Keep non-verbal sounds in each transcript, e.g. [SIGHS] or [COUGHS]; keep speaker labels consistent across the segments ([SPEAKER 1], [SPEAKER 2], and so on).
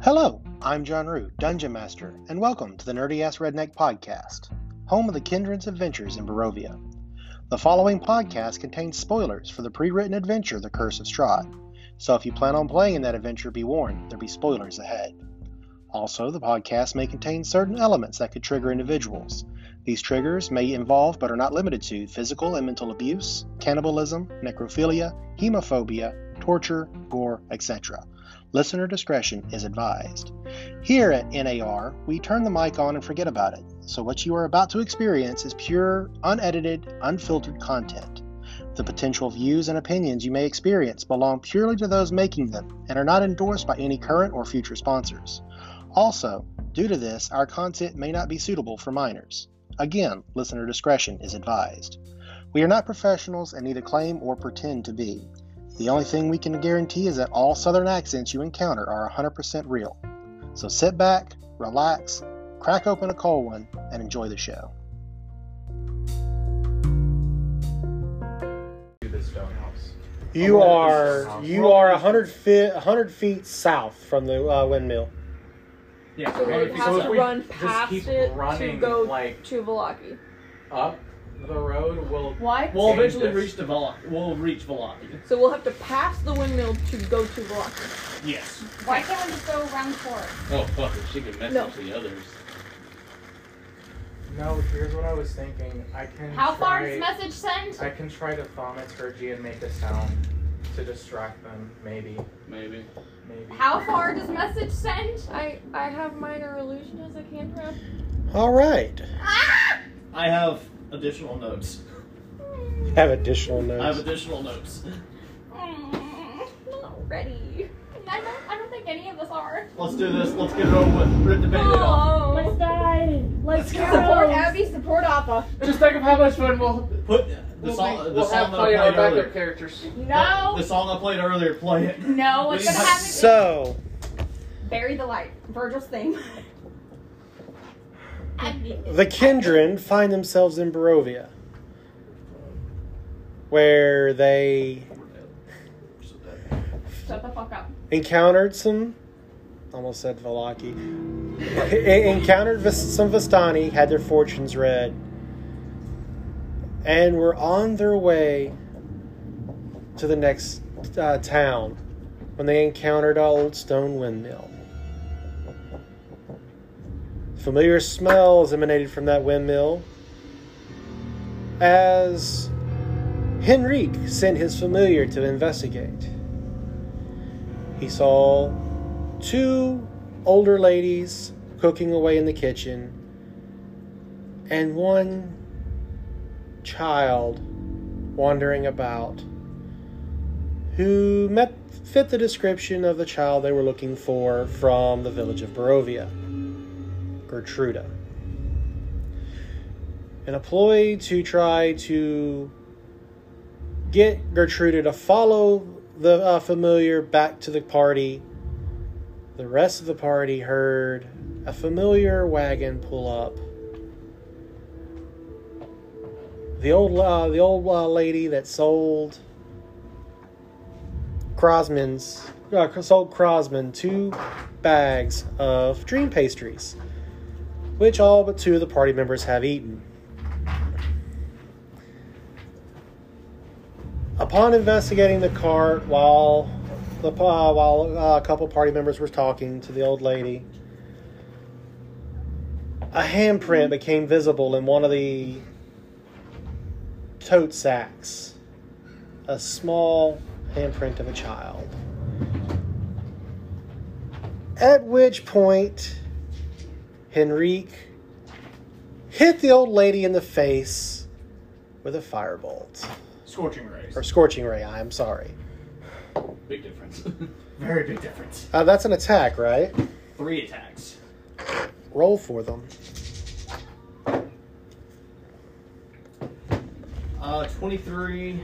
[SPEAKER 1] Hello, I'm John Root, Dungeon Master, and welcome to the Nerdy Ass Redneck Podcast, home of the Kindred's adventures in Barovia. The following podcast contains spoilers for the pre written adventure The Curse of Strahd, so if you plan on playing in that adventure, be warned there'll be spoilers ahead. Also, the podcast may contain certain elements that could trigger individuals. These triggers may involve, but are not limited to, physical and mental abuse, cannibalism, necrophilia, hemophobia, torture, gore, etc. Listener discretion is advised. Here at NAR, we turn the mic on and forget about it, so what you are about to experience is pure, unedited, unfiltered content. The potential views and opinions you may experience belong purely to those making them and are not endorsed by any current or future sponsors. Also, due to this, our content may not be suitable for minors. Again, listener discretion is advised. We are not professionals and neither claim or pretend to be. The only thing we can guarantee is that all Southern accents you encounter are 100% real. So sit back, relax, crack open a cold one, and enjoy the show.
[SPEAKER 2] to the stone house.
[SPEAKER 3] You
[SPEAKER 2] Oh,
[SPEAKER 3] are
[SPEAKER 2] this is-
[SPEAKER 3] you are a hundred feet hundred feet south from the uh, windmill.
[SPEAKER 2] Yeah,
[SPEAKER 4] So we
[SPEAKER 2] if
[SPEAKER 4] would
[SPEAKER 2] we-
[SPEAKER 4] have
[SPEAKER 2] if
[SPEAKER 4] to
[SPEAKER 2] we
[SPEAKER 4] run
[SPEAKER 2] just
[SPEAKER 4] past
[SPEAKER 2] keep
[SPEAKER 4] it
[SPEAKER 2] running,
[SPEAKER 4] to go
[SPEAKER 2] like
[SPEAKER 4] to Velaki.
[SPEAKER 2] up the road. We'll
[SPEAKER 4] Why?
[SPEAKER 5] We'll
[SPEAKER 2] Same
[SPEAKER 5] eventually
[SPEAKER 2] distance.
[SPEAKER 5] reach Velaki. We'll reach Velaki.
[SPEAKER 4] So we'll have to pass the windmill to go to Velaki.
[SPEAKER 5] Yes.
[SPEAKER 6] Why can't we just go around Ford?
[SPEAKER 7] Oh fuck, if she could message
[SPEAKER 4] No.
[SPEAKER 7] the others.
[SPEAKER 2] no. Here's what I was thinking. I can.
[SPEAKER 6] How far
[SPEAKER 2] try-
[SPEAKER 6] does message send?
[SPEAKER 2] I can try to thaumaturgy and make a sound to distract them. Maybe.
[SPEAKER 7] Maybe.
[SPEAKER 2] Maybe.
[SPEAKER 6] How far does message send?
[SPEAKER 4] I I have minor illusion as a hand wrap.
[SPEAKER 3] All right.
[SPEAKER 6] Ah!
[SPEAKER 5] I have additional notes.
[SPEAKER 3] Have additional
[SPEAKER 5] I have
[SPEAKER 3] notes.
[SPEAKER 5] additional notes.
[SPEAKER 6] Mm,
[SPEAKER 4] Not ready.
[SPEAKER 6] I don't. I don't think any of us are.
[SPEAKER 5] Let's do this. Let's get it over with. Rip the band-aid off.
[SPEAKER 4] Oh.
[SPEAKER 6] die. Let's
[SPEAKER 5] go.
[SPEAKER 4] [LAUGHS] Support Abby. Support Appa.
[SPEAKER 8] Just think of how much fun we'll,
[SPEAKER 5] Put the
[SPEAKER 8] we'll,
[SPEAKER 5] song.
[SPEAKER 8] be-
[SPEAKER 5] the
[SPEAKER 8] we'll have
[SPEAKER 5] song that
[SPEAKER 8] playing
[SPEAKER 5] I
[SPEAKER 8] our
[SPEAKER 5] played
[SPEAKER 8] backup
[SPEAKER 5] earlier.
[SPEAKER 8] characters.
[SPEAKER 6] No.
[SPEAKER 5] The song I played earlier. Play it.
[SPEAKER 6] No. What's gonna
[SPEAKER 5] Please.
[SPEAKER 6] happen? is
[SPEAKER 3] So
[SPEAKER 6] bury the light. Virgil's thing. I mean,
[SPEAKER 3] the Kindred find themselves in Barovia, where they
[SPEAKER 6] shut the fuck up.
[SPEAKER 3] encountered some. Almost said Valaki. [LAUGHS] En- encountered Vis- some Vistani, had their fortunes read, and were on their way to the next uh, town when they encountered an old stone windmill. Familiar smells emanated from that windmill as Henrique sent his familiar to investigate he saw two older ladies cooking away in the kitchen and one child wandering about who met fit the description of the child they were looking for from the village of Barovia Gertruda in a ploy to try to get Gertruda to follow the uh, familiar back to the party. The rest of the party heard a familiar wagon pull up. The old uh, the old uh, lady that sold Crosman's uh, sold Crosman two bags of dream pastries, which all but two of the party members have eaten. Upon investigating the cart, while the uh, while uh, a couple party members were talking to the old lady, a handprint became visible in one of the tote sacks. A small handprint of a child. At which point, Henrique hit the old lady in the face with a firebolt
[SPEAKER 5] [LAUGHS] Scorching rays.
[SPEAKER 3] or scorching ray. I'm sorry.
[SPEAKER 7] Big difference.
[SPEAKER 5] [LAUGHS] Very big difference.
[SPEAKER 3] Uh, that's an attack, right?
[SPEAKER 5] Three attacks.
[SPEAKER 3] Roll for them.
[SPEAKER 5] Uh, 23,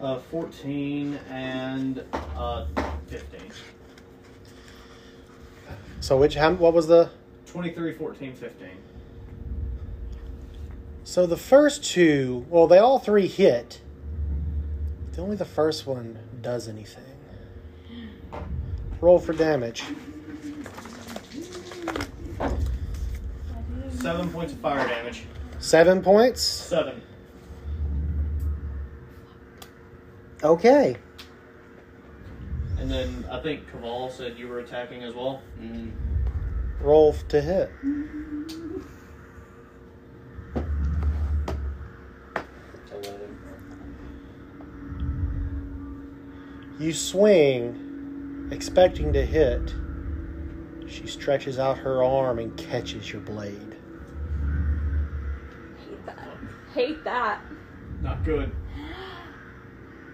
[SPEAKER 5] uh, 14, and uh, 15.
[SPEAKER 3] So which? How, what was the?
[SPEAKER 5] 23, 14, 15.
[SPEAKER 3] So the first two. Well, they all three hit. The only the first one does anything. Roll for damage.
[SPEAKER 5] Seven points of fire damage.
[SPEAKER 3] Seven points.
[SPEAKER 5] Seven.
[SPEAKER 3] Okay.
[SPEAKER 5] And then I think Kaval said you were attacking as well.
[SPEAKER 7] Mm,
[SPEAKER 3] Roll f- to hit.
[SPEAKER 7] Eleven.
[SPEAKER 3] You swing, expecting to hit. She stretches out her arm and catches your blade.
[SPEAKER 4] Hate that. Hate that.
[SPEAKER 5] Not good.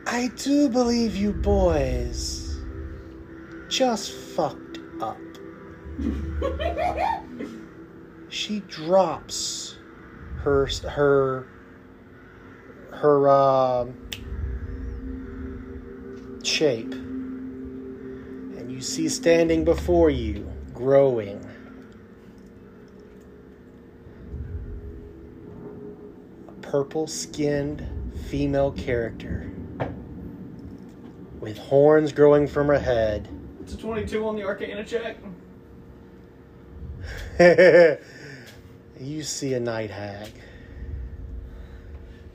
[SPEAKER 3] I do believe you boys just fucked up. she drops her her her um shape, and you see standing before you, growing. a Purple-skinned female character with horns growing from her head. [LAUGHS]
[SPEAKER 5] It's a 22 on the Arcana check.
[SPEAKER 3] you see a night hag.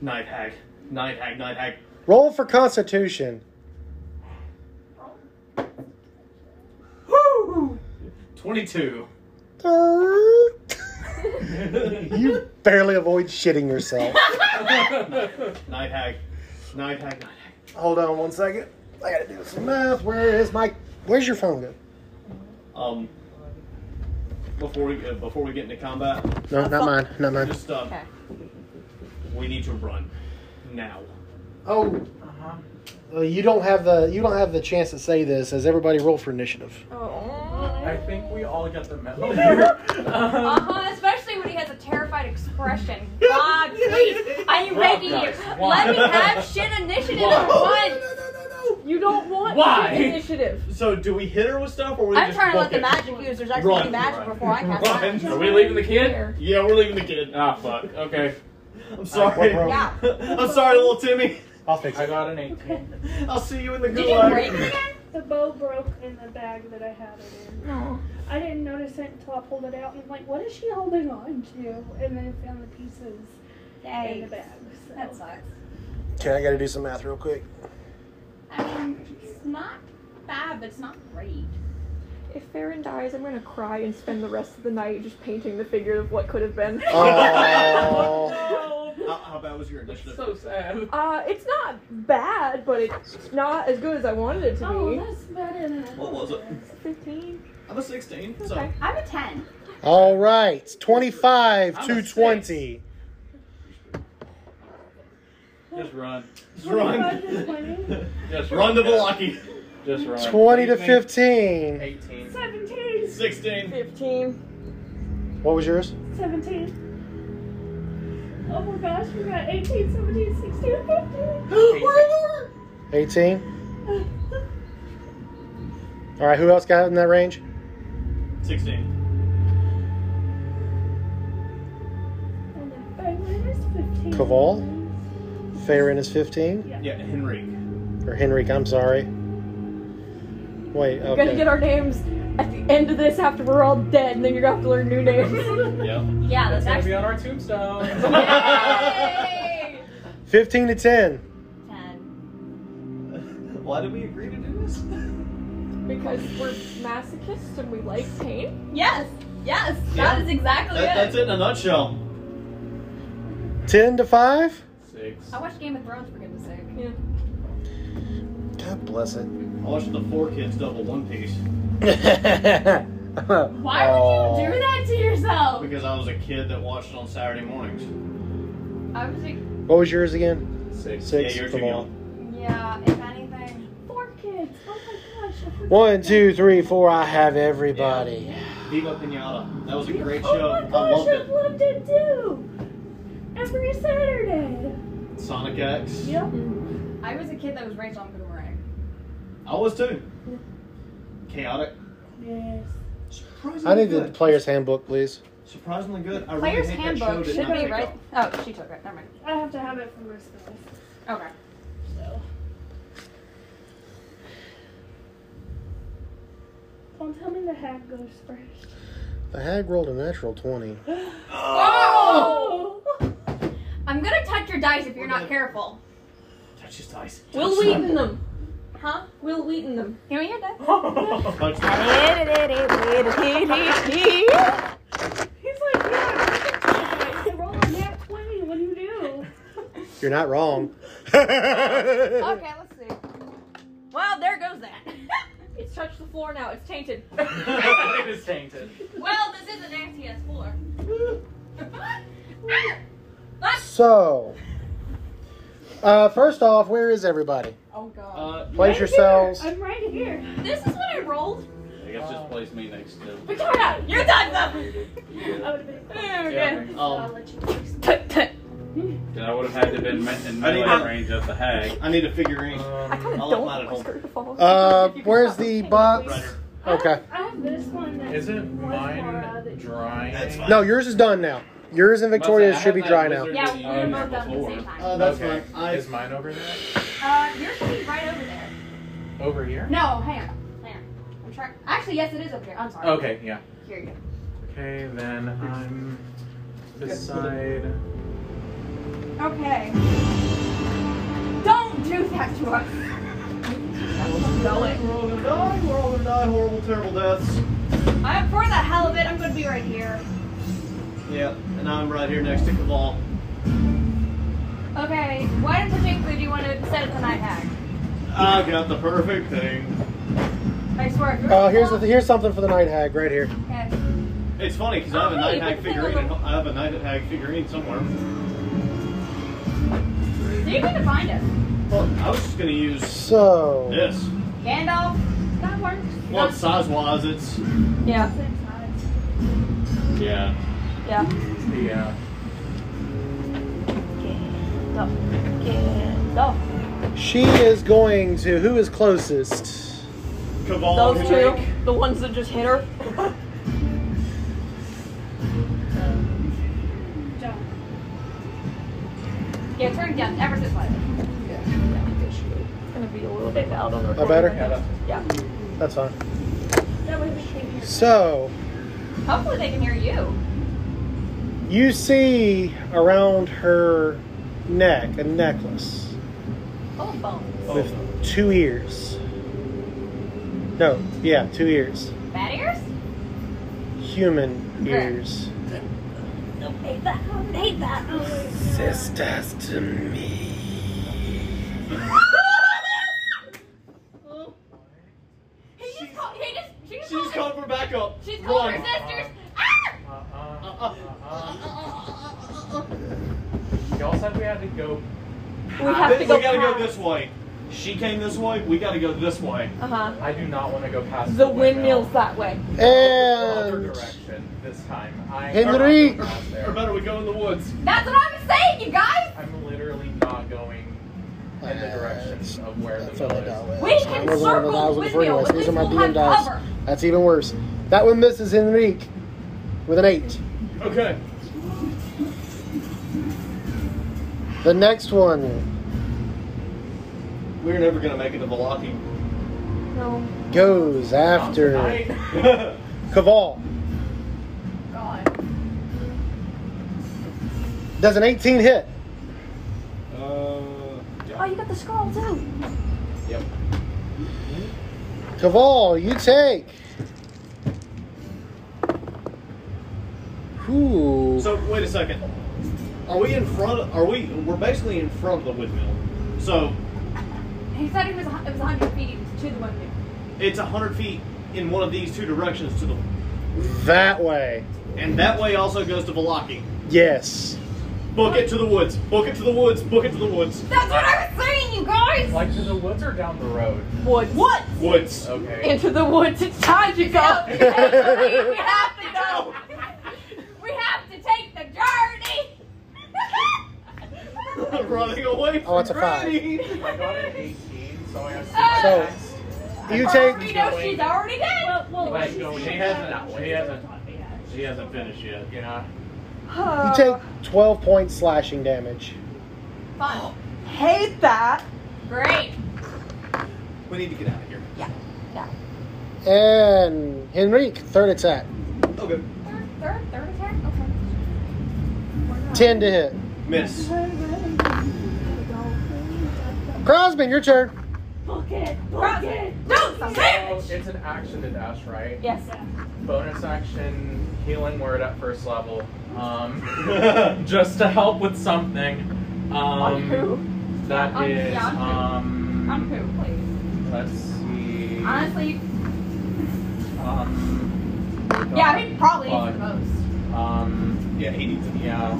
[SPEAKER 5] Night hag. Night hag. Night hag.
[SPEAKER 3] Roll for Constitution.
[SPEAKER 5] Woo! [LAUGHS] 22.
[SPEAKER 3] you barely avoid shitting yourself.
[SPEAKER 5] Night hag. Night hag. Night hag.
[SPEAKER 3] Hold on one second. I gotta do some math. Where is my? Where's your phone? Go?
[SPEAKER 5] Um, before we uh, before we get into combat,
[SPEAKER 3] No, not mine. Not mine.
[SPEAKER 5] just um,
[SPEAKER 4] Okay.
[SPEAKER 5] we need to run now.
[SPEAKER 3] Oh,
[SPEAKER 2] Uh-huh.
[SPEAKER 3] uh, you don't have the you don't have the chance to say this. As everybody roll for initiative.
[SPEAKER 2] I
[SPEAKER 4] Oh.
[SPEAKER 2] think we all get the memo.
[SPEAKER 6] Uh huh. Especially when he has a terrified expression. God, please. Are you ready?
[SPEAKER 7] guys,
[SPEAKER 6] Let me have shit initiative at once.
[SPEAKER 4] You don't want
[SPEAKER 5] Why?
[SPEAKER 4] shit initiative.
[SPEAKER 5] [LAUGHS] So do we hit her with stuff or we
[SPEAKER 6] I'm
[SPEAKER 5] just
[SPEAKER 6] trying to let
[SPEAKER 5] book
[SPEAKER 6] the
[SPEAKER 5] it?
[SPEAKER 6] magic use. There's actually
[SPEAKER 5] Run,
[SPEAKER 6] any magic
[SPEAKER 5] run.
[SPEAKER 6] before I cast
[SPEAKER 5] Run.
[SPEAKER 6] magic.
[SPEAKER 7] Are we leaving the kid?
[SPEAKER 4] Here.
[SPEAKER 7] Yeah, we're leaving the kid. Ah, fuck. Okay.
[SPEAKER 5] [LAUGHS] I'm sorry.
[SPEAKER 3] Uh,
[SPEAKER 6] Yeah.
[SPEAKER 5] [LAUGHS] I'm sorry, little Timmy. [LAUGHS]
[SPEAKER 3] I'll fix
[SPEAKER 2] I got an 18.
[SPEAKER 5] I'll see you in the
[SPEAKER 6] Did you break
[SPEAKER 5] gulag.
[SPEAKER 6] again?
[SPEAKER 8] The bow broke in the bag that I had it in.
[SPEAKER 4] No.
[SPEAKER 8] I didn't notice it until I pulled it out and I'm like, what is she holding on to? And then I found the pieces in the
[SPEAKER 6] Yay.
[SPEAKER 8] bag. So.
[SPEAKER 6] That sucks.
[SPEAKER 3] Okay, I gotta do some math real [LAUGHS] quick.
[SPEAKER 6] I mean, it's not bad, but it's not great.
[SPEAKER 4] If Farron dies, I'm gonna cry and spend the rest of the night just painting the figure of what could have been.
[SPEAKER 3] Uh, Oh,
[SPEAKER 5] How, how bad was your initiative?
[SPEAKER 7] So sad.
[SPEAKER 4] Uh, it's not bad, but it's not as good as I wanted it to
[SPEAKER 8] Oh,
[SPEAKER 4] be.
[SPEAKER 8] that's better than I
[SPEAKER 5] What was it?
[SPEAKER 4] Fifteen.
[SPEAKER 5] I'm a 16. So
[SPEAKER 4] Okay.
[SPEAKER 6] I'm a 10.
[SPEAKER 3] all right. Twenty five
[SPEAKER 7] I'm a
[SPEAKER 3] to
[SPEAKER 7] six.
[SPEAKER 3] twenty.
[SPEAKER 7] Just run.
[SPEAKER 5] just
[SPEAKER 8] Twenty-five to
[SPEAKER 5] [LAUGHS] run.
[SPEAKER 8] twenty?
[SPEAKER 7] Just
[SPEAKER 5] run the
[SPEAKER 7] guys.
[SPEAKER 5] Velaki.
[SPEAKER 7] Just run.
[SPEAKER 3] Twenty to
[SPEAKER 5] What do you think?
[SPEAKER 3] fifteen.
[SPEAKER 2] 18.
[SPEAKER 8] 17!
[SPEAKER 5] 16.
[SPEAKER 4] Fifteen.
[SPEAKER 3] What was yours?
[SPEAKER 8] 17. Oh my gosh, we got 18, 17, 16, 15.
[SPEAKER 5] [GASPS]
[SPEAKER 3] Eighteen. All right. Who else got in that range?
[SPEAKER 5] 16.
[SPEAKER 8] And then Bagman is 15.
[SPEAKER 3] Caval? Farron is fifteen.
[SPEAKER 5] Yeah, Henry.
[SPEAKER 3] Or Henrik, I'm sorry. Wait,
[SPEAKER 4] We're gonna
[SPEAKER 3] okay.
[SPEAKER 4] get our names at the end of this after we're all dead, and then you're gonna have to learn new
[SPEAKER 6] [LAUGHS]
[SPEAKER 4] names.
[SPEAKER 7] Yeah.
[SPEAKER 6] Yeah, that's
[SPEAKER 2] Gonna
[SPEAKER 6] actually.
[SPEAKER 2] be on our tombstone.
[SPEAKER 5] [LAUGHS]
[SPEAKER 6] Yay!
[SPEAKER 3] 15 to 10.
[SPEAKER 6] 10.
[SPEAKER 5] Why did we agree to do this?
[SPEAKER 4] because we're masochists and we like pain.
[SPEAKER 6] Yes! Yes!
[SPEAKER 5] Yeah.
[SPEAKER 6] That is exactly
[SPEAKER 5] That,
[SPEAKER 6] it.
[SPEAKER 5] that's it in a nutshell.
[SPEAKER 3] 10 to 5?
[SPEAKER 7] Six.
[SPEAKER 6] I watched Game of Thrones for goodness sake.
[SPEAKER 4] Yeah.
[SPEAKER 3] God bless it.
[SPEAKER 5] I watched the four kids double One Piece
[SPEAKER 6] Why would you do that to yourself?
[SPEAKER 5] because I was a kid that watched it on Saturday mornings.
[SPEAKER 6] I was like,
[SPEAKER 3] [LAUGHS] What was yours again?
[SPEAKER 7] Six.
[SPEAKER 3] Six.
[SPEAKER 5] yeah, you're
[SPEAKER 3] Come
[SPEAKER 5] too
[SPEAKER 3] on.
[SPEAKER 5] young.
[SPEAKER 6] yeah, if anything.
[SPEAKER 8] Four kids. Oh my gosh. I forgot.
[SPEAKER 3] One, two, three, four. I have everybody.
[SPEAKER 5] Viva Pinata. That was a great
[SPEAKER 8] Oh
[SPEAKER 5] show.
[SPEAKER 8] my
[SPEAKER 5] I
[SPEAKER 8] gosh,
[SPEAKER 5] loved
[SPEAKER 8] I've
[SPEAKER 5] it.
[SPEAKER 8] loved it too. Every Saturday.
[SPEAKER 5] Sonic X.
[SPEAKER 8] Yep.
[SPEAKER 6] I was a kid that was raised on boomerang.
[SPEAKER 5] I was too. Chaotic.
[SPEAKER 8] Yes.
[SPEAKER 5] Surprisingly
[SPEAKER 3] I need the
[SPEAKER 5] good.
[SPEAKER 3] player's handbook, please.
[SPEAKER 5] Surprisingly good. I
[SPEAKER 6] Player's
[SPEAKER 5] really hate
[SPEAKER 6] handbook
[SPEAKER 5] that show did
[SPEAKER 6] should
[SPEAKER 5] not
[SPEAKER 6] be
[SPEAKER 5] pick
[SPEAKER 6] right.
[SPEAKER 5] up.
[SPEAKER 6] Oh, she took it. Never mind.
[SPEAKER 8] I have to have it for Christmas.
[SPEAKER 6] Okay.
[SPEAKER 8] So. Don't tell me the hag goes first.
[SPEAKER 3] The hag rolled a natural 20.
[SPEAKER 6] Oh! I'm gonna touch your dice if you're not careful.
[SPEAKER 5] Touch his
[SPEAKER 6] [LAUGHS]
[SPEAKER 5] dice. [LAUGHS]
[SPEAKER 4] Will Wheaton them.
[SPEAKER 6] Huh?
[SPEAKER 4] Will Wheaton them.
[SPEAKER 6] Give me your dice.
[SPEAKER 5] Touch
[SPEAKER 6] [LAUGHS]
[SPEAKER 5] the
[SPEAKER 8] He's like, yeah. I roll a nat 20. What do you do?
[SPEAKER 3] You're not wrong. [LAUGHS]
[SPEAKER 6] Okay, let's see. Well, there goes that. [LAUGHS]
[SPEAKER 4] It's touched the floor now. It's [LAUGHS] tainted.
[SPEAKER 5] [LAUGHS]
[SPEAKER 7] it
[SPEAKER 6] [LAUGHS]
[SPEAKER 7] is tainted.
[SPEAKER 6] well, this is a nasty ass
[SPEAKER 4] [LAUGHS]
[SPEAKER 6] floor. [LAUGHS] Ah!
[SPEAKER 3] So, uh, first off, where is everybody?
[SPEAKER 4] Oh god.
[SPEAKER 5] Um.
[SPEAKER 7] Uh,
[SPEAKER 3] Place yourselves.
[SPEAKER 8] I'm right here.
[SPEAKER 6] this is what I rolled.
[SPEAKER 7] I guess just place me next to.
[SPEAKER 6] Victoria, your time's up.
[SPEAKER 8] I would have been
[SPEAKER 6] Okay.
[SPEAKER 8] I'll
[SPEAKER 5] Um,
[SPEAKER 8] let you first.
[SPEAKER 7] I would have had to been me- in
[SPEAKER 5] I need
[SPEAKER 7] melee
[SPEAKER 5] to-
[SPEAKER 7] range of the hag.
[SPEAKER 5] I need a figurine.
[SPEAKER 4] I kind of
[SPEAKER 5] I'll let
[SPEAKER 4] don't
[SPEAKER 5] mine
[SPEAKER 4] want
[SPEAKER 5] at
[SPEAKER 4] my
[SPEAKER 5] home.
[SPEAKER 4] skirt to fall.
[SPEAKER 3] Uh, where's the box?
[SPEAKER 6] Uh,
[SPEAKER 5] Rider.
[SPEAKER 3] Okay.
[SPEAKER 8] I have this one
[SPEAKER 2] Um,
[SPEAKER 8] that
[SPEAKER 7] Isn't
[SPEAKER 8] was Laura
[SPEAKER 7] mine
[SPEAKER 8] that-
[SPEAKER 7] drying?
[SPEAKER 5] That's fine.
[SPEAKER 3] No, yours is done now. Yours and Victoria's should be dry now.
[SPEAKER 6] Yeah, we were both done at the same time.
[SPEAKER 5] Uh, that's
[SPEAKER 7] Okay.
[SPEAKER 5] fine. I,
[SPEAKER 2] Is mine over there?
[SPEAKER 6] Uh, yours should be right over there.
[SPEAKER 2] Over here?
[SPEAKER 6] No, hang on. Hang on. I'm trying. Actually, yes, it is over here. I'm
[SPEAKER 5] Oh.
[SPEAKER 6] sorry.
[SPEAKER 2] Okay, yeah.
[SPEAKER 6] Here you go.
[SPEAKER 2] Okay, then I'm beside.
[SPEAKER 6] Okay. Don't do that to us.
[SPEAKER 5] We're all gonna die. We're all gonna die. Horrible, terrible deaths.
[SPEAKER 6] I'm for the hell of it. I'm gonna be right here.
[SPEAKER 5] Yeah, and I'm right here next to Caval.
[SPEAKER 6] Okay. Why in particular do you want to set up the night hack?
[SPEAKER 5] I got the perfect thing.
[SPEAKER 6] I swear. if you're
[SPEAKER 3] Uh, here's the, here's something for the night hag right here.
[SPEAKER 6] Okay.
[SPEAKER 5] It's funny because I have a
[SPEAKER 6] Oh,
[SPEAKER 5] night
[SPEAKER 6] you
[SPEAKER 5] hag
[SPEAKER 6] put the thing
[SPEAKER 5] figurine.
[SPEAKER 6] on
[SPEAKER 5] at ho- I have a night hag figurine somewhere.
[SPEAKER 6] So you can find us.
[SPEAKER 5] Well, I was just gonna use
[SPEAKER 3] So,
[SPEAKER 5] this.
[SPEAKER 6] Gandalf. That works.
[SPEAKER 5] Well, size wise, it's
[SPEAKER 6] Yeah.
[SPEAKER 8] Same size.
[SPEAKER 5] yeah.
[SPEAKER 6] Yeah.
[SPEAKER 2] Yeah.
[SPEAKER 6] Gandalf. Gandalf.
[SPEAKER 3] she is going to. Who is closest?
[SPEAKER 5] Caval.
[SPEAKER 4] Those two, the ones that just hit her.
[SPEAKER 6] Yeah. Turn down ever so slightly.
[SPEAKER 4] It's gonna be a little bit loud on the
[SPEAKER 3] That
[SPEAKER 4] recording.
[SPEAKER 3] better?
[SPEAKER 4] Yeah.
[SPEAKER 3] That's fine.
[SPEAKER 8] That way we can hear.
[SPEAKER 3] So,
[SPEAKER 6] Hopefully they can hear you.
[SPEAKER 3] you see around her neck a necklace
[SPEAKER 6] Oh, bones.
[SPEAKER 3] with two ears. No, yeah, two ears.
[SPEAKER 6] Bad ears?
[SPEAKER 3] Human ears.
[SPEAKER 6] Hate that. Hate that.
[SPEAKER 3] Sisters to me.
[SPEAKER 6] He just called. He just. She just
[SPEAKER 5] She's
[SPEAKER 6] called.
[SPEAKER 5] called for backup. Uh,
[SPEAKER 6] Her, she's called
[SPEAKER 5] Run.
[SPEAKER 6] her sisters. Ah!
[SPEAKER 2] Uh-uh. Y'all said we had to go.
[SPEAKER 4] We have to
[SPEAKER 5] we
[SPEAKER 4] go.
[SPEAKER 5] gotta go this way. She came this way. We gotta go this way.
[SPEAKER 4] Uh huh.
[SPEAKER 2] I do not want to go past
[SPEAKER 4] The windmill's that way.
[SPEAKER 2] Other
[SPEAKER 3] And
[SPEAKER 2] direction this time. I am not
[SPEAKER 3] Henrique.
[SPEAKER 2] going past
[SPEAKER 5] Or
[SPEAKER 2] there.
[SPEAKER 5] better, we go in the woods.
[SPEAKER 6] That's what I've been saying, you guys.
[SPEAKER 2] I'm literally not going in the direction of where the
[SPEAKER 3] That's all
[SPEAKER 2] mill
[SPEAKER 3] I
[SPEAKER 2] is.
[SPEAKER 3] got with.
[SPEAKER 6] We can
[SPEAKER 3] That wasn't one of
[SPEAKER 6] circle
[SPEAKER 3] the- I was
[SPEAKER 6] the
[SPEAKER 3] looking for
[SPEAKER 6] windmill.
[SPEAKER 3] anyways.
[SPEAKER 6] At
[SPEAKER 3] These
[SPEAKER 6] least
[SPEAKER 3] are my
[SPEAKER 6] we'll
[SPEAKER 3] DM
[SPEAKER 6] have
[SPEAKER 3] dice.
[SPEAKER 6] cover.
[SPEAKER 3] That's even worse. That one misses Enrique with an eight.
[SPEAKER 5] Okay.
[SPEAKER 3] The next one
[SPEAKER 5] We're never gonna make it to Velaki.
[SPEAKER 4] No.
[SPEAKER 3] goes after
[SPEAKER 2] Tonight,
[SPEAKER 3] Caval.
[SPEAKER 6] God.
[SPEAKER 3] Does an 18 hit?
[SPEAKER 5] [LAUGHS] uh.
[SPEAKER 6] Oh, you got the scroll too.
[SPEAKER 5] Yep.
[SPEAKER 3] Caval, you take. Ooh.
[SPEAKER 5] So wait a second. Are we in front? Of, are we? We're basically in front of the windmill. So
[SPEAKER 6] He said it was a hun- it was 100 feet to the windmill.
[SPEAKER 5] it's hundred feet in one of these two directions to the,
[SPEAKER 3] that way.
[SPEAKER 5] and that way also goes to Velaki.
[SPEAKER 3] Yes.
[SPEAKER 5] Book it to the woods. Book it to the woods. Book it to the woods.
[SPEAKER 6] That's what I was saying, you guys.
[SPEAKER 2] like to the woods or down the road?
[SPEAKER 4] Wood. What?
[SPEAKER 5] Woods. [LAUGHS]
[SPEAKER 9] [LAUGHS]
[SPEAKER 2] Okay.
[SPEAKER 4] Into the woods. It's time to
[SPEAKER 6] No,
[SPEAKER 4] go.
[SPEAKER 6] we [LAUGHS] have to go. We have to take the journey.
[SPEAKER 5] Running away. From
[SPEAKER 3] Oh, it's a five.
[SPEAKER 5] Granny.
[SPEAKER 2] I got an 18, so I have
[SPEAKER 6] Ah!
[SPEAKER 3] So
[SPEAKER 2] six attacks.
[SPEAKER 3] you
[SPEAKER 6] We
[SPEAKER 3] take.
[SPEAKER 6] know she's already dead.
[SPEAKER 7] Like, she hasn't. She hasn't. She hasn't finished yet.
[SPEAKER 2] You know,
[SPEAKER 3] You take 12 points slashing damage.
[SPEAKER 6] Fun.
[SPEAKER 4] Hate that.
[SPEAKER 6] Great.
[SPEAKER 5] We need to get out of here.
[SPEAKER 6] Yeah.
[SPEAKER 3] And Henrique, third attack.
[SPEAKER 5] Okay.
[SPEAKER 6] Third, third, third attack? Okay.
[SPEAKER 3] 10 to hit.
[SPEAKER 5] Miss.
[SPEAKER 3] Crosby, your turn.
[SPEAKER 8] Book it. Book
[SPEAKER 6] Crosby.
[SPEAKER 8] it.
[SPEAKER 6] No! Sandwich!
[SPEAKER 7] It's an action to dash, right?
[SPEAKER 6] Yes.
[SPEAKER 7] Bonus action, healing word at first level. Um, just to help with something. Um,
[SPEAKER 6] On who?
[SPEAKER 7] That
[SPEAKER 6] On-
[SPEAKER 7] is,
[SPEAKER 6] yeah,
[SPEAKER 7] um,
[SPEAKER 6] On who, please?
[SPEAKER 7] let's see.
[SPEAKER 6] Honestly,
[SPEAKER 7] Um,
[SPEAKER 6] yeah, I mean, probably
[SPEAKER 7] Fuck.
[SPEAKER 6] the most.
[SPEAKER 7] Um,
[SPEAKER 5] yeah, he needs it.
[SPEAKER 7] yeah.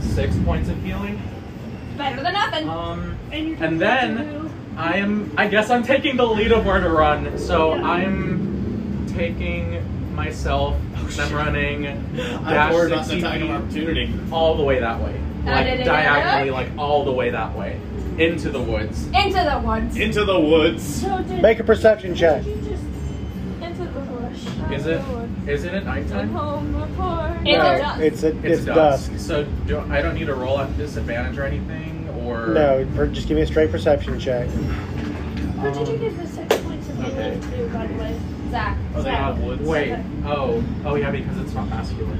[SPEAKER 7] Six points of healing.
[SPEAKER 6] Better than nothing.
[SPEAKER 7] Um,
[SPEAKER 8] And, you're
[SPEAKER 7] And
[SPEAKER 8] doing what
[SPEAKER 7] then-
[SPEAKER 8] you do.
[SPEAKER 7] I am. I guess I'm taking the lead of where to run. So I'm taking myself. and I'm running
[SPEAKER 5] [LAUGHS] Oh, I
[SPEAKER 7] dash
[SPEAKER 5] forgot about the
[SPEAKER 7] 60
[SPEAKER 5] attack of
[SPEAKER 7] feet
[SPEAKER 5] opportunity.
[SPEAKER 7] all the way that way,
[SPEAKER 6] da, da, da, da.
[SPEAKER 7] like diagonally, like all the way that way into the woods.
[SPEAKER 6] Into the woods.
[SPEAKER 5] Into the woods.
[SPEAKER 8] So did,
[SPEAKER 3] Make a perception check.
[SPEAKER 8] did you just
[SPEAKER 9] Into the bush.
[SPEAKER 7] Is it? Is it at nighttime?
[SPEAKER 9] home apart.
[SPEAKER 6] It's
[SPEAKER 3] no,
[SPEAKER 6] a dusk.
[SPEAKER 3] It's, a,
[SPEAKER 7] It's,
[SPEAKER 3] it's
[SPEAKER 7] dusk.
[SPEAKER 3] dusk.
[SPEAKER 7] So do, I don't need to roll at disadvantage or anything, or
[SPEAKER 3] No, per- just give me a straight perception check.
[SPEAKER 8] What did you give the six points of
[SPEAKER 7] Okay.
[SPEAKER 8] healing to, by the way?
[SPEAKER 6] Zach.
[SPEAKER 5] Oh, they have woods.
[SPEAKER 7] Wait. Oh. Oh yeah, because it's not masculine.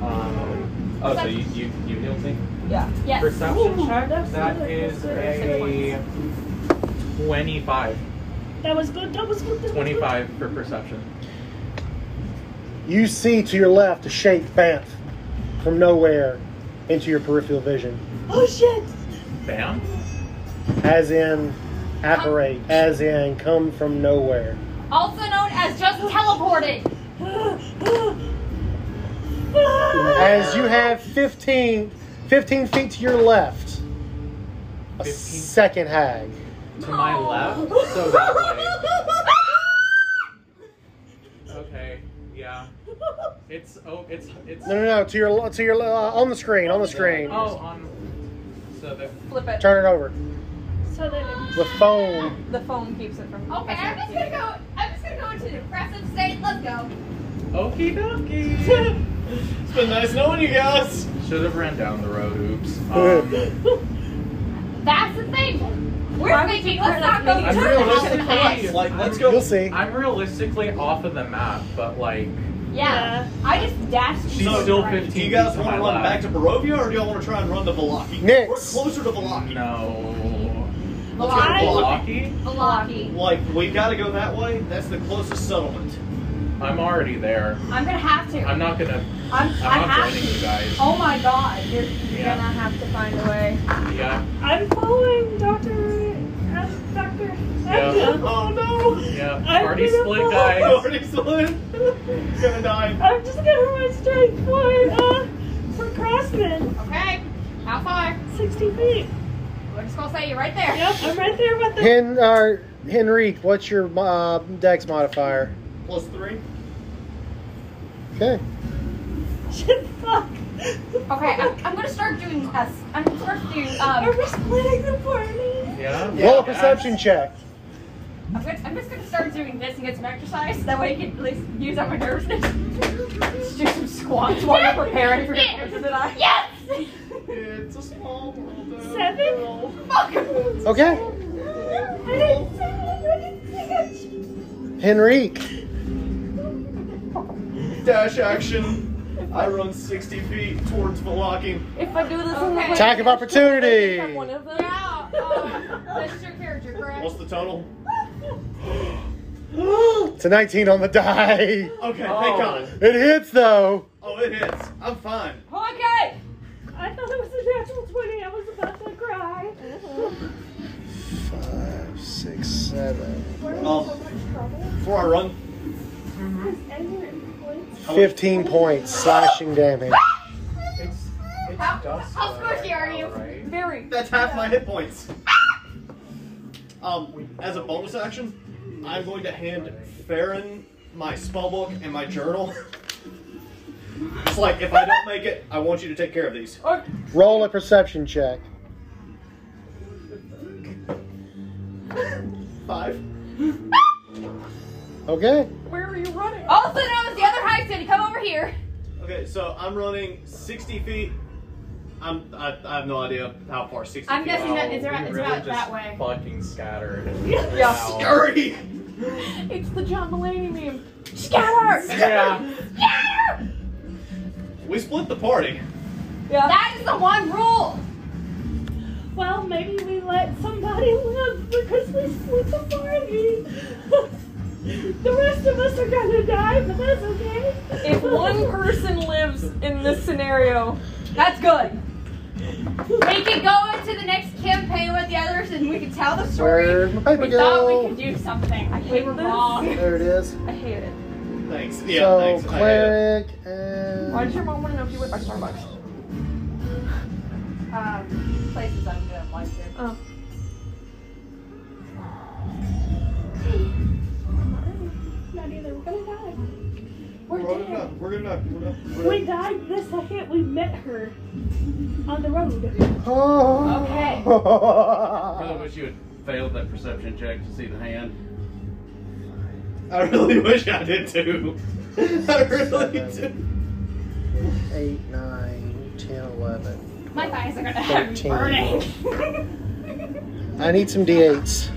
[SPEAKER 7] Um, oh, so you you you healed me.
[SPEAKER 6] Yeah. Yes.
[SPEAKER 7] Perception check.
[SPEAKER 8] that's
[SPEAKER 7] That
[SPEAKER 8] good.
[SPEAKER 7] is
[SPEAKER 8] That's good.
[SPEAKER 7] a twenty-five.
[SPEAKER 8] That was good. That was good. That was good.
[SPEAKER 7] Twenty-five for perception.
[SPEAKER 3] You see to your left a shape bamf from nowhere into your peripheral vision.
[SPEAKER 8] Oh shit!
[SPEAKER 7] Bam.
[SPEAKER 3] As in apparate, as in come from nowhere.
[SPEAKER 6] Also known as just teleported.
[SPEAKER 3] As you have 15, 15 feet to your left, a
[SPEAKER 7] 15?
[SPEAKER 3] second hag.
[SPEAKER 7] To my left.
[SPEAKER 8] [LAUGHS]
[SPEAKER 7] So that way. Okay. Yeah. It's oh it's it's.
[SPEAKER 3] No, no, no, to your to your uh, on the screen, on the screen.
[SPEAKER 7] Oh, on. So the
[SPEAKER 9] Flip it.
[SPEAKER 3] Turn it over.
[SPEAKER 8] So that
[SPEAKER 3] The phone.
[SPEAKER 9] The phone keeps it from.
[SPEAKER 6] Okay, I'm just gonna go. I'm just gonna go into the depressive state. Let's go.
[SPEAKER 7] okie
[SPEAKER 8] [LAUGHS]
[SPEAKER 7] dokie.
[SPEAKER 5] It's been nice knowing you guys.
[SPEAKER 7] Should have ran down the road. Oops. Um,
[SPEAKER 6] That's the thing. We're
[SPEAKER 9] Why would
[SPEAKER 6] thinking.
[SPEAKER 9] you
[SPEAKER 6] Let's
[SPEAKER 9] turn
[SPEAKER 6] not go.
[SPEAKER 9] it?
[SPEAKER 7] I'm
[SPEAKER 6] turn it into the
[SPEAKER 7] realistically,
[SPEAKER 6] past.
[SPEAKER 5] Like, let's go.
[SPEAKER 3] You'll see.
[SPEAKER 7] I'm realistically off of the map, but like
[SPEAKER 6] Yeah. I just dashed.
[SPEAKER 7] She's
[SPEAKER 6] into
[SPEAKER 7] still
[SPEAKER 6] the right.
[SPEAKER 5] Do
[SPEAKER 7] 15.
[SPEAKER 5] you guys
[SPEAKER 7] To
[SPEAKER 5] want
[SPEAKER 7] my
[SPEAKER 5] to run
[SPEAKER 7] left.
[SPEAKER 5] back to Barovia, or do y'all want to try and run to Valaki?
[SPEAKER 3] Next.
[SPEAKER 5] We're closer to Valaki.
[SPEAKER 7] no.
[SPEAKER 5] Let's go to
[SPEAKER 6] Milwaukee.
[SPEAKER 7] Milwaukee?
[SPEAKER 6] Milwaukee.
[SPEAKER 5] Like, we got to go that way. That's the closest [LAUGHS] settlement.
[SPEAKER 7] I'm already there.
[SPEAKER 6] I'm gonna have to.
[SPEAKER 7] I'm not gonna.
[SPEAKER 6] I'm,
[SPEAKER 7] I'm
[SPEAKER 6] I
[SPEAKER 7] not
[SPEAKER 6] have
[SPEAKER 7] joining you
[SPEAKER 6] to.
[SPEAKER 7] guys.
[SPEAKER 6] Oh my god. You're, you're
[SPEAKER 7] Yeah.
[SPEAKER 6] gonna have to find a way.
[SPEAKER 7] Yeah.
[SPEAKER 8] I'm following Doctor. Um, Doctor.
[SPEAKER 7] Yeah.
[SPEAKER 5] Oh no!
[SPEAKER 7] Yeah.
[SPEAKER 8] I'm
[SPEAKER 7] Party
[SPEAKER 8] gonna
[SPEAKER 7] split,
[SPEAKER 8] fall.
[SPEAKER 7] guys.
[SPEAKER 5] Already split. He's gonna die.
[SPEAKER 8] [LAUGHS] I'm just gonna run straight for uh, for Crossman.
[SPEAKER 6] Okay. How far?
[SPEAKER 8] Sixty feet.
[SPEAKER 6] We're just gonna say you're right there.
[SPEAKER 8] Yep, I'm right there with them.
[SPEAKER 3] Hen, uh, Henrique, what's your uh, dex modifier?
[SPEAKER 5] Plus three.
[SPEAKER 3] Okay.
[SPEAKER 8] Shit, fuck.
[SPEAKER 6] Okay. I'm, I'm gonna start doing tests. I'm gonna start doing um.
[SPEAKER 8] Are we splitting the party?
[SPEAKER 7] Yeah.
[SPEAKER 3] Roll a
[SPEAKER 7] Yeah.
[SPEAKER 3] perception check.
[SPEAKER 6] I'm, gonna, I'm just gonna start doing this and get some exercise. That way I can at least use up my nervousness. Just do some squats while I'm preparing for the courses that I. Yes!
[SPEAKER 5] It's a small world. though.
[SPEAKER 8] Seven.
[SPEAKER 6] Fuck!
[SPEAKER 3] Okay.
[SPEAKER 8] I didn't see I didn't see it.
[SPEAKER 3] Henrique.
[SPEAKER 5] Dash action. I run 60 feet towards Valaki.
[SPEAKER 9] If I do this,
[SPEAKER 6] Okay.
[SPEAKER 3] Attack of opportunity.
[SPEAKER 9] I'm one of them.
[SPEAKER 6] Now, um, [LAUGHS] that's your character,
[SPEAKER 5] What's
[SPEAKER 6] correct?
[SPEAKER 5] the total?
[SPEAKER 3] It's a 19 on the die.
[SPEAKER 5] Okay,
[SPEAKER 7] Oh.
[SPEAKER 5] thank God.
[SPEAKER 3] It hits though.
[SPEAKER 5] Oh, it hits. I'm fine.
[SPEAKER 6] Okay!
[SPEAKER 8] I thought it was a natural twenty. I was about to cry.
[SPEAKER 3] Five, six, seven.
[SPEAKER 8] We're in
[SPEAKER 5] Um,
[SPEAKER 8] so much trouble.
[SPEAKER 5] Before I run,
[SPEAKER 8] And we're in points.
[SPEAKER 3] 15 points slashing damage.
[SPEAKER 7] It's, it's
[SPEAKER 6] How-
[SPEAKER 7] dusk.
[SPEAKER 6] how squishy
[SPEAKER 7] right
[SPEAKER 6] are
[SPEAKER 7] now,
[SPEAKER 6] you?
[SPEAKER 7] Right?
[SPEAKER 6] Very.
[SPEAKER 5] that's half my hit points. Um, as a bonus action, I'm going to hand Farron my spellbook and my journal. It's like if I don't make it, I want you to take care of these.
[SPEAKER 3] Roll a perception check.
[SPEAKER 5] Five.
[SPEAKER 3] Okay.
[SPEAKER 9] Where are you running?
[SPEAKER 6] Also known as the other high city, come over here.
[SPEAKER 5] Okay, so I'm running 60 feet. I'm I, I have no idea how far 60
[SPEAKER 6] I'm
[SPEAKER 5] feet.
[SPEAKER 6] guessing
[SPEAKER 5] are.
[SPEAKER 6] that it's,
[SPEAKER 7] We
[SPEAKER 6] around, it's
[SPEAKER 7] really
[SPEAKER 6] about
[SPEAKER 7] just
[SPEAKER 6] that way.
[SPEAKER 7] fucking scattered.
[SPEAKER 6] [LAUGHS] Yeah.
[SPEAKER 7] Wow.
[SPEAKER 5] Scurry!
[SPEAKER 9] It's the John Mulaney meme. Scatter!
[SPEAKER 7] Yeah.
[SPEAKER 5] We split the party.
[SPEAKER 9] Yeah.
[SPEAKER 6] That is the one rule.
[SPEAKER 8] Well, maybe we let somebody live because we split the party. [LAUGHS] the rest of us are gonna die, but that's okay.
[SPEAKER 9] If one person lives in this scenario,
[SPEAKER 6] That's good. We can go into the next campaign with the others, and we can tell the story.
[SPEAKER 3] Where'd my paper
[SPEAKER 6] We thought we
[SPEAKER 3] go?
[SPEAKER 6] could do something. I think we're
[SPEAKER 9] With
[SPEAKER 6] wrong.
[SPEAKER 3] There it is.
[SPEAKER 9] I hate it.
[SPEAKER 5] Thanks. Yeah,
[SPEAKER 3] so
[SPEAKER 5] thanks. I-
[SPEAKER 3] cleric
[SPEAKER 9] Why does
[SPEAKER 3] and
[SPEAKER 9] your mom want to know if you went by Starbucks?
[SPEAKER 6] Um, places I'm gonna like it.
[SPEAKER 9] Oh.
[SPEAKER 8] Not either. We're gonna die.
[SPEAKER 5] We're good enough. We're good enough. We're good enough.
[SPEAKER 8] We died the second we met her on the road.
[SPEAKER 6] Okay.
[SPEAKER 10] I really
[SPEAKER 3] oh.
[SPEAKER 10] wish you had failed that perception check to see the hand.
[SPEAKER 5] I really wish I did too. I really do.
[SPEAKER 3] [LAUGHS] eight, nine, ten, eleven.
[SPEAKER 6] My thighs are gonna [LAUGHS] have me
[SPEAKER 3] Thirteen.
[SPEAKER 6] burning.
[SPEAKER 3] I need some d8s.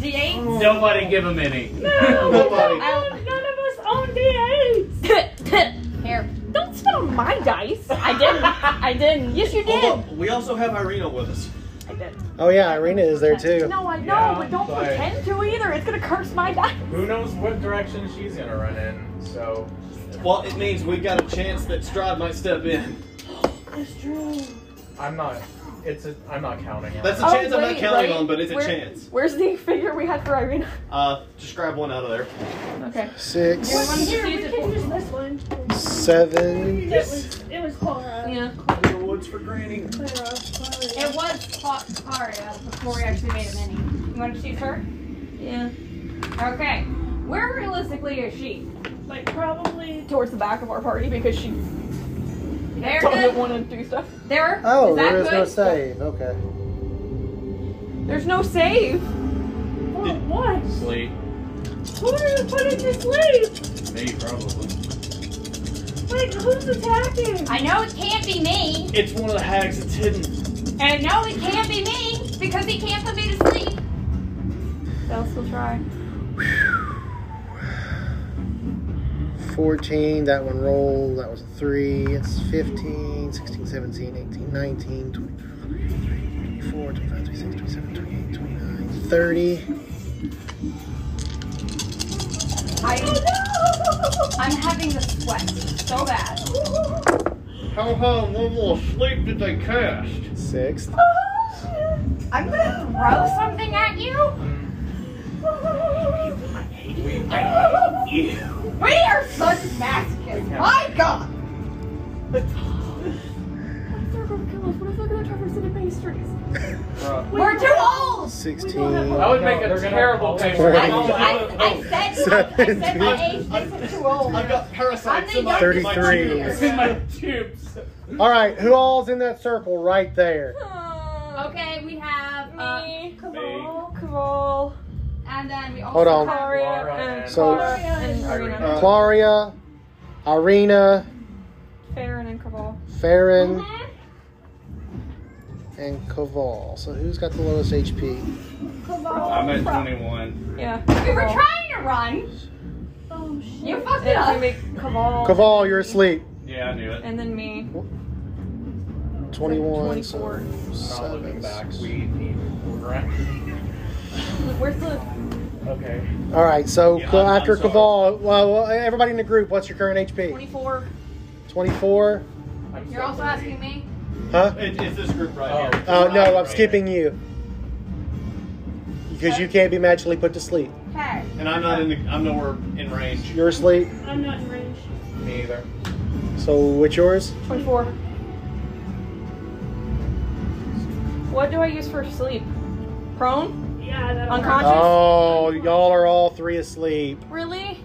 [SPEAKER 6] D8.
[SPEAKER 10] Nobody give him any.
[SPEAKER 9] [LAUGHS]
[SPEAKER 5] Nobody.
[SPEAKER 6] Ow.
[SPEAKER 8] None of us own
[SPEAKER 9] [LAUGHS]
[SPEAKER 8] D8s.
[SPEAKER 6] Here.
[SPEAKER 9] Don't spit on my dice. I didn't. I didn't. Yes, you
[SPEAKER 5] Hold
[SPEAKER 9] did.
[SPEAKER 5] up. We also have Irina with us.
[SPEAKER 9] I did.
[SPEAKER 3] Oh yeah, Irina is there too.
[SPEAKER 9] No, I know,
[SPEAKER 7] Yeah,
[SPEAKER 9] but don't
[SPEAKER 7] but-
[SPEAKER 9] pretend to either. It's gonna curse my dice.
[SPEAKER 7] Who knows what direction she's gonna run in? So
[SPEAKER 5] Well, it means we've got a chance that Stride might step in.
[SPEAKER 8] That's true.
[SPEAKER 7] I'm not. It's. A, I'm not counting. on
[SPEAKER 5] That's a
[SPEAKER 7] it.
[SPEAKER 9] Oh,
[SPEAKER 5] chance I'm not
[SPEAKER 9] wait,
[SPEAKER 5] counting
[SPEAKER 9] right?
[SPEAKER 5] on, but it's a
[SPEAKER 9] Where-
[SPEAKER 5] chance.
[SPEAKER 9] Where's the figure we had for Irina?
[SPEAKER 5] Uh, just grab one out of there.
[SPEAKER 9] Okay.
[SPEAKER 3] Six,
[SPEAKER 8] Here, we
[SPEAKER 6] use it
[SPEAKER 8] can
[SPEAKER 6] for-
[SPEAKER 8] use this one.
[SPEAKER 3] seven.
[SPEAKER 8] It was, it was Clara.
[SPEAKER 9] Yeah.
[SPEAKER 5] Clear woods for granny.
[SPEAKER 8] Clara, Clara.
[SPEAKER 6] It was Ca- Caria before we actually made a mini. You want to choose her?
[SPEAKER 9] Yeah.
[SPEAKER 6] Okay. Where realistically is she?
[SPEAKER 8] Like, probably.
[SPEAKER 9] Towards the back of our party because she
[SPEAKER 6] There.
[SPEAKER 9] doesn't
[SPEAKER 6] Good.
[SPEAKER 9] want to do stuff.
[SPEAKER 6] There.
[SPEAKER 3] Oh,
[SPEAKER 6] is that
[SPEAKER 3] there is
[SPEAKER 6] good?
[SPEAKER 3] no save. Okay.
[SPEAKER 9] There's no save.
[SPEAKER 8] Oh, what?
[SPEAKER 10] Sleep.
[SPEAKER 8] Who are you putting to sleep?
[SPEAKER 10] Me, probably.
[SPEAKER 8] Like, who's attacking?
[SPEAKER 6] I know it can't be me,
[SPEAKER 5] It's one of the hags that's hidden.
[SPEAKER 6] and no, it can't be me because he can't put me to sleep.
[SPEAKER 9] They'll still try.
[SPEAKER 3] Fourteen. That one rolled. That was a three. It's 15, 16, 17, 18, 19, 20, 24, 25, 26, 27, 28, 29, 30.
[SPEAKER 6] I. [LAUGHS] I'm having the sweat so bad.
[SPEAKER 5] How hard one more sleep did they cast?
[SPEAKER 3] Sixth.
[SPEAKER 6] I'm gonna throw something at you. We are such masochists. My God.
[SPEAKER 9] What if they're gonna kill us? What if they're gonna try to send pastries?
[SPEAKER 6] We're too old.
[SPEAKER 3] 16.
[SPEAKER 7] That would make
[SPEAKER 10] No,
[SPEAKER 7] a
[SPEAKER 10] they're gonna
[SPEAKER 7] terrible
[SPEAKER 10] apologize.
[SPEAKER 7] paper.
[SPEAKER 6] I,
[SPEAKER 3] Oh,
[SPEAKER 6] I, I said, I, I said my age. They said too old.
[SPEAKER 5] I've got parasites
[SPEAKER 6] I'm
[SPEAKER 5] in my
[SPEAKER 6] the
[SPEAKER 5] in my
[SPEAKER 6] youngest
[SPEAKER 5] teeth.
[SPEAKER 6] here.
[SPEAKER 10] It's in
[SPEAKER 7] [LAUGHS]
[SPEAKER 10] my tubes.
[SPEAKER 3] All right, who all's in that circle right there?
[SPEAKER 9] Oh.
[SPEAKER 6] Okay, we have uh,
[SPEAKER 9] Me,
[SPEAKER 8] Kamal.
[SPEAKER 9] Kaval,
[SPEAKER 6] and then we also
[SPEAKER 3] Hold on.
[SPEAKER 6] have-
[SPEAKER 9] Aria,
[SPEAKER 7] Laura
[SPEAKER 9] and
[SPEAKER 7] and-
[SPEAKER 3] So-
[SPEAKER 9] Clara, and Irina.
[SPEAKER 5] Uh,
[SPEAKER 3] Claria, Irina,
[SPEAKER 9] Farron and Kaval.
[SPEAKER 3] Farron, and Koval. So who's got the lowest HP?
[SPEAKER 10] I'm at 21.
[SPEAKER 9] Yeah.
[SPEAKER 6] We were trying to run.
[SPEAKER 8] Oh, shit.
[SPEAKER 6] You fucked it
[SPEAKER 9] Then we
[SPEAKER 6] up.
[SPEAKER 9] make Kaval.
[SPEAKER 3] Koval, you're asleep.
[SPEAKER 10] Yeah, I knew it.
[SPEAKER 9] And then me.
[SPEAKER 3] 21. so
[SPEAKER 9] 24.
[SPEAKER 7] Not looking
[SPEAKER 3] seven.
[SPEAKER 7] back, we need right.
[SPEAKER 9] Where's the
[SPEAKER 7] Okay.
[SPEAKER 3] All right, so
[SPEAKER 5] Yeah,
[SPEAKER 3] Ko-
[SPEAKER 5] I'm- I'm
[SPEAKER 3] after
[SPEAKER 5] sorry.
[SPEAKER 3] Koval, well, well, everybody in the group, what's your current HP?
[SPEAKER 9] 24?
[SPEAKER 3] 24?
[SPEAKER 7] I'm
[SPEAKER 6] You're
[SPEAKER 7] so
[SPEAKER 6] also
[SPEAKER 7] sorry.
[SPEAKER 6] asking me.
[SPEAKER 3] Huh?
[SPEAKER 5] It, it's this group right
[SPEAKER 7] Oh.
[SPEAKER 5] here.
[SPEAKER 3] Oh, no, I'm
[SPEAKER 7] Right.
[SPEAKER 3] skipping you. Because you can't be magically put to sleep.
[SPEAKER 6] Okay.
[SPEAKER 5] And I'm not in the, I'm nowhere in range.
[SPEAKER 3] You're asleep,
[SPEAKER 8] I'm not in range.
[SPEAKER 7] Me either.
[SPEAKER 3] so what's yours?
[SPEAKER 9] 24. What do I use for sleep? Prone?
[SPEAKER 8] Yeah, that'll
[SPEAKER 9] Unconscious?
[SPEAKER 3] Oh, y'all are all three asleep.
[SPEAKER 9] Really?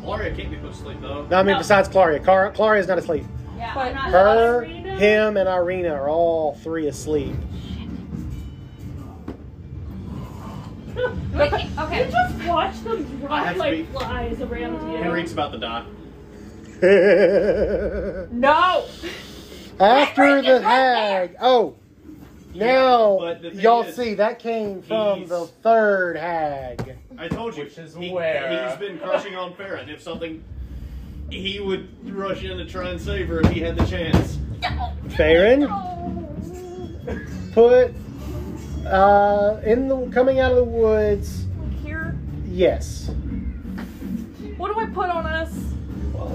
[SPEAKER 5] Gloria can't be put to sleep though.
[SPEAKER 3] No, I mean besides Claria. Car- Claria's not asleep.
[SPEAKER 6] Yeah,
[SPEAKER 9] But-
[SPEAKER 6] I'm not.
[SPEAKER 3] Her,
[SPEAKER 8] Irina?
[SPEAKER 3] him, and Irina are all three asleep. [LAUGHS]
[SPEAKER 6] We can- okay.
[SPEAKER 8] Just watch them
[SPEAKER 5] have
[SPEAKER 8] run
[SPEAKER 5] to
[SPEAKER 8] like
[SPEAKER 5] be-
[SPEAKER 8] flies
[SPEAKER 4] Uh,
[SPEAKER 8] around you.
[SPEAKER 5] Henrik's about to die.
[SPEAKER 3] After
[SPEAKER 6] Henrik is
[SPEAKER 3] the
[SPEAKER 6] right
[SPEAKER 3] hag. Oh, Now
[SPEAKER 5] but the thing
[SPEAKER 3] y'all
[SPEAKER 5] is,
[SPEAKER 3] see that came from
[SPEAKER 5] he's-
[SPEAKER 3] the third hag.
[SPEAKER 5] I told you.
[SPEAKER 7] Which is
[SPEAKER 5] he,
[SPEAKER 7] where-
[SPEAKER 5] He's been crushing on Farron. If something. He would rush in to try and save her if he had the chance.
[SPEAKER 3] Farron, put uh, in the coming out of the woods.
[SPEAKER 4] Here,
[SPEAKER 3] Yes,
[SPEAKER 4] what do I put on us?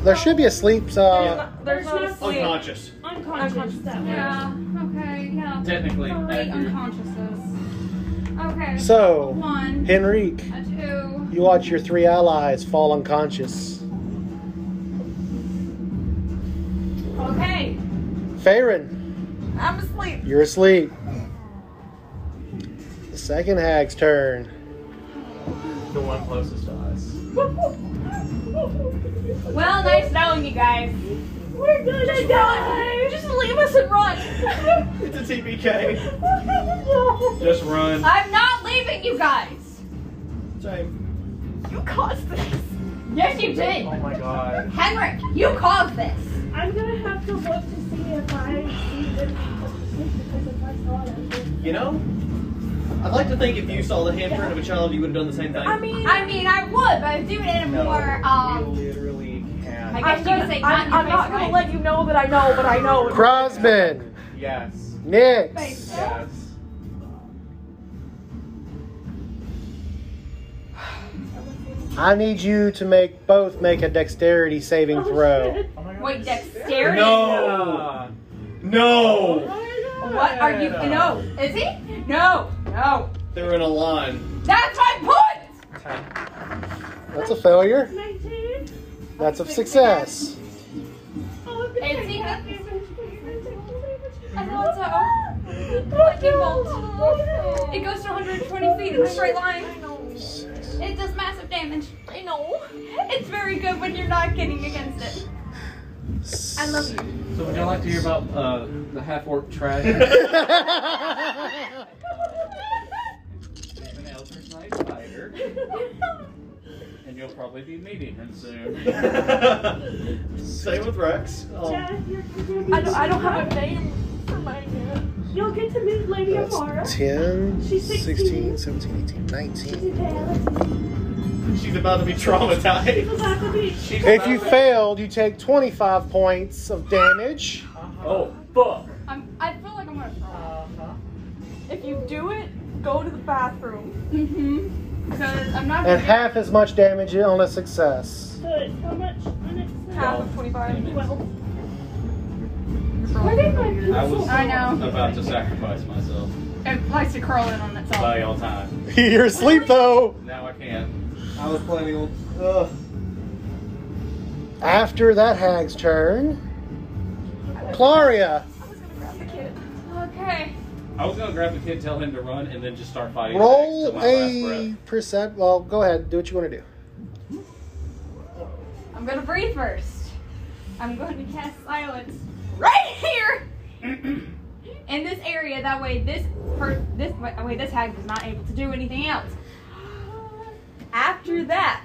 [SPEAKER 3] there should be a sleep. Uh,
[SPEAKER 4] There's not a sleep.
[SPEAKER 5] Unconscious.
[SPEAKER 8] Unconscious.
[SPEAKER 7] Oh,
[SPEAKER 8] that way.
[SPEAKER 6] Yeah. Okay. Yeah.
[SPEAKER 7] Technically.
[SPEAKER 6] Three
[SPEAKER 7] accurate.
[SPEAKER 6] unconsciouses. Okay.
[SPEAKER 3] so,
[SPEAKER 6] one,
[SPEAKER 3] Henrique,
[SPEAKER 6] a two.
[SPEAKER 3] you watch your three allies fall unconscious.
[SPEAKER 6] Okay.
[SPEAKER 3] Farron,
[SPEAKER 4] I'm asleep.
[SPEAKER 3] you're asleep. The second hag's turn.
[SPEAKER 2] The one closest to us.
[SPEAKER 6] Well, nice knowing you guys.
[SPEAKER 4] We're gonna die. Just leave us and run.
[SPEAKER 5] It's a TPK.
[SPEAKER 7] Just run.
[SPEAKER 6] [LAUGHS] I'm not leaving you guys.
[SPEAKER 5] Same.
[SPEAKER 4] you caused this.
[SPEAKER 6] Yes, you did.
[SPEAKER 2] Oh my god.
[SPEAKER 6] Henrik, you caused this.
[SPEAKER 8] I'm gonna have to look to see if I see this because if I saw it,
[SPEAKER 5] You know? I'd like to think if you saw the handprint of a child, you would have done the same thing.
[SPEAKER 4] I mean,
[SPEAKER 6] I mean, I would, but I'd do it in a more um.
[SPEAKER 7] literally can't.
[SPEAKER 6] I guess
[SPEAKER 4] I'm,
[SPEAKER 6] you
[SPEAKER 4] gonna,
[SPEAKER 6] could
[SPEAKER 4] I'm,
[SPEAKER 6] say not
[SPEAKER 4] I'm
[SPEAKER 6] in your
[SPEAKER 4] not
[SPEAKER 6] face,
[SPEAKER 4] gonna
[SPEAKER 6] right?
[SPEAKER 4] let you know that I know, but I know.
[SPEAKER 3] Crosman,
[SPEAKER 7] Yes.
[SPEAKER 3] Nix,
[SPEAKER 7] Yes.
[SPEAKER 3] I need you to make both make a dexterity saving throw.
[SPEAKER 2] Oh my god.
[SPEAKER 6] Wait, dexterity.
[SPEAKER 5] No!
[SPEAKER 7] Oh.
[SPEAKER 5] No!
[SPEAKER 6] Oh What are you? No. Is he? No. No.
[SPEAKER 5] They're in a line.
[SPEAKER 6] That's my point.
[SPEAKER 3] That's a failure.
[SPEAKER 8] 19.
[SPEAKER 3] That's a success.
[SPEAKER 8] Oh, I'm
[SPEAKER 6] It's
[SPEAKER 8] gonna
[SPEAKER 6] even-
[SPEAKER 8] have to-
[SPEAKER 6] I know it's a. Lightning bolt. It goes to 120 feet in a straight line. It does massive damage. I know. It's very good when you're not getting against it. I love you.
[SPEAKER 7] So would y'all like to hear about uh, the half orc trash? [LAUGHS]
[SPEAKER 3] [LAUGHS]
[SPEAKER 7] An Eldritch Knight
[SPEAKER 6] [LAUGHS]
[SPEAKER 7] fighter, and you'll probably be meeting him soon.
[SPEAKER 5] [LAUGHS] Same with Rex. Um,
[SPEAKER 8] Jeff, you're gonna be-
[SPEAKER 4] I don't, I don't have a name for mine yet.
[SPEAKER 8] You'll get to meet Lady Amara.
[SPEAKER 3] That's 10,
[SPEAKER 8] She's
[SPEAKER 3] 16,
[SPEAKER 8] 16,
[SPEAKER 3] 17, 18, 19.
[SPEAKER 8] She's bad.
[SPEAKER 5] she's about to be traumatized.
[SPEAKER 8] She's about to be-
[SPEAKER 3] If you failed, you take 25 points of damage.
[SPEAKER 7] Oh, fuck!
[SPEAKER 6] I'm, I feel like I'm gonna throw up.
[SPEAKER 4] If you do it, go to the bathroom.
[SPEAKER 6] Mm-hmm. Because I'm not
[SPEAKER 3] And
[SPEAKER 6] gonna.
[SPEAKER 3] half as much damage on a success. [LAUGHS]
[SPEAKER 8] So it's how much on it?
[SPEAKER 4] Half of 25.
[SPEAKER 8] Well,
[SPEAKER 6] Where did my
[SPEAKER 7] I was
[SPEAKER 6] I know.
[SPEAKER 7] about to sacrifice myself
[SPEAKER 6] It likes to curl in on itself.
[SPEAKER 7] by y'all time.
[SPEAKER 3] You're asleep though.
[SPEAKER 7] Now I can't.
[SPEAKER 5] I was planning on. Ugh.
[SPEAKER 3] After that hag's turn, Claria,
[SPEAKER 6] Okay.
[SPEAKER 7] I was gonna grab the kid, tell him to run, and then just start fighting.
[SPEAKER 3] roll
[SPEAKER 7] back till my last
[SPEAKER 3] a percent. Well, go ahead, do what you want to do.
[SPEAKER 6] I'm gonna breathe first. I'm going to cast silence right here [CLEARS THROAT] in this area. That way, this per- this way, way this hag is not able to do anything else. After that,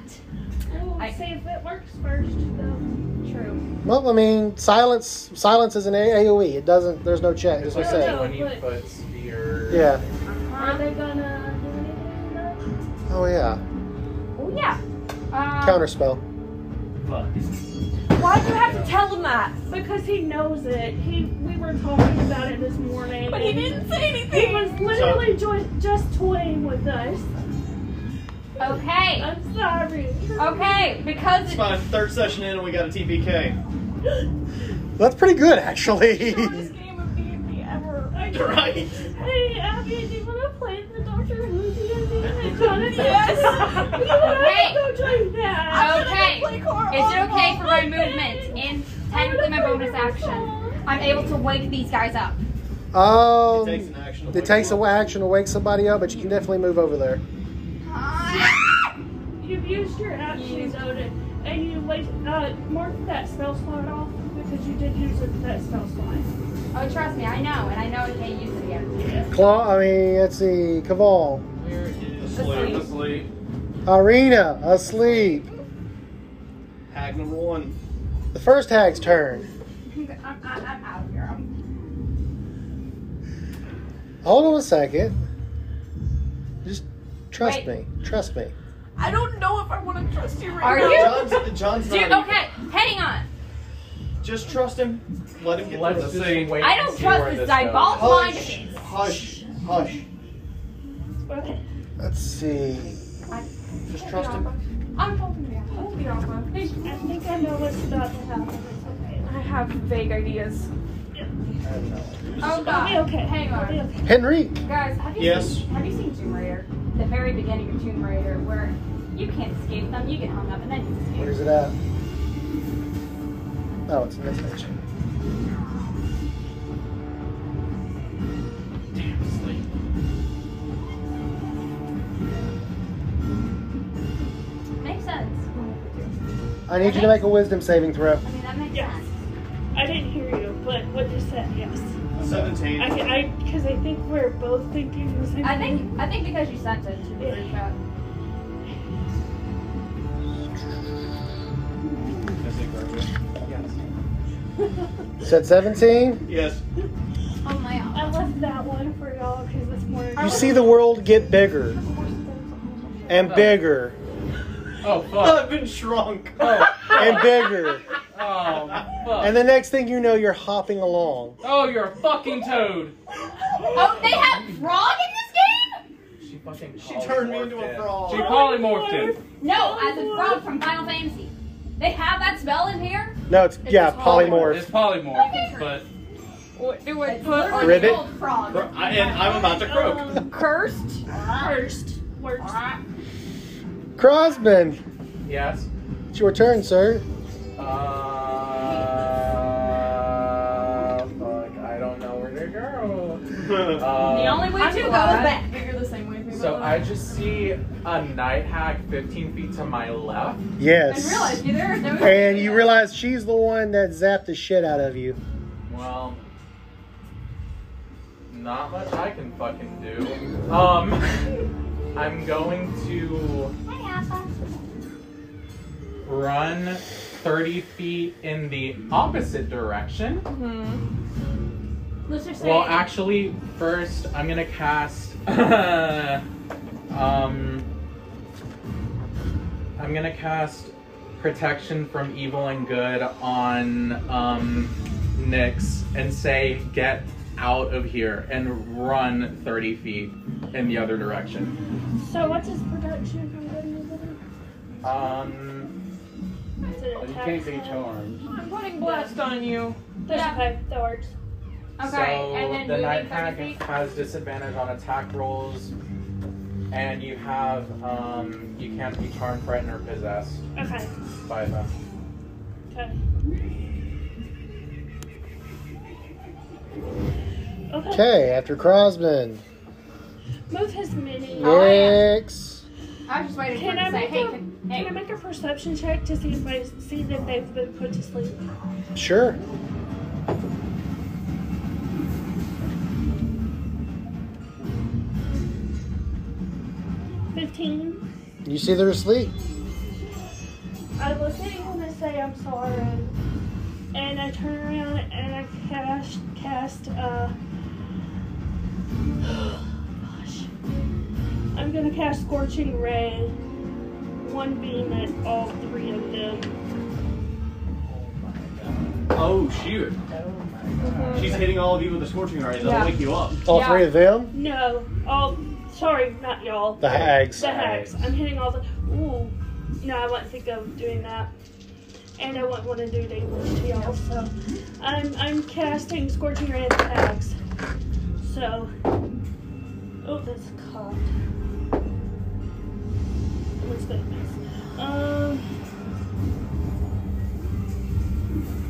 [SPEAKER 8] I see if it works first, though.
[SPEAKER 6] true.
[SPEAKER 3] Well, I mean, silence. Silence is an A- AOE. It doesn't. There's no check. There's no
[SPEAKER 8] No,
[SPEAKER 3] save.
[SPEAKER 8] no.
[SPEAKER 2] Twenty foot sphere.
[SPEAKER 3] Yeah.
[SPEAKER 8] Are they gonna do anything though?
[SPEAKER 3] Oh yeah.
[SPEAKER 6] Oh yeah. Um,
[SPEAKER 3] Counterspell.
[SPEAKER 7] Fuck.
[SPEAKER 4] Why do you have to tell him that?
[SPEAKER 8] Because he knows it. He we were talking about it this morning.
[SPEAKER 4] But he didn't say
[SPEAKER 8] He
[SPEAKER 4] anything.
[SPEAKER 8] was literally just, just toying with us.
[SPEAKER 6] Okay.
[SPEAKER 8] I'm sorry.
[SPEAKER 4] Oh.
[SPEAKER 8] [GASPS]
[SPEAKER 6] Okay. Because
[SPEAKER 5] It's
[SPEAKER 6] it,
[SPEAKER 5] fine. Third session in, and we got a
[SPEAKER 7] [LAUGHS]
[SPEAKER 5] TPK.
[SPEAKER 3] That's pretty good [LAUGHS] actually.
[SPEAKER 4] Shortest game of D&D ever. I just- [LAUGHS]
[SPEAKER 5] Right?
[SPEAKER 8] Hey, Abby, do you want to play the Doctor Who D&D?
[SPEAKER 4] [LAUGHS]
[SPEAKER 8] Jonathan?
[SPEAKER 4] Yes.
[SPEAKER 8] You want to go join
[SPEAKER 6] I-
[SPEAKER 8] that?
[SPEAKER 6] Okay.
[SPEAKER 4] Play Cora
[SPEAKER 6] is it
[SPEAKER 4] on
[SPEAKER 6] okay for my
[SPEAKER 8] Okay.
[SPEAKER 6] movement and technically my bonus action? I'm able to wake these guys up.
[SPEAKER 3] Um,
[SPEAKER 5] it takes an action.
[SPEAKER 3] it takes a action to wake somebody up, but you can definitely move over there.
[SPEAKER 8] You've used your action, though, to, and you wait, uh, mark that spell slot off because you did use it, that spell slot.
[SPEAKER 6] Oh, trust me, I know, and I know I can't use it yet. [LAUGHS]
[SPEAKER 3] Claw. I mean, let's see. Caval.
[SPEAKER 5] Where is
[SPEAKER 6] Asleep.
[SPEAKER 5] Slate?
[SPEAKER 7] Honestly,
[SPEAKER 3] Arena asleep.
[SPEAKER 5] Hack number one.
[SPEAKER 3] The first hag's turn.
[SPEAKER 6] I'm, I'm, I'm out of here. I'm-
[SPEAKER 3] Hold on a second. Just trust
[SPEAKER 6] Wait.
[SPEAKER 3] me. Trust me.
[SPEAKER 9] I don't know if I want to trust you right
[SPEAKER 6] Are
[SPEAKER 9] now.
[SPEAKER 6] you?
[SPEAKER 5] John's,
[SPEAKER 6] [LAUGHS]
[SPEAKER 5] John's
[SPEAKER 6] Dude,
[SPEAKER 5] not.
[SPEAKER 6] okay, hang on.
[SPEAKER 5] Just trust him. Let him get
[SPEAKER 7] Let's
[SPEAKER 5] through
[SPEAKER 7] just
[SPEAKER 5] this.
[SPEAKER 7] wait.
[SPEAKER 6] I
[SPEAKER 7] and
[SPEAKER 6] don't
[SPEAKER 7] see
[SPEAKER 6] trust
[SPEAKER 7] where
[SPEAKER 6] this
[SPEAKER 7] this
[SPEAKER 6] eyeball.
[SPEAKER 7] goes.
[SPEAKER 5] Hush, hush, hush.
[SPEAKER 3] Let's see.
[SPEAKER 5] Just trust him.
[SPEAKER 6] I'm talking about.
[SPEAKER 9] Hold me off, Mom.
[SPEAKER 8] I think I know what's about to happen. It's
[SPEAKER 9] I have vague ideas.
[SPEAKER 6] Oh god.
[SPEAKER 8] okay. It'll be okay.
[SPEAKER 6] Hang on.
[SPEAKER 8] It'll be okay.
[SPEAKER 3] Henrique.
[SPEAKER 6] Guys, have you
[SPEAKER 5] Yes.
[SPEAKER 6] seen, have you seen Tomb Raider? The very beginning of Tomb Raider, where you can't escape them, you get hung up, and then you escape.
[SPEAKER 3] Where's it at? Oh, it's in this section.
[SPEAKER 6] Makes sense.
[SPEAKER 3] I need you to make a wisdom saving throw.
[SPEAKER 6] I mean, that makes
[SPEAKER 8] Yes.
[SPEAKER 6] sense.
[SPEAKER 8] I didn't hear you, but what you said, yes.
[SPEAKER 5] Seventeen.
[SPEAKER 8] I, I, because I think we're both thinking the same
[SPEAKER 6] I think I think because you sent it to uh, the group chat.
[SPEAKER 3] You said 17?
[SPEAKER 5] Yes.
[SPEAKER 6] Oh my god.
[SPEAKER 8] I left that one for y'all because it's more.
[SPEAKER 3] You see the world get bigger and bigger
[SPEAKER 11] Oh fuck.
[SPEAKER 5] I've been shrunk.
[SPEAKER 11] Oh,
[SPEAKER 3] and bigger.
[SPEAKER 11] oh fuck.
[SPEAKER 3] And the next thing you know, you're hopping along.
[SPEAKER 11] oh, you're a fucking toad.
[SPEAKER 6] Oh, they have frog in this game?
[SPEAKER 7] She fucking.
[SPEAKER 5] She turned me into
[SPEAKER 7] polymorphed
[SPEAKER 5] a
[SPEAKER 7] it.
[SPEAKER 5] frog.
[SPEAKER 11] She polymorphed it.
[SPEAKER 6] No, as in frog from Final Fantasy. They have that spell in here.
[SPEAKER 3] No, it's, yeah,
[SPEAKER 6] just
[SPEAKER 3] polymorph.
[SPEAKER 6] polymorph.
[SPEAKER 11] It's polymorph, but
[SPEAKER 9] What do I
[SPEAKER 6] It's
[SPEAKER 9] put
[SPEAKER 6] literally
[SPEAKER 9] on
[SPEAKER 3] Ribbit?
[SPEAKER 6] called frog.
[SPEAKER 5] Bro, I- and I'm about to croak.
[SPEAKER 9] cursed?
[SPEAKER 8] First. Worst.
[SPEAKER 3] Crosman,
[SPEAKER 7] Yes.
[SPEAKER 3] it's your turn, sir.
[SPEAKER 7] Uh, fuck. I don't know where to go.
[SPEAKER 8] Oh.
[SPEAKER 5] [LAUGHS]
[SPEAKER 6] The
[SPEAKER 7] Uh,
[SPEAKER 6] only way
[SPEAKER 9] I'm
[SPEAKER 6] to go is
[SPEAKER 9] glad
[SPEAKER 6] back.
[SPEAKER 9] You're the same way as me.
[SPEAKER 7] so
[SPEAKER 9] by the
[SPEAKER 7] I
[SPEAKER 9] way.
[SPEAKER 7] just see a night hack 15 feet to my left.
[SPEAKER 6] And
[SPEAKER 3] Yes.
[SPEAKER 6] realize you there is no
[SPEAKER 3] And you realize she's the one that zapped the shit out of you.
[SPEAKER 7] Well, not much I can fucking do. Um, [LAUGHS] I'm going to
[SPEAKER 6] Hi, Appa.
[SPEAKER 7] run 30 feet in the opposite direction.
[SPEAKER 9] Mhm.
[SPEAKER 6] Lucifer said-
[SPEAKER 7] Well, actually, first I'm gonna cast. [LAUGHS] um, I'm gonna cast protection from evil and good on um, Nyx and say, "Get out of here!" and run 30 feet in the other direction.
[SPEAKER 8] So what's his production from Good News?
[SPEAKER 7] Um,
[SPEAKER 8] Is it
[SPEAKER 11] Oh, you
[SPEAKER 8] attack
[SPEAKER 11] can't be
[SPEAKER 8] spell?
[SPEAKER 11] charmed.
[SPEAKER 9] I'm putting blast on you.
[SPEAKER 8] That's
[SPEAKER 6] Yeah.
[SPEAKER 8] okay. That works.
[SPEAKER 6] Okay,
[SPEAKER 7] so
[SPEAKER 6] and then
[SPEAKER 7] the
[SPEAKER 6] moving
[SPEAKER 7] night
[SPEAKER 6] 30
[SPEAKER 7] hag
[SPEAKER 6] feet?
[SPEAKER 7] has disadvantage on attack rolls, and you have um, you can't be charmed, threatened, or possessed.
[SPEAKER 8] Okay.
[SPEAKER 7] by them.
[SPEAKER 8] Okay. Okay.
[SPEAKER 3] Okay, after Crosman.
[SPEAKER 8] Move his mini.
[SPEAKER 6] Oh, yeah.
[SPEAKER 3] Nyx.
[SPEAKER 6] I was just waiting
[SPEAKER 8] Can
[SPEAKER 6] for him to
[SPEAKER 8] I
[SPEAKER 6] say,
[SPEAKER 8] make
[SPEAKER 6] hey,
[SPEAKER 8] a-
[SPEAKER 6] can, hey.
[SPEAKER 8] Can I make a perception check to see if I see that they've been put to sleep?
[SPEAKER 3] Sure.
[SPEAKER 8] Fifteen.
[SPEAKER 3] You see they're asleep.
[SPEAKER 8] I look at him and say I'm sorry, and I turn around and I cast cast uh. [GASPS] gosh. I'm gonna cast scorching ray, one beam at all three of them.
[SPEAKER 5] Oh shoot. She's hitting all of you with a scorching ray. That'll
[SPEAKER 9] Yeah.
[SPEAKER 5] wake you up.
[SPEAKER 3] All
[SPEAKER 6] Yeah.
[SPEAKER 3] three of them?
[SPEAKER 8] No, all sorry, not y'all.
[SPEAKER 3] The hags.
[SPEAKER 8] The hex. I'm hitting all the. Ooh. No, I wouldn't think of doing that. And I wouldn't want to do damage to y'all, so. I'm, I'm casting Scorching Ray at the hags. So. Oh, that's caught. What's that miss? Um.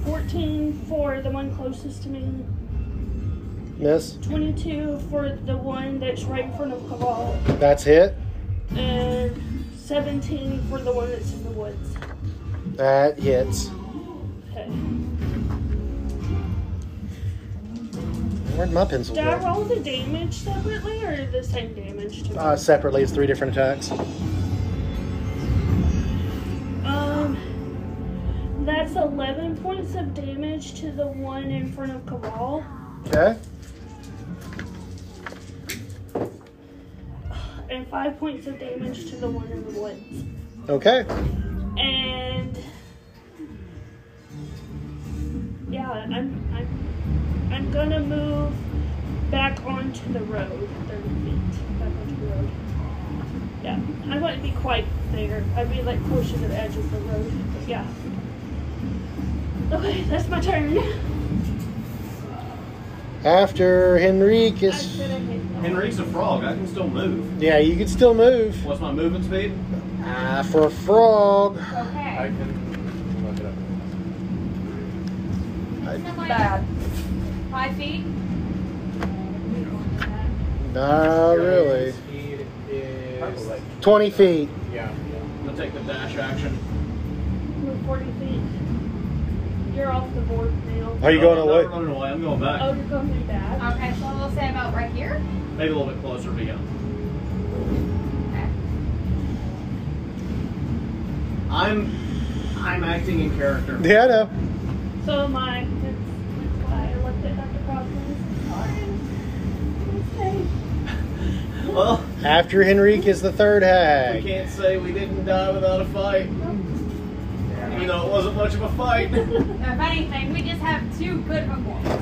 [SPEAKER 8] 14 for the one closest to me,
[SPEAKER 3] Miss.
[SPEAKER 8] 22 for the one that's right in front of Cabal,
[SPEAKER 3] That's hit.
[SPEAKER 8] and 17 for the one that's in the woods.
[SPEAKER 3] That hits.
[SPEAKER 8] Okay.
[SPEAKER 3] Where'd my pencil
[SPEAKER 8] Did I
[SPEAKER 3] go?
[SPEAKER 8] roll the damage separately or the same damage to me?
[SPEAKER 3] Uh, separately, it's three different attacks.
[SPEAKER 8] Um, that's 11 points of damage to the one in front of Cabal.
[SPEAKER 3] Okay.
[SPEAKER 8] and five points of damage to the one in the woods.
[SPEAKER 3] Okay.
[SPEAKER 8] And yeah, I'm I'm I'm gonna move back onto the road, thirty feet back onto the road. Yeah, I wouldn't be quite there. I'd be like closer to the edge of the road. But yeah. Okay, that's my turn.
[SPEAKER 3] After Henrique
[SPEAKER 8] I
[SPEAKER 3] is.
[SPEAKER 8] should have hit that.
[SPEAKER 5] Henry's a frog. I can still move.
[SPEAKER 3] Yeah, you can still move.
[SPEAKER 5] What's my movement speed?
[SPEAKER 3] Ah, for a frog.
[SPEAKER 2] I
[SPEAKER 6] Okay.
[SPEAKER 2] can look it up.
[SPEAKER 6] Bad. Five feet?
[SPEAKER 3] Not really.
[SPEAKER 2] Speed is
[SPEAKER 3] 20 feet.
[SPEAKER 2] yeah.
[SPEAKER 5] I'll take the dash action.
[SPEAKER 8] Move forty feet. You're off the board now.
[SPEAKER 3] Are you going
[SPEAKER 5] I'm not
[SPEAKER 3] away?
[SPEAKER 5] running away. I'm going back.
[SPEAKER 8] Oh, you're going through that.
[SPEAKER 6] Okay, so we'll say about right here.
[SPEAKER 5] Maybe a little bit closer, but yeah.
[SPEAKER 6] Okay.
[SPEAKER 5] I'm I'm acting in character.
[SPEAKER 3] Yeah, I know.
[SPEAKER 8] So am I. That's, that's why I looked at Dr. Crossman. Sorry.
[SPEAKER 5] Well,
[SPEAKER 3] After Henrique is the third
[SPEAKER 5] we
[SPEAKER 3] hag.
[SPEAKER 5] can't say we didn't die without a fight. Even though it wasn't much of a fight.
[SPEAKER 6] Now, if anything, we just have two good
[SPEAKER 7] [LAUGHS]
[SPEAKER 6] reports.
[SPEAKER 7] Damn,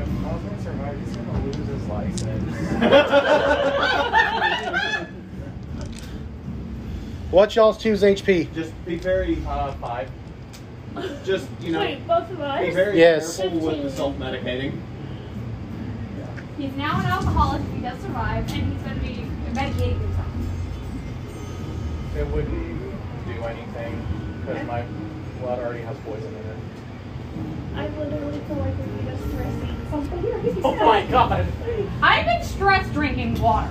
[SPEAKER 7] if Osmond survives, he's gonna lose his license.
[SPEAKER 3] What y'all's two's HP?
[SPEAKER 5] just be very
[SPEAKER 7] Uh, five.
[SPEAKER 5] just you know
[SPEAKER 8] Wait, both of
[SPEAKER 5] be
[SPEAKER 8] us?
[SPEAKER 5] very
[SPEAKER 3] Yes.
[SPEAKER 5] careful with the self medicating.
[SPEAKER 6] He's now an alcoholic if he does survive, and he's going to be medicating himself.
[SPEAKER 7] It wouldn't do anything because my blood already has poison in it.
[SPEAKER 8] I literally feel like we need a stress eat something here.
[SPEAKER 7] Oh my god!
[SPEAKER 6] I've been stress drinking water.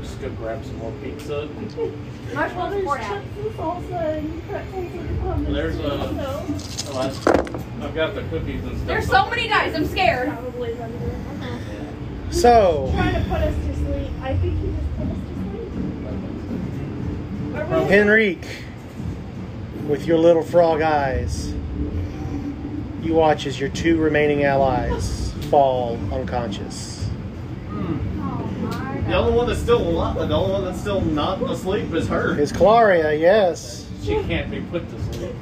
[SPEAKER 7] Just go grab some more pizza.
[SPEAKER 6] Much
[SPEAKER 8] Well,
[SPEAKER 6] well
[SPEAKER 8] there's
[SPEAKER 6] poured out.
[SPEAKER 8] chips and salsa and pretzels and hummus.
[SPEAKER 5] There's a-
[SPEAKER 8] So,
[SPEAKER 5] Oh, that's-
[SPEAKER 7] I've got the cookies and stuff.
[SPEAKER 6] There's so many guys, I'm scared.
[SPEAKER 8] probably under.
[SPEAKER 3] So,
[SPEAKER 8] Trying to put us to sleep. I think he just put us to sleep. Are we-
[SPEAKER 3] Henrique, with your little frog eyes, you watch as your two remaining allies fall unconscious.
[SPEAKER 5] the only one that's still alive, the only one that's still not asleep is her.
[SPEAKER 3] Is Claria, yes.
[SPEAKER 7] She can't be put to sleep.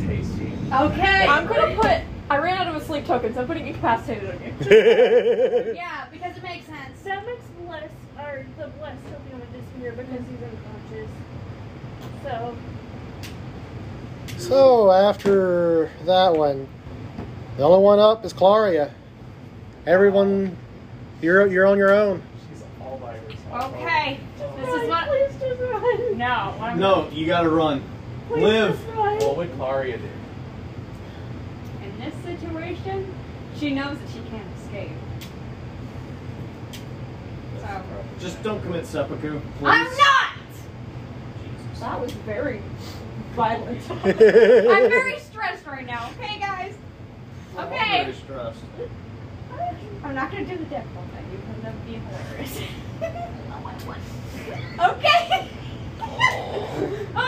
[SPEAKER 7] Tasty.
[SPEAKER 6] Okay.
[SPEAKER 4] I'm gonna put. I ran out of a sleep token, so I'm putting incapacitated on you.
[SPEAKER 6] Yeah, because it makes sense.
[SPEAKER 8] Stomach's bless, or the bless will be with this here because he's unconscious.
[SPEAKER 3] [LAUGHS]
[SPEAKER 8] So,
[SPEAKER 3] so, after that one, the only one up is Claria. Everyone, you're, you're on your own.
[SPEAKER 7] She's all by herself.
[SPEAKER 6] Okay. This is
[SPEAKER 8] Ryan,
[SPEAKER 6] what.
[SPEAKER 8] please just run.
[SPEAKER 6] No. what I'm-
[SPEAKER 5] No, you gotta run.
[SPEAKER 8] Please
[SPEAKER 5] Live.
[SPEAKER 8] just run.
[SPEAKER 7] What would Claria do?
[SPEAKER 6] In this situation, she knows that she can't escape. So.
[SPEAKER 5] Just don't commit seppuku, please.
[SPEAKER 6] I'm not.
[SPEAKER 4] That was very violent.
[SPEAKER 6] [LAUGHS] I'm very stressed right now. Okay, guys.
[SPEAKER 5] I'm
[SPEAKER 6] Okay.
[SPEAKER 5] very stressed.
[SPEAKER 6] I'm not gonna do the difficult thing because that would be hilarious. okay.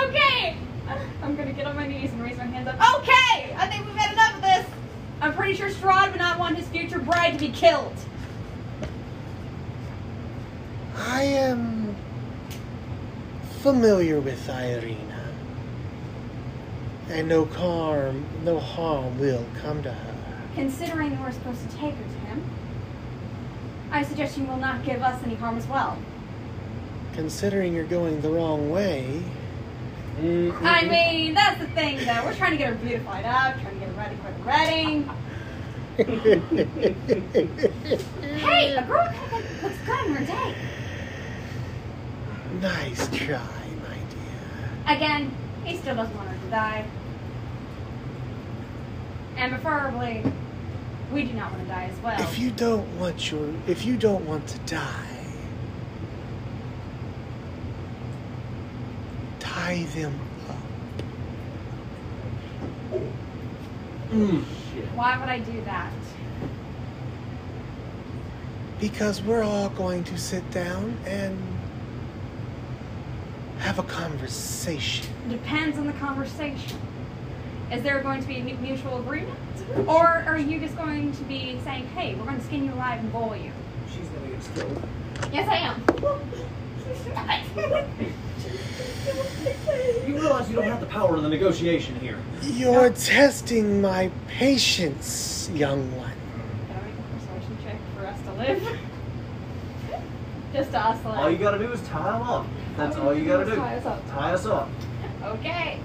[SPEAKER 6] okay. I'm gonna get on my knees and raise my hands up. Okay. I think we've had enough of this. I'm pretty sure Strahd would not want his future bride to be killed.
[SPEAKER 3] [LAUGHS] I am familiar with Irina. And no harm, no harm will come to her.
[SPEAKER 6] Considering that we're supposed to take her to him, I suggest you will not give us any harm as well.
[SPEAKER 3] Considering you're going the wrong way, Mm-hmm.
[SPEAKER 6] I mean, that's the thing, though. We're trying to get her beautified up, trying to get her ready for the wedding. Hey, a girl kind of looks good in her day.
[SPEAKER 3] [LAUGHS] nice try, my dear.
[SPEAKER 6] Again, he still doesn't want her to die. And preferably, we do not want to die as well.
[SPEAKER 3] If you don't want your, if you don't want to die, tie them up.
[SPEAKER 6] Why would I do that?
[SPEAKER 3] Because we're all going to sit down and have a conversation.
[SPEAKER 6] Depends on the conversation. Is there going to be a mu- mutual agreement? Or are you just going to be saying, hey, we're going to skin you alive and boil you?
[SPEAKER 7] She's gonna get
[SPEAKER 8] still.
[SPEAKER 6] Yes, I am.
[SPEAKER 5] You realize you don't have the power in the negotiation here.
[SPEAKER 3] You're testing my patience, young one.
[SPEAKER 6] Gotta make a persuasion check for us to live. [LAUGHS] Just to us to live.
[SPEAKER 5] All you gotta do is tie them up. That's all you gotta do.
[SPEAKER 6] Tie us up.
[SPEAKER 5] Tie us up.
[SPEAKER 6] Okay.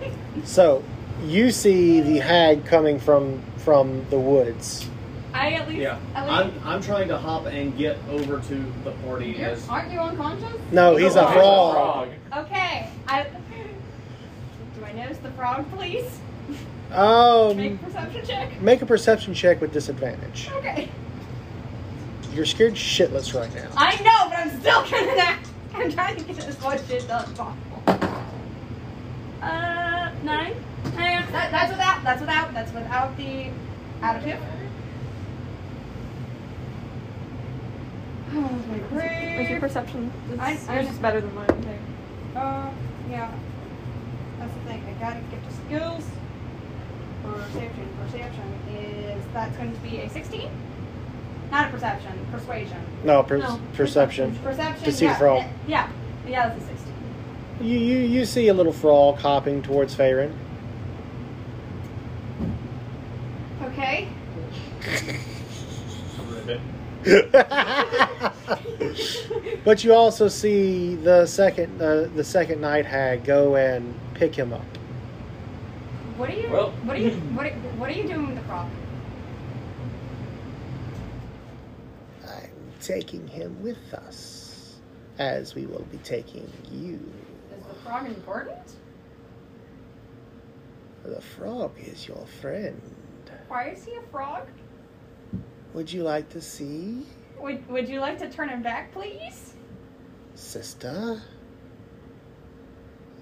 [SPEAKER 6] [LAUGHS]
[SPEAKER 3] So, you see the hag coming from from the woods.
[SPEAKER 6] I at least.
[SPEAKER 5] Yeah.
[SPEAKER 6] At
[SPEAKER 5] I'm,
[SPEAKER 6] least
[SPEAKER 5] I'm trying to hop and get over to the party
[SPEAKER 6] You're-
[SPEAKER 5] as.
[SPEAKER 6] aren't you unconscious?
[SPEAKER 3] No, he's a
[SPEAKER 5] Oh,
[SPEAKER 3] frog.
[SPEAKER 6] Okay. I. [LAUGHS] Do I notice the frog, please? Make a
[SPEAKER 3] Um,
[SPEAKER 6] perception check.
[SPEAKER 3] make a perception check with disadvantage.
[SPEAKER 6] Okay.
[SPEAKER 3] You're scared shitless right now.
[SPEAKER 6] I know, but I'm still gonna [LAUGHS] act. I'm trying to get as much shit done as possible.
[SPEAKER 8] Uh, nine?
[SPEAKER 6] And that, that's without. That's without. That's without the additive. Oh, my
[SPEAKER 4] Is your
[SPEAKER 6] grief.
[SPEAKER 4] perception? Is,
[SPEAKER 6] I- I-
[SPEAKER 4] yours is better than mine. Okay.
[SPEAKER 6] Uh, yeah. That's the thing. I gotta get to skills. Perception, perception is that's going to be a 16. Not a perception, persuasion.
[SPEAKER 3] No, per-
[SPEAKER 6] No.
[SPEAKER 3] perception.
[SPEAKER 6] Perception.
[SPEAKER 3] To see the
[SPEAKER 6] yeah,
[SPEAKER 3] frog.
[SPEAKER 6] that- Yeah, yeah, that's a 16.
[SPEAKER 3] You, you you see a little frog hopping towards Farin.
[SPEAKER 6] Okay.
[SPEAKER 3] but you also see the second uh, the second night hag go and pick him up.
[SPEAKER 6] What are you?
[SPEAKER 7] Well-
[SPEAKER 6] what are you? What? Are, what are you doing with the frog?
[SPEAKER 3] I'm taking him with us, as we will be taking you.
[SPEAKER 6] Is the frog important?
[SPEAKER 3] The frog is your friend.
[SPEAKER 6] Why is he a frog?
[SPEAKER 3] Would you like to see,
[SPEAKER 6] Would Would you like to turn him back, please?
[SPEAKER 3] sister?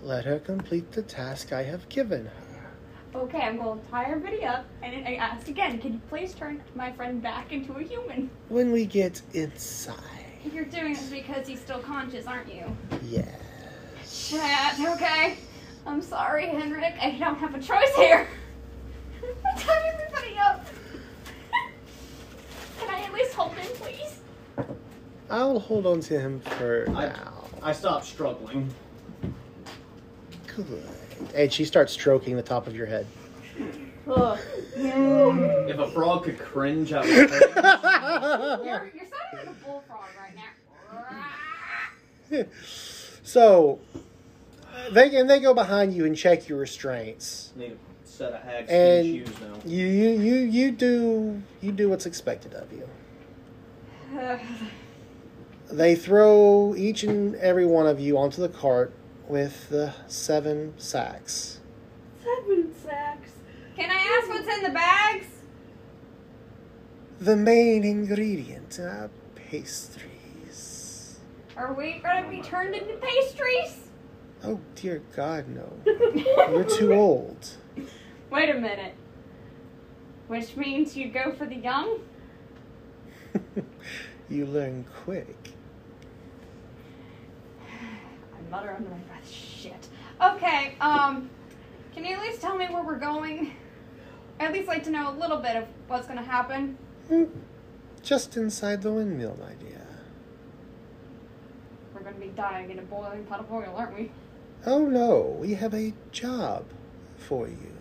[SPEAKER 3] Let her complete the task I have given her.
[SPEAKER 6] Okay, I'm going to tie everybody up, and then I asked again, can you please turn my friend back into a human?
[SPEAKER 3] When we get inside,
[SPEAKER 6] You're doing this because he's still conscious, aren't you?
[SPEAKER 3] yeah.
[SPEAKER 6] Shit, okay. I'm sorry, Henrik. I don't have a choice here. [LAUGHS] I tied everybody up. [LAUGHS] Can I at least hold him, please?
[SPEAKER 3] I'll hold on to him for now.
[SPEAKER 5] I stopped struggling.
[SPEAKER 3] Good. And she starts stroking the top of your head.
[SPEAKER 5] If a frog could cringe, I
[SPEAKER 6] [LAUGHS]
[SPEAKER 5] would. cringe.
[SPEAKER 6] You're, you're sounding like a bullfrog right now. [SIGHS]
[SPEAKER 3] so they and they go behind you and check your restraints.
[SPEAKER 5] Need a set of hag
[SPEAKER 3] And- [LAUGHS]
[SPEAKER 5] shoes now.
[SPEAKER 3] You you you you do you do what's expected of you. They throw each and every one of you onto the cart with the seven sacks.
[SPEAKER 8] Seven sacks.
[SPEAKER 6] Can I ask what's in the bags?
[SPEAKER 3] The main ingredient are pastries.
[SPEAKER 6] Are we gonna be turned into pastries?
[SPEAKER 3] Oh dear God, no! [LAUGHS] You're too old.
[SPEAKER 6] Wait a minute. Which means you go for the young?
[SPEAKER 3] [LAUGHS] you learn quick.
[SPEAKER 6] I mutter under my breath, shit. Okay, um, can you at least tell me where we're going? I'd at least like to know a little bit of what's gonna happen.
[SPEAKER 3] Hmm. Just inside the windmill, my dear.
[SPEAKER 6] We're gonna be dying in a boiling pot of oil, aren't we?
[SPEAKER 3] Oh no, we have a job for you.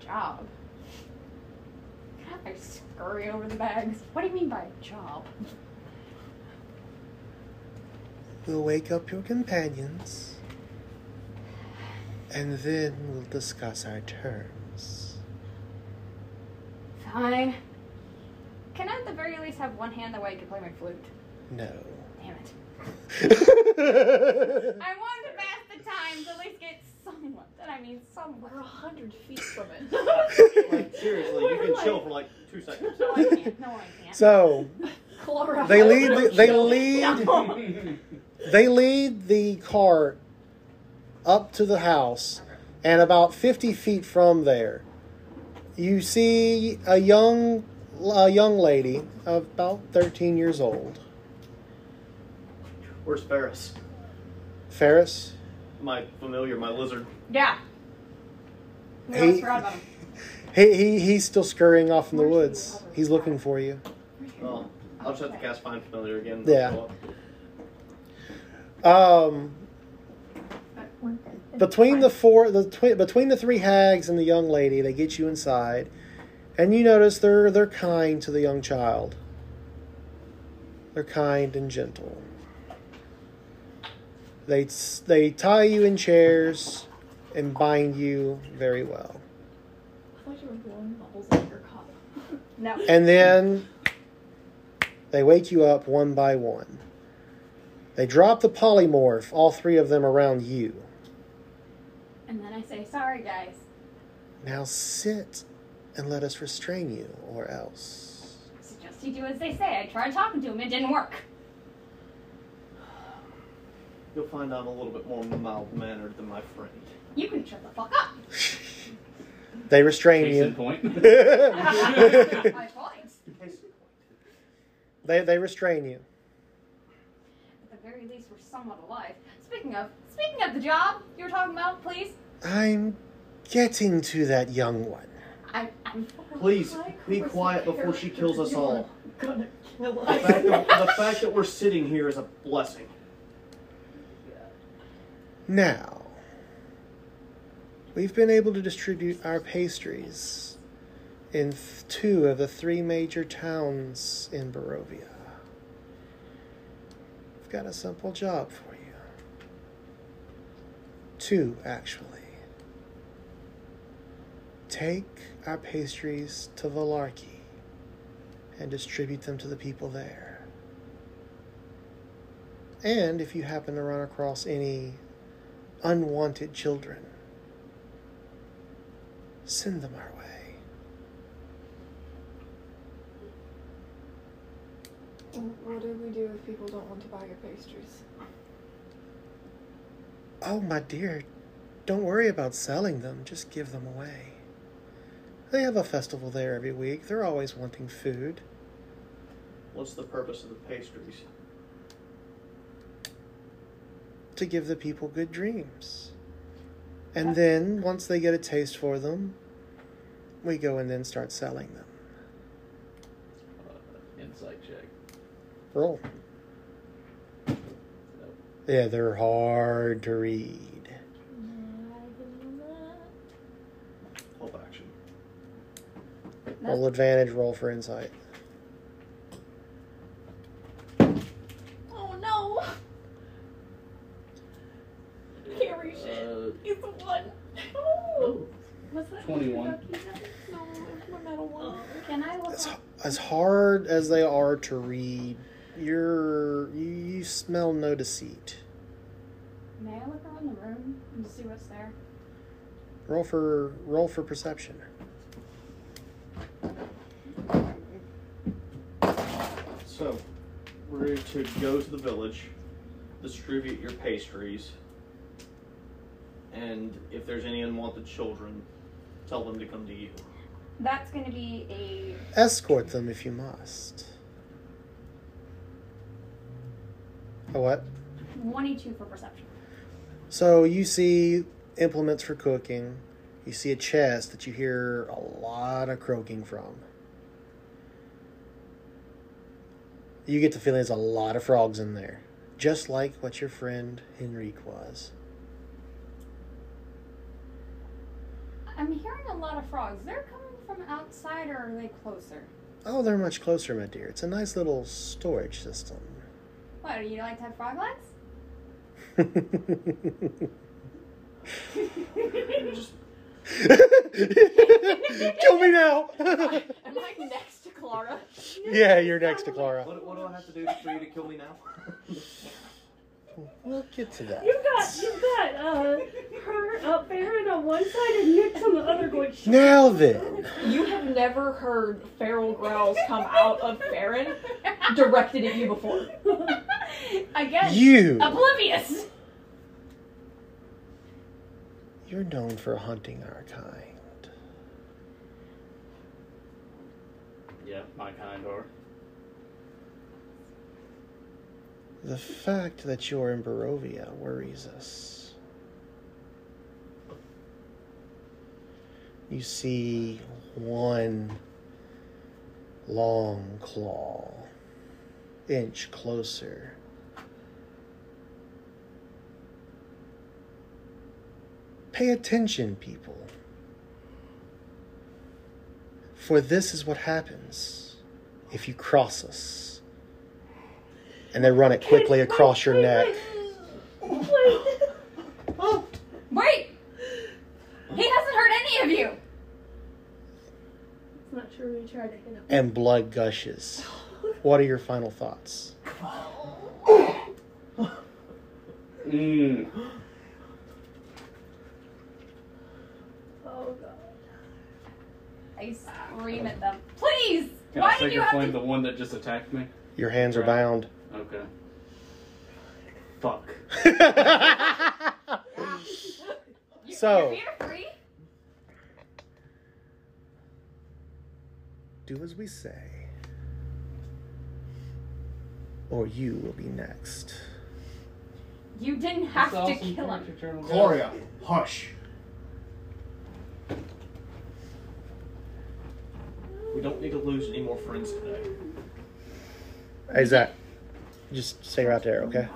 [SPEAKER 6] Job. I scurry over the bags. What do you mean by job?
[SPEAKER 3] We'll wake up your companions, [LAUGHS] and then we'll discuss our terms.
[SPEAKER 6] Fine. Can I at the very least have one hand that way I can play my flute?
[SPEAKER 3] No.
[SPEAKER 6] Damn it. I wanted to pass the time to at least get somewhat. And I mean
[SPEAKER 3] [LAUGHS]
[SPEAKER 6] somewhat.
[SPEAKER 4] We're a hundred feet from it.
[SPEAKER 5] Like, seriously, you can chill for like two seconds.
[SPEAKER 6] No, I can't. No, I can't.
[SPEAKER 3] so
[SPEAKER 4] Clara.
[SPEAKER 3] they lead. The, they lead. They lead the cart up to the house, and about 50 feet from there, you see a young a young lady of about 13 years old.
[SPEAKER 5] Where's Ferris?
[SPEAKER 3] Ferris,
[SPEAKER 5] My familiar, my lizard.
[SPEAKER 6] Yeah. We
[SPEAKER 3] Hey.
[SPEAKER 6] almost forgot about him.
[SPEAKER 3] he, he he's still scurrying off in the woods. He's looking for you.
[SPEAKER 5] Oh, I'll just have to cast Find Familiar again.
[SPEAKER 3] Yeah. Um, between the four, the twi- between the three hags and the young lady, they get you inside, and you notice they're they're kind to the young child. They're kind and gentle. They s- they tie you in chairs and bind you very well.
[SPEAKER 6] thought you were blowing bubbles out of your cup.
[SPEAKER 8] No.
[SPEAKER 3] And then they wake you up one by one. They drop the polymorph, all three of them around you.
[SPEAKER 6] And then I say, sorry guys.
[SPEAKER 3] Now sit and let us restrain you, or else.
[SPEAKER 6] Suggest you do as they say. I tried talking to him, it didn't work.
[SPEAKER 5] You'll find I'm a little bit more mild mannered than my friend.
[SPEAKER 6] You can shut the fuck up. [LAUGHS]
[SPEAKER 3] They restrain
[SPEAKER 7] Case in
[SPEAKER 3] you. [LAUGHS]
[SPEAKER 7] point.
[SPEAKER 3] they,
[SPEAKER 6] My voice.
[SPEAKER 3] [LAUGHS] they restrain you.
[SPEAKER 6] At the very least, we're somewhat alive. Speaking of, speaking of the job you were talking about, please.
[SPEAKER 3] I'm getting to that young one.
[SPEAKER 6] I'm, I'm
[SPEAKER 5] Please be quiet before she kills us all.
[SPEAKER 4] Gonna kill
[SPEAKER 5] The fact,
[SPEAKER 4] us.
[SPEAKER 5] that, the fact that we're sitting here is a blessing.
[SPEAKER 3] Now, we've been able to distribute our pastries in th- two of the three major towns in Barovia. I've got a simple job for you. Two, actually. Take our pastries to Valarki and distribute them to the people there. And if you happen to run across any unwanted children. Send them our way.
[SPEAKER 4] [LAUGHS] What do we do if people don't want to buy your pastries?
[SPEAKER 3] Oh, my dear, don't worry about selling them, just give them away. They have a festival there every week. They're always wanting food.
[SPEAKER 5] What's the purpose of the pastries?
[SPEAKER 3] to give the people good dreams. And then, once they get a taste for them, we go and then start selling them.
[SPEAKER 5] Uh,
[SPEAKER 7] Insight check.
[SPEAKER 3] Roll. Yeah, they're hard to read.
[SPEAKER 5] Help action.
[SPEAKER 3] Roll advantage, roll for insight.
[SPEAKER 6] Oh no! Can't reach it.
[SPEAKER 7] Uh,
[SPEAKER 6] He's the one.
[SPEAKER 7] oh,
[SPEAKER 6] Was that
[SPEAKER 7] 21.
[SPEAKER 4] No, it's my metal one.
[SPEAKER 6] Can I look
[SPEAKER 3] As,
[SPEAKER 6] up?
[SPEAKER 3] as hard as they are to read, you're you, you smell no deceit.
[SPEAKER 6] May I look around the room and see what's there?
[SPEAKER 3] Roll for roll for perception.
[SPEAKER 5] So, we're to go to the village, distribute your pastries, and if there's any unwanted children, tell them to come to you.
[SPEAKER 6] That's going to be a.
[SPEAKER 3] Escort them if you must. A what?
[SPEAKER 6] 22 for perception.
[SPEAKER 3] So you see implements for cooking. You see a chest that you hear a lot of croaking from. You get the feeling there's a lot of frogs in there, just like what your friend Henrique was.
[SPEAKER 6] I'm hearing a lot of frogs. They're coming from outside or are they closer?
[SPEAKER 3] Oh, they're much closer, my dear. It's a nice little storage system. [LAUGHS]
[SPEAKER 6] What, do you like to have frog
[SPEAKER 4] [LAUGHS]
[SPEAKER 6] legs?
[SPEAKER 3] Kill me now! [LAUGHS]
[SPEAKER 4] Am I next to
[SPEAKER 9] [LAUGHS]
[SPEAKER 4] Clara?
[SPEAKER 3] yeah, you're next to Clara.
[SPEAKER 5] What, what do I have to do for you to kill me now?
[SPEAKER 3] We'll get to that.
[SPEAKER 8] You've got, you've got, uh, her up there and on one side and Nick's on the other going, "Shh."
[SPEAKER 3] Now then,
[SPEAKER 4] You have never heard feral growls come out of Farron directed at you before.
[SPEAKER 6] [LAUGHS] Again,
[SPEAKER 3] you.
[SPEAKER 6] oblivious!
[SPEAKER 3] You're known for hunting our kind.
[SPEAKER 7] yeah, my kind
[SPEAKER 5] [GASPS]
[SPEAKER 7] are.
[SPEAKER 3] The fact that you're in Barovia worries us. You see one long claw inch closer. Pay attention, people. For this is what happens if you cross us. And they run it quickly across your neck.
[SPEAKER 6] Wait! He hasn't hurt any of you!
[SPEAKER 8] It's not true we tried to hit him.
[SPEAKER 3] and blood gushes. What are your final thoughts?
[SPEAKER 12] Mm.
[SPEAKER 8] Oh god.
[SPEAKER 6] I scream at them. Please!
[SPEAKER 12] Can
[SPEAKER 6] Why
[SPEAKER 12] I
[SPEAKER 6] did
[SPEAKER 12] Sacred
[SPEAKER 6] you have
[SPEAKER 12] Flame
[SPEAKER 6] to.
[SPEAKER 12] the one that just attacked me?
[SPEAKER 3] Your hands are bound.
[SPEAKER 12] Okay. Fuck.
[SPEAKER 6] You-
[SPEAKER 3] So-
[SPEAKER 6] Your feet are free?
[SPEAKER 3] Do as we say, or you will be next.
[SPEAKER 6] You didn't have to kill him.
[SPEAKER 5] Gloria, hush. We don't need to lose any more friends today.
[SPEAKER 3] Hey, Zach, just stay right there, okay?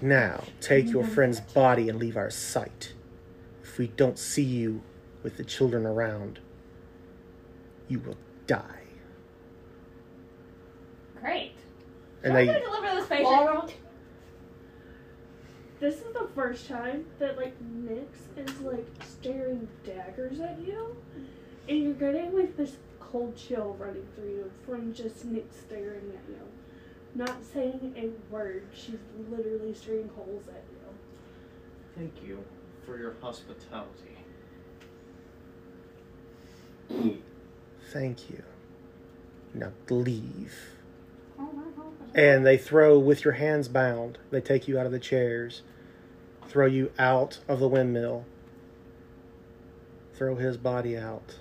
[SPEAKER 3] Now, take your friend's body and leave our sight. If we don't see you with the children around, you will die.
[SPEAKER 6] Great.
[SPEAKER 3] And
[SPEAKER 6] How do
[SPEAKER 3] they
[SPEAKER 6] I deliver this patient?
[SPEAKER 8] Laurel? This is the first time that like Nyx is like staring daggers at you, and you're getting like this cold chill running through you from just Nyx staring at you, not saying a word. She's literally staring holes at you.
[SPEAKER 5] Thank you for your hospitality.
[SPEAKER 3] thank you. Now leave. And they throw with your hands bound. They take you out of the chairs, throw you out of the windmill, throw his body out,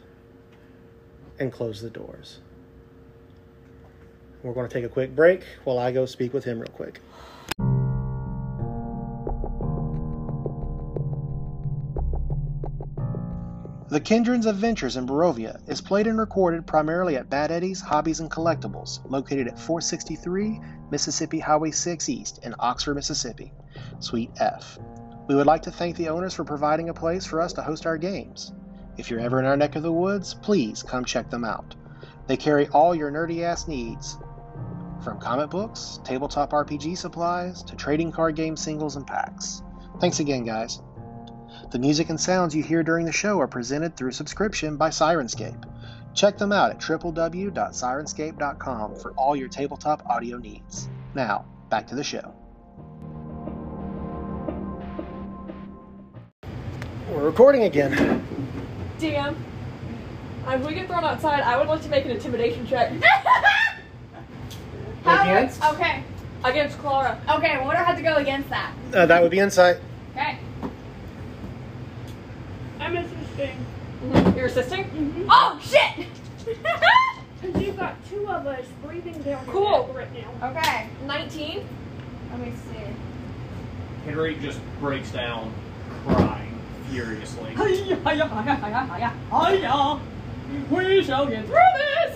[SPEAKER 3] and close the doors. We're going to take a quick break while I go speak with him real quick.
[SPEAKER 1] The Kindren's Adventures in Barovia is played and recorded primarily at Bad Eddie's Hobbies and Collectibles, located at 463 Mississippi Highway 6 East in Oxford, Mississippi, Suite F. We would like to thank the owners for providing a place for us to host our games. If you're ever in our neck of the woods, please come check them out. They carry all your nerdy ass needs from comic books, tabletop RPG supplies, to trading card game singles and packs. Thanks again, guys. The music and sounds you hear during the show are presented through subscription by Sirenscape. Check them out at www.sirenscape.com for all your tabletop audio needs. Now, back to the show.
[SPEAKER 3] We're recording again.
[SPEAKER 9] DM, um, if we get thrown outside, I would like to make an intimidation
[SPEAKER 4] [LAUGHS]
[SPEAKER 9] check
[SPEAKER 6] [LAUGHS] How do I-
[SPEAKER 3] Against?
[SPEAKER 6] okay.
[SPEAKER 9] against Clara.
[SPEAKER 6] Okay, well, I have to go against that.
[SPEAKER 3] Uh, that would be insight.
[SPEAKER 6] Okay.
[SPEAKER 8] I'm assisting.
[SPEAKER 9] You're assisting?
[SPEAKER 8] Mm-hmm.
[SPEAKER 6] Oh, [LAUGHS] shit!
[SPEAKER 8] And you've got two of us breathing down your
[SPEAKER 9] Cool.
[SPEAKER 8] neck right now.
[SPEAKER 6] okay.
[SPEAKER 9] 19.
[SPEAKER 6] Let me see.
[SPEAKER 5] Henry just breaks down, crying furiously.
[SPEAKER 9] We shall get through this!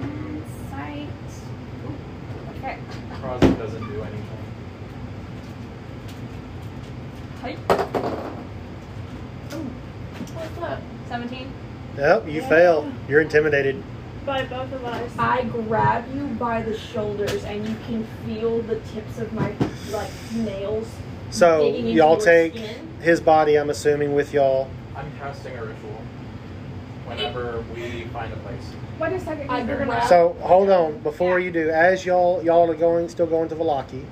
[SPEAKER 6] Mm, Sight. Okay.
[SPEAKER 7] Crosby doesn't do anything.
[SPEAKER 9] Tight.
[SPEAKER 6] 17.
[SPEAKER 3] Yep, Oh, you fail. You're intimidated.
[SPEAKER 8] By both of us.
[SPEAKER 9] I grab you by the shoulders and you can feel the tips of my like nails.
[SPEAKER 3] So,
[SPEAKER 9] digging into
[SPEAKER 3] y'all
[SPEAKER 9] your
[SPEAKER 3] take
[SPEAKER 9] skin.
[SPEAKER 3] his body, I'm assuming, with y'all.
[SPEAKER 7] I'm casting a ritual whenever we find a place.
[SPEAKER 6] What is second?
[SPEAKER 9] I grab
[SPEAKER 3] So hold on, before you do, as y'all y'all are going, still going to Velaki,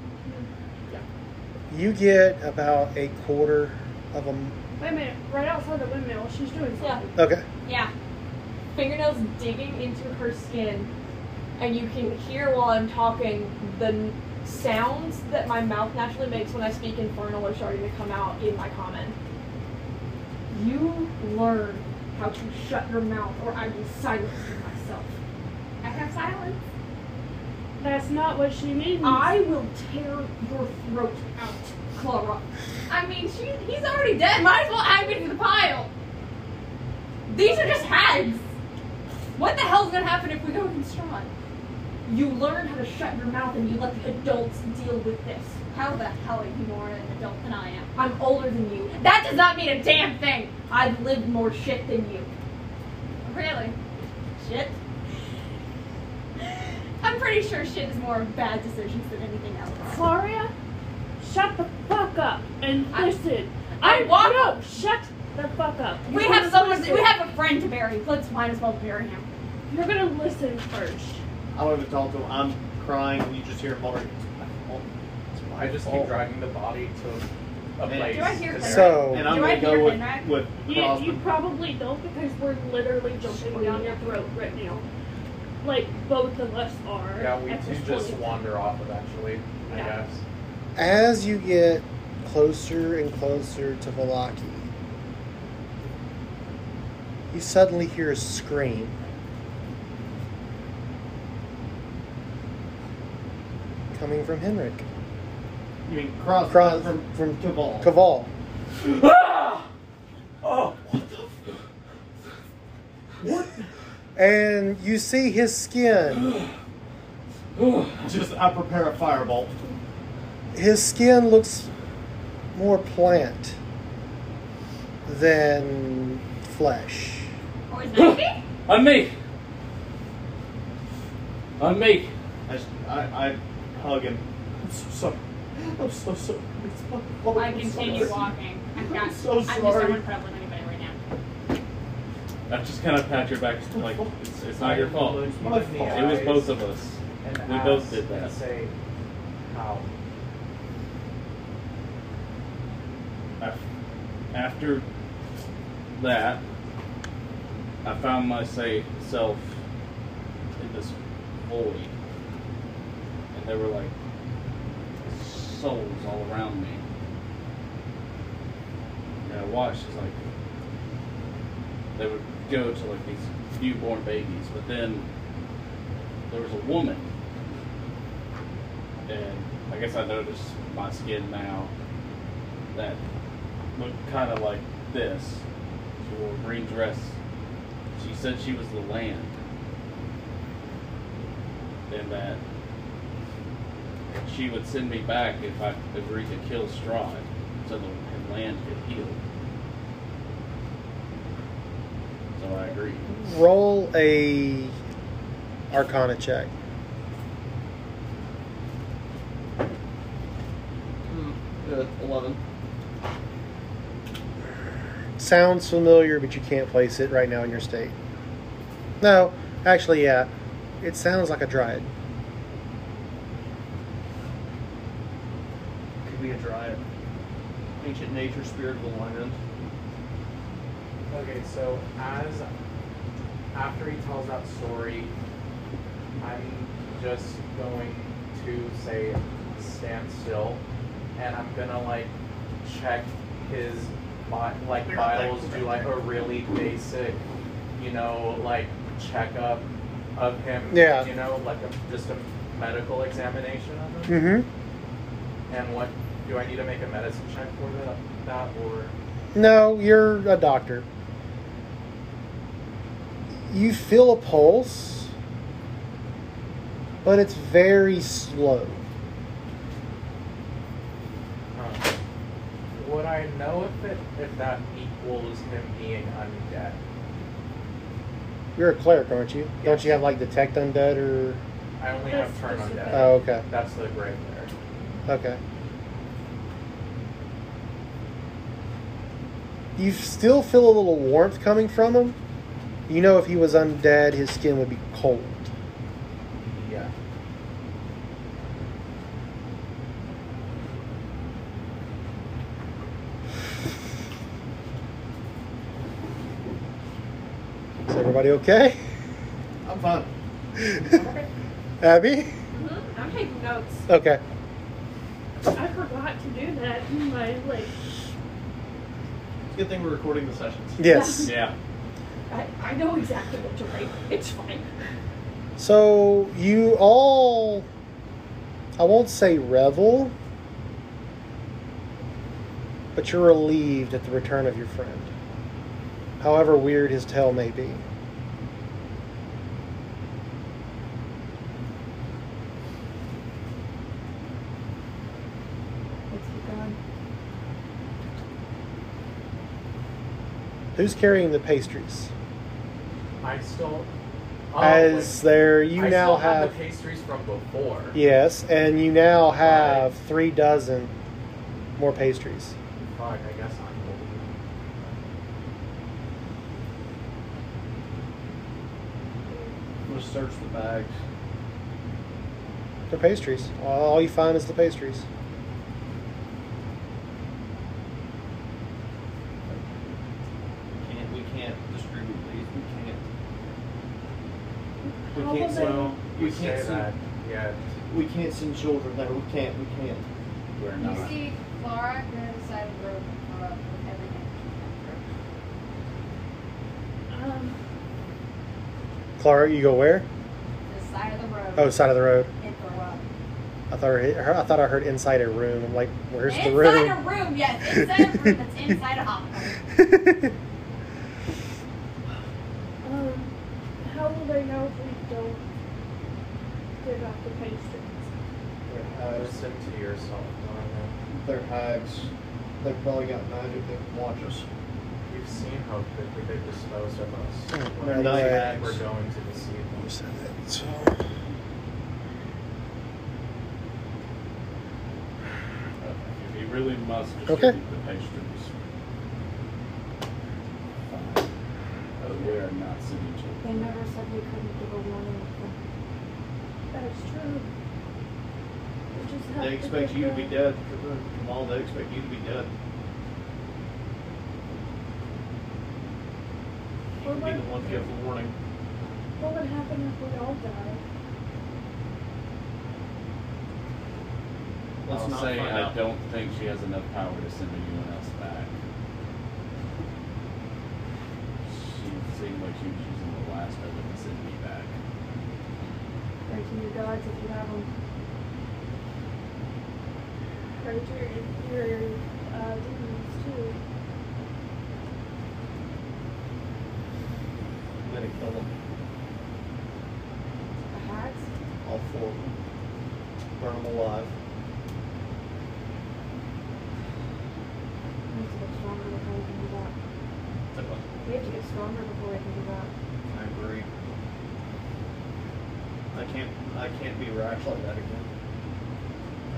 [SPEAKER 3] you get about a quarter of a. m-
[SPEAKER 8] Wait a minute, right outside the windmill, she's doing
[SPEAKER 9] Yeah.
[SPEAKER 8] something.
[SPEAKER 3] Okay,
[SPEAKER 6] Yeah.
[SPEAKER 9] fingernails digging into her skin, and you can hear while I'm talking the n- sounds that my mouth naturally makes when I speak infernal are starting to come out in my comment. You learn how to shut your mouth, or I will silence you myself.
[SPEAKER 6] I have silence.
[SPEAKER 8] That's not what she means.
[SPEAKER 9] I will tear your throat out, Clara.
[SPEAKER 6] I mean, she, he's already dead. Might as well add me to the pile. These are just hags. What the hell's gonna happen if we go against Sean?
[SPEAKER 9] You learn how to shut your mouth and you let the adults deal with this.
[SPEAKER 6] How the hell are you more an adult than I am?
[SPEAKER 9] I'm older than you.
[SPEAKER 6] That does not mean a damn thing.
[SPEAKER 9] I've lived more shit than you.
[SPEAKER 6] Really? Shit. [LAUGHS] I'm pretty sure shit is more of bad decisions than anything else.
[SPEAKER 8] Gloria, shut the fuck up and
[SPEAKER 6] I-
[SPEAKER 8] listen.
[SPEAKER 6] I walk-
[SPEAKER 8] No, shut the fuck up.
[SPEAKER 6] We
[SPEAKER 8] You're
[SPEAKER 6] have
[SPEAKER 8] gonna
[SPEAKER 6] someone.
[SPEAKER 8] listen.
[SPEAKER 6] We have a friend to bury. Let's might as well bury him.
[SPEAKER 8] You're gonna listen first.
[SPEAKER 5] I don't even talk to him. I'm crying, and you just hear Oh. muttering.
[SPEAKER 7] I just
[SPEAKER 3] Oh.
[SPEAKER 7] keep dragging the body to a
[SPEAKER 5] Do
[SPEAKER 7] place.
[SPEAKER 6] I hear
[SPEAKER 7] to
[SPEAKER 6] that?
[SPEAKER 3] So,
[SPEAKER 5] And I'm
[SPEAKER 6] Do
[SPEAKER 5] gonna
[SPEAKER 6] I hear
[SPEAKER 5] go with,
[SPEAKER 6] Henrik?
[SPEAKER 5] with
[SPEAKER 8] You,
[SPEAKER 5] Crosby.
[SPEAKER 8] you probably don't because we're literally jumping down your throat right now. Like both of us are.
[SPEAKER 7] Yeah, we
[SPEAKER 8] at
[SPEAKER 7] do
[SPEAKER 8] this
[SPEAKER 7] just
[SPEAKER 8] point.
[SPEAKER 7] wander off eventually, I
[SPEAKER 8] Yeah.
[SPEAKER 7] guess.
[SPEAKER 3] as you get closer and closer to Velaki, you suddenly hear a scream. Coming from Henrik.
[SPEAKER 5] You mean Crosby?
[SPEAKER 3] Cros-
[SPEAKER 5] from
[SPEAKER 3] from-
[SPEAKER 5] Caval.
[SPEAKER 3] Caval.
[SPEAKER 7] Oh,
[SPEAKER 3] And you see his skin.
[SPEAKER 5] Just I prepare a fireball.
[SPEAKER 3] His skin looks more plant than flesh.
[SPEAKER 6] [LAUGHS] Or is that me?
[SPEAKER 13] On me. On me.
[SPEAKER 5] I, just- I, I hug him. I'm so sorry. I'm so sorry. It's my fault.
[SPEAKER 6] [LAUGHS] I
[SPEAKER 5] I'm
[SPEAKER 6] continue
[SPEAKER 5] sorry.
[SPEAKER 6] walking. I'm not.
[SPEAKER 5] I'm so
[SPEAKER 6] I'm just
[SPEAKER 5] sorry.
[SPEAKER 6] not gonna put up with anybody right now.
[SPEAKER 13] I just kind of pat your back, just like it's, it's not your fault. It
[SPEAKER 7] Look you in the
[SPEAKER 13] was
[SPEAKER 7] eyes
[SPEAKER 13] both of us.
[SPEAKER 7] and
[SPEAKER 13] we both
[SPEAKER 7] ask
[SPEAKER 13] did that.
[SPEAKER 7] and Say how.
[SPEAKER 13] Af- After that, I found myself in this void, and there were like souls all around me. And I watched as like they would go to like these newborn babies, but then there was a woman, and I guess I noticed my skin now that looked kind of like this. She wore a green dress. She said she was the land. And that she would send me back if I agreed to kill Strahd so the land could heal. So I agreed.
[SPEAKER 3] Roll a Arcana check.
[SPEAKER 5] Uh, Eleven.
[SPEAKER 3] Sounds familiar, but you can't place it right now in your state. No, actually, yeah. It sounds like a dryad.
[SPEAKER 5] Could be a dryad. Ancient nature, spirit of the land.
[SPEAKER 7] Okay, so as after he tells that story, I'm just going to say stand still, and I'm gonna like check his bi- like vitals, do like a really basic, you know, like checkup of him.
[SPEAKER 3] Yeah.
[SPEAKER 7] You know, like a, just a medical examination of him.
[SPEAKER 3] Mm
[SPEAKER 7] And what do I need to make a medicine check for that? That or
[SPEAKER 3] hmm. No, you're a doctor. You feel a pulse, but it's very slow.
[SPEAKER 7] Huh. Um, Would I know if it if that equals him being undead?
[SPEAKER 3] You're a cleric, aren't you? Don't you have like detect undead or?
[SPEAKER 7] I only
[SPEAKER 8] That's-
[SPEAKER 7] have turn
[SPEAKER 8] that's
[SPEAKER 7] undead.
[SPEAKER 8] okay.
[SPEAKER 3] Oh, okay,
[SPEAKER 7] That's the grave there.
[SPEAKER 3] okay. You still feel a little warmth coming from him. You know, if he was undead, his skin would be cold.
[SPEAKER 7] Yeah.
[SPEAKER 3] Is everybody okay? [LAUGHS]
[SPEAKER 5] I'm fine.
[SPEAKER 3] Abby?
[SPEAKER 9] Mm-hmm. I'm taking notes.
[SPEAKER 3] Okay.
[SPEAKER 8] I forgot to do that in my like
[SPEAKER 5] It's a good thing we're recording the sessions.
[SPEAKER 3] Yes.
[SPEAKER 13] Yeah.
[SPEAKER 9] I, I know exactly what to write. It's fine.
[SPEAKER 3] So you all, I won't say revel, but you're relieved at the return of your friend. however weird his tale may be.
[SPEAKER 4] Let's keep going.
[SPEAKER 3] Who's carrying the pastries?
[SPEAKER 7] I still. Oh,
[SPEAKER 3] As
[SPEAKER 7] wait.
[SPEAKER 3] there, you
[SPEAKER 7] I
[SPEAKER 3] now
[SPEAKER 7] still have,
[SPEAKER 3] have
[SPEAKER 7] the pastries from before.
[SPEAKER 3] yes, and you now have
[SPEAKER 7] Right.
[SPEAKER 3] three dozen more pastries.
[SPEAKER 7] Fuck, I guess I'm holding them.
[SPEAKER 14] Let's search the bags.
[SPEAKER 3] They're pastries. All you find is the pastries.
[SPEAKER 14] Can't, we can't distribute these. We can't.
[SPEAKER 8] How
[SPEAKER 14] We can't
[SPEAKER 8] will
[SPEAKER 14] send.
[SPEAKER 7] You
[SPEAKER 14] We
[SPEAKER 7] say
[SPEAKER 14] can't
[SPEAKER 7] that.
[SPEAKER 14] send.
[SPEAKER 7] Yeah.
[SPEAKER 5] We can't send children there. We can't. We can't.
[SPEAKER 14] We're
[SPEAKER 6] You
[SPEAKER 14] not.
[SPEAKER 6] see, Laura, you're the side of the road with Laura with everything.
[SPEAKER 8] Um,
[SPEAKER 3] Clara, you go where?
[SPEAKER 6] The side of the road.
[SPEAKER 3] Oh, side of the road.
[SPEAKER 6] And throw up.
[SPEAKER 3] I thought I heard- I thought I heard inside a room. I'm like, where's
[SPEAKER 6] inside
[SPEAKER 3] the room?
[SPEAKER 6] a room, yes, inside a room that's inside a
[SPEAKER 3] [LAUGHS]
[SPEAKER 6] hospital.
[SPEAKER 8] um, how will they know if we don't give out the pastries?
[SPEAKER 5] Their hives.
[SPEAKER 7] Listen to yourself. Donna.
[SPEAKER 5] Their
[SPEAKER 3] [LAUGHS]
[SPEAKER 5] hives. They've probably got magic. They can watch us.
[SPEAKER 7] You've seen how quickly they disposed of us.
[SPEAKER 3] Oh,
[SPEAKER 7] When
[SPEAKER 5] no,
[SPEAKER 7] they
[SPEAKER 5] no,
[SPEAKER 7] said
[SPEAKER 5] no.
[SPEAKER 7] we're going to deceive them.
[SPEAKER 14] If you really must
[SPEAKER 3] Okay.
[SPEAKER 14] distribute the pastries. But we are uh, not sending children.
[SPEAKER 4] They never said we couldn't give a warning. before.
[SPEAKER 8] That's true. We just have
[SPEAKER 5] They
[SPEAKER 8] to
[SPEAKER 5] expect
[SPEAKER 8] give
[SPEAKER 5] you to be
[SPEAKER 8] them-
[SPEAKER 5] dead. Kamal, they expect you to be dead. You
[SPEAKER 8] Well,
[SPEAKER 5] can be
[SPEAKER 8] my-
[SPEAKER 5] the one to give the warning.
[SPEAKER 8] What would happen if we all died?
[SPEAKER 5] Let's
[SPEAKER 14] I'll
[SPEAKER 5] not
[SPEAKER 14] say
[SPEAKER 5] find
[SPEAKER 14] I
[SPEAKER 5] out.
[SPEAKER 14] don't think she has enough power to send anyone else back. She seemed like she was using the last of it to send me back.
[SPEAKER 4] Pray to your gods if you have them.
[SPEAKER 8] Right, your, your uh, demons too.
[SPEAKER 5] Let it kill them.
[SPEAKER 4] The hats.
[SPEAKER 5] All four of them. Burn them alive.
[SPEAKER 4] We have to get stronger before we can do that. We have to get stronger before we can do that.
[SPEAKER 5] I agree. I can't. I can't be rash like that again.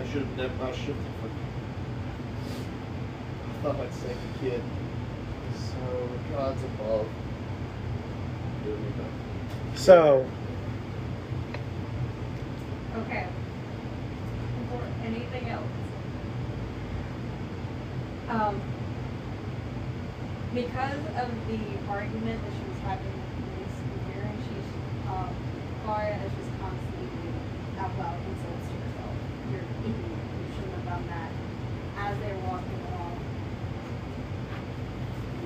[SPEAKER 5] I should have. done- I should have. I thought I'd save the kid. So God's above.
[SPEAKER 14] Do me back.
[SPEAKER 3] so,
[SPEAKER 6] Okay. Or anything else? Um, because of the argument that she was having with the police here, and she's, um, Clara is just constantly reading out loud insults to herself. You're an idiot. You shouldn't have done that. As they're walking along,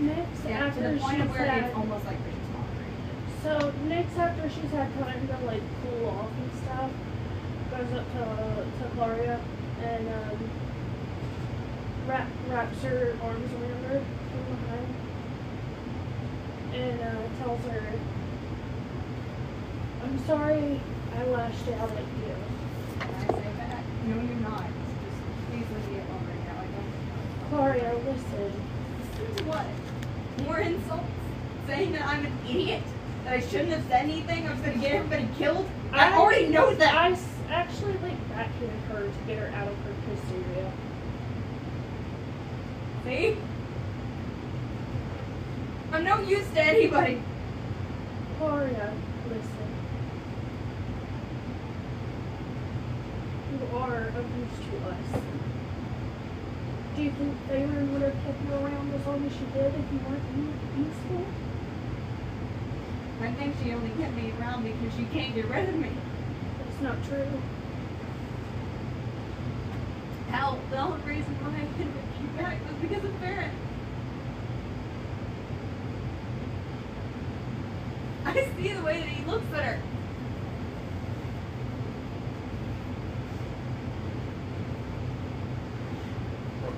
[SPEAKER 8] Next,
[SPEAKER 6] yeah, to
[SPEAKER 8] after
[SPEAKER 6] the point of
[SPEAKER 8] she's
[SPEAKER 6] where
[SPEAKER 8] had,
[SPEAKER 6] it's almost like they're just tolerating
[SPEAKER 8] so next after she's had time to like cool off and stuff, goes up to to Gloria and um, wrap wraps her arms around her from behind and uh, tells her, "I'm sorry, I lashed out at you."
[SPEAKER 6] it. And I say back, no, you're not. Just please leave me alone right now. I don't.
[SPEAKER 8] Gloria, listen.
[SPEAKER 6] Listen to what? More insults? Saying that I'm an idiot? That I shouldn't have said anything? I was gonna get everybody killed? I already know that!
[SPEAKER 8] I s- actually like backhanded her to get her out of her hysteria.
[SPEAKER 6] See? I'm no use to anybody.
[SPEAKER 8] Gloria, listen. You are of use to us. Do you think Vayner would have kept you around as long as she did if you weren't u- useful?
[SPEAKER 6] I think she only kept me around because she can't get rid of me.
[SPEAKER 8] That's not true.
[SPEAKER 6] Hell, the only reason why I didn't get you back was because of Barrett. I see the way that he looks at her.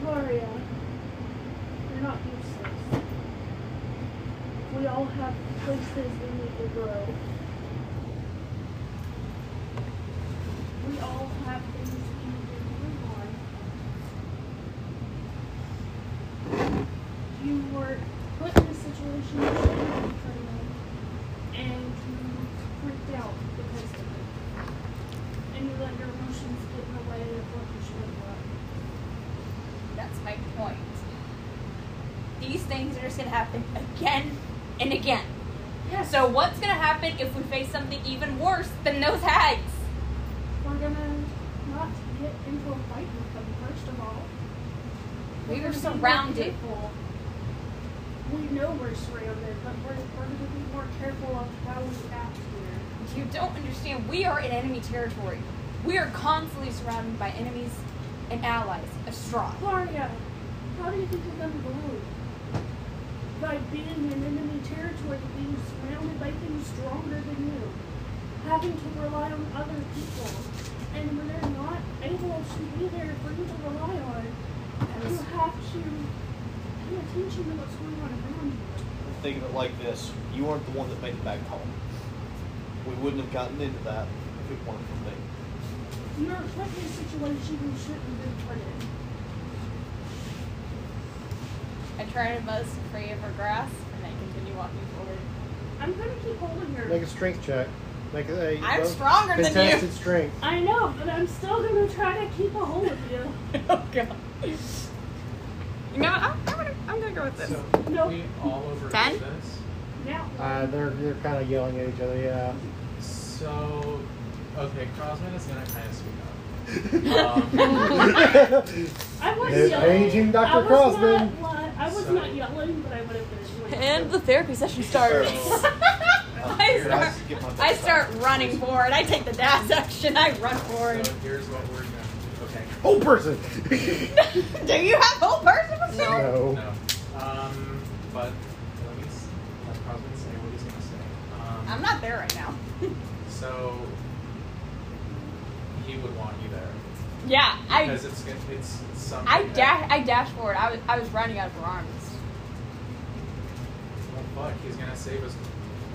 [SPEAKER 8] Gloria, you're not useless.
[SPEAKER 15] places we need to grow.
[SPEAKER 8] We all have things we need to work on. You were put in a situation that you had in front of, and you freaked out because of it. And you let your emotions get in the way of what you should have done.
[SPEAKER 6] That's my point. These things are just gonna happen again and again.
[SPEAKER 8] Yes.
[SPEAKER 6] So what's gonna happen if we face something even worse than those hags?
[SPEAKER 8] we're gonna not get into a fight with them first of all.
[SPEAKER 6] We
[SPEAKER 8] We're
[SPEAKER 6] were
[SPEAKER 8] gonna be more
[SPEAKER 6] surrounded.
[SPEAKER 8] careful. We know we're surrounded, but we're, we're gonna be more careful of how we act here.
[SPEAKER 6] You don't understand. We are in enemy territory. We are constantly surrounded by enemies and allies of straw.
[SPEAKER 8] Gloria, how do you think you're gonna grow? By being in enemy territory, being surrounded by things stronger than you, having to rely on other people, and when they're not able to be there for you to rely on, you have to pay attention to what's going on around you.
[SPEAKER 5] Think of it like this: you aren't the one that made it back home. We wouldn't have gotten into that if it weren't for me.
[SPEAKER 8] You're put in a situation you shouldn't be put in.
[SPEAKER 6] I try to buzz free of her grasp and I continue walking forward.
[SPEAKER 15] I'm gonna keep holding her.
[SPEAKER 3] Make a strength check. Make a.
[SPEAKER 6] I'm
[SPEAKER 3] well,
[SPEAKER 6] stronger than you.
[SPEAKER 3] contested strength.
[SPEAKER 15] I know, but I'm still gonna try to keep a hold of you.
[SPEAKER 6] oh god. You know, what? I'm, I'm gonna I'm gonna go with this.
[SPEAKER 7] So
[SPEAKER 15] Nope.
[SPEAKER 7] we all over
[SPEAKER 6] Ten?
[SPEAKER 7] this.
[SPEAKER 15] Now,
[SPEAKER 3] Uh, they're they're kind of yelling at each other. Yeah.
[SPEAKER 7] So okay, Crosman is gonna kind of speak up. Um,
[SPEAKER 15] I was
[SPEAKER 3] There's
[SPEAKER 15] yelling.
[SPEAKER 3] aging
[SPEAKER 15] I was
[SPEAKER 3] Dr. Crosman.
[SPEAKER 15] not. li- I was
[SPEAKER 7] So-
[SPEAKER 15] not yelling, but I would have been
[SPEAKER 6] [LAUGHS]
[SPEAKER 15] annoyed.
[SPEAKER 6] [LAUGHS] and the therapy
[SPEAKER 7] [LAUGHS]
[SPEAKER 6] session starts. [LAUGHS] I
[SPEAKER 7] Oh, Here,
[SPEAKER 6] start,
[SPEAKER 7] that's-
[SPEAKER 5] Get my
[SPEAKER 6] I
[SPEAKER 5] best
[SPEAKER 6] start
[SPEAKER 5] shot.
[SPEAKER 6] running forward. I take the dash [LAUGHS] action. I run forward.
[SPEAKER 7] so here's what we're gonna. Okay.
[SPEAKER 3] Whole person.
[SPEAKER 6] Do you have whole person with
[SPEAKER 3] [LAUGHS]
[SPEAKER 6] you?
[SPEAKER 3] no.
[SPEAKER 7] No.
[SPEAKER 5] Oh!
[SPEAKER 7] Um, but let me s- let Crosman say what he's gonna say. Um,
[SPEAKER 6] I'm not there right now.
[SPEAKER 7] so he would want you there
[SPEAKER 6] Yeah, I
[SPEAKER 7] because it's gonna- it's something.
[SPEAKER 6] I
[SPEAKER 7] that-
[SPEAKER 6] dash I dash forward. I was I was running out of her arms. [LAUGHS]
[SPEAKER 7] Well, fuck, he's gonna save us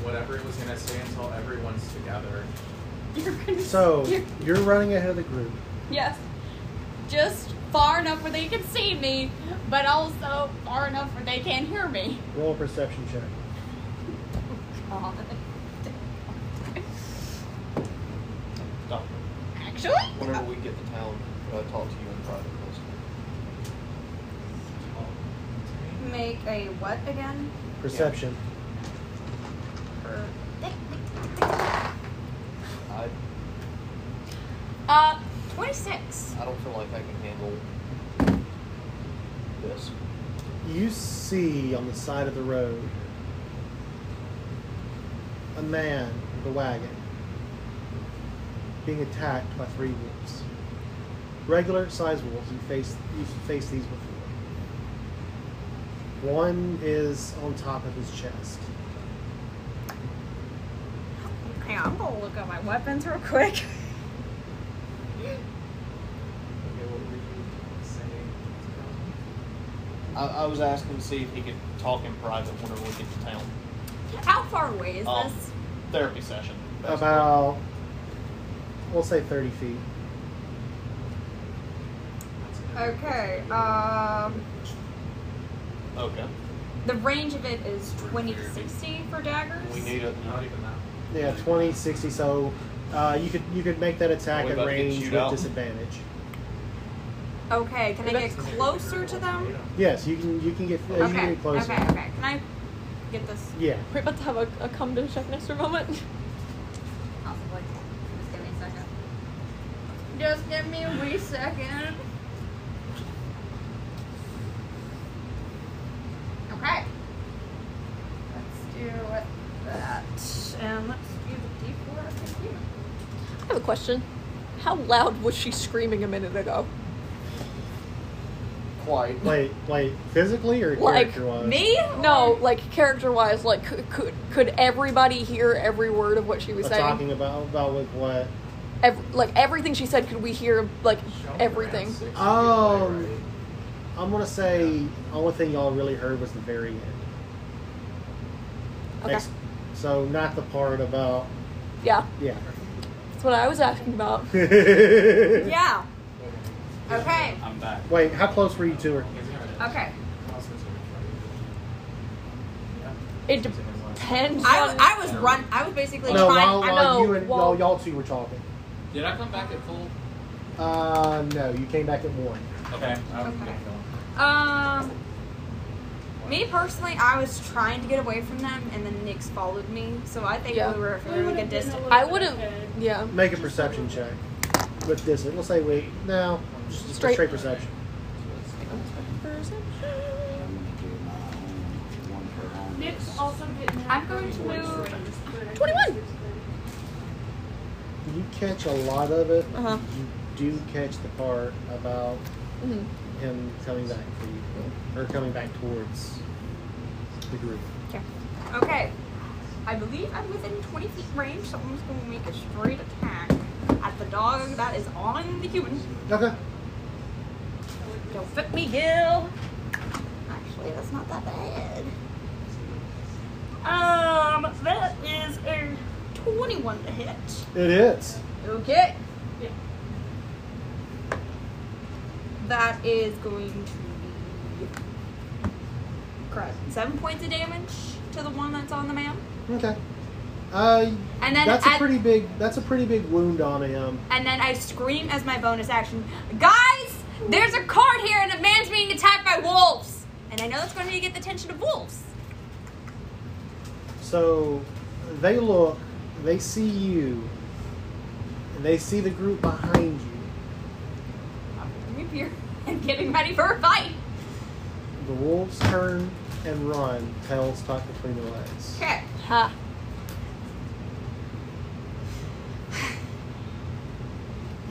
[SPEAKER 7] whatever he was gonna say until everyone's together.
[SPEAKER 6] You're gonna
[SPEAKER 3] So
[SPEAKER 6] you're-
[SPEAKER 3] you're running ahead of the group.
[SPEAKER 6] yes, just far enough where they can see me, but also far enough where they can hear me.
[SPEAKER 3] Roll a perception check.
[SPEAKER 6] God.
[SPEAKER 5] No,
[SPEAKER 6] Actually,
[SPEAKER 5] Whenever we get to town, I'll talk to you in private. please.
[SPEAKER 6] make a what again?
[SPEAKER 3] Perception.
[SPEAKER 5] I
[SPEAKER 6] Uh, twenty six.
[SPEAKER 5] I don't feel like I can handle this.
[SPEAKER 3] You see on the side of the road a man with a wagon being attacked by three wolves. Regular sized wolves. You face you faced these before. One is on top of his chest.
[SPEAKER 6] Hang on, I'm gonna look at my weapons real quick.
[SPEAKER 7] Okay, what were you saying?
[SPEAKER 5] I, I was asking to see if he could talk in private whenever we get to town.
[SPEAKER 6] How far away is
[SPEAKER 5] Um,
[SPEAKER 6] this?
[SPEAKER 5] Therapy session. basically.
[SPEAKER 3] About we'll say thirty feet.
[SPEAKER 6] Okay. Um,
[SPEAKER 5] Okay.
[SPEAKER 6] the range of it is twenty to sixty for daggers.
[SPEAKER 5] We need a.
[SPEAKER 7] Not even that.
[SPEAKER 3] Yeah, 20, 60, so uh, you could you could make that attack
[SPEAKER 5] Are we
[SPEAKER 3] at
[SPEAKER 5] about to get
[SPEAKER 3] range
[SPEAKER 5] chewed
[SPEAKER 3] with
[SPEAKER 5] out?
[SPEAKER 3] disadvantage.
[SPEAKER 6] Okay, can I get closer to them?
[SPEAKER 3] Yes, you can you can get uh, you can
[SPEAKER 6] Okay,
[SPEAKER 3] get
[SPEAKER 6] okay,
[SPEAKER 3] closer.
[SPEAKER 6] okay. Can I get this?
[SPEAKER 3] Yeah.
[SPEAKER 9] We're about to have a, a come to check next moment.
[SPEAKER 6] Possibly. Just give me a second.
[SPEAKER 8] Just give me a wee second.
[SPEAKER 6] Okay. Let's do that. And let's do the D4 of the human.
[SPEAKER 9] I have a question. How loud was she screaming a minute ago?
[SPEAKER 5] Quite.
[SPEAKER 3] Wait, wait, physically or
[SPEAKER 9] Like,
[SPEAKER 3] character wise?
[SPEAKER 6] Me?
[SPEAKER 9] No,
[SPEAKER 6] or-
[SPEAKER 9] like character wise, like could, could could everybody hear every word of what she was saying?
[SPEAKER 3] talking about about with what?
[SPEAKER 9] Ev- like everything she said, could we hear like
[SPEAKER 7] Show me around
[SPEAKER 9] everything?
[SPEAKER 7] six feet away,
[SPEAKER 3] Um,
[SPEAKER 7] right?
[SPEAKER 3] I'm gonna say only thing y'all really heard was the very end.
[SPEAKER 9] Okay.
[SPEAKER 3] Next So not the part about
[SPEAKER 9] Yeah, [LAUGHS]
[SPEAKER 3] yeah.
[SPEAKER 9] that's what I was asking about.
[SPEAKER 6] Yeah. Okay.
[SPEAKER 7] I'm back.
[SPEAKER 3] Wait, how close were you to her?
[SPEAKER 6] Okay.
[SPEAKER 9] It depends.
[SPEAKER 6] I was,
[SPEAKER 9] on-
[SPEAKER 6] I was run. I was basically
[SPEAKER 3] no,
[SPEAKER 6] trying.
[SPEAKER 3] while,
[SPEAKER 9] I
[SPEAKER 3] while
[SPEAKER 9] know,
[SPEAKER 3] you and
[SPEAKER 9] well-
[SPEAKER 3] while y'all two were talking.
[SPEAKER 7] Did I come back at full?
[SPEAKER 3] Uh, no, you came back at one.
[SPEAKER 7] Okay. I'm
[SPEAKER 6] Okay.
[SPEAKER 7] good.
[SPEAKER 6] Um, me personally, I was trying to get away from them, and then Nyx followed me. So I think
[SPEAKER 9] Yeah.
[SPEAKER 6] we were a fairly good distance.
[SPEAKER 9] I wouldn't. Yeah,
[SPEAKER 3] Make a perception check with this. We'll say we no just just
[SPEAKER 9] Straight-
[SPEAKER 3] straight. perception.
[SPEAKER 8] Nick's also didn't have
[SPEAKER 6] I'm going to move.
[SPEAKER 9] twenty-one.
[SPEAKER 3] You catch a lot of it.
[SPEAKER 9] Uh-huh.
[SPEAKER 3] You do catch the part about
[SPEAKER 9] Mhm.
[SPEAKER 6] Mm-hmm.
[SPEAKER 3] him coming back for you, or coming back towards the group.
[SPEAKER 6] Okay. I believe I'm within 20 feet range, so I'm just going to make a straight attack at the dog that is on the human.
[SPEAKER 3] Okay.
[SPEAKER 6] Don't fit me, Gil. Actually, that's not that bad. Um, that is a 21 to hit.
[SPEAKER 3] It is.
[SPEAKER 6] Okay. That is going to be correct. Seven points of damage to the one that's on the man,
[SPEAKER 3] Okay. Uh,
[SPEAKER 6] and then
[SPEAKER 3] that's a
[SPEAKER 6] at-
[SPEAKER 3] pretty big. That's a pretty big wound on him.
[SPEAKER 6] And then I scream as my bonus action, guys, there's a card here and a man's being attacked by wolves. And I know that's going to get the attention of wolves.
[SPEAKER 3] So they look, they see you, and they see the group behind you.
[SPEAKER 6] I'm getting here and getting ready for a fight.
[SPEAKER 3] The wolves turn and run, tails tucked between their legs.
[SPEAKER 6] Okay.
[SPEAKER 9] Ha.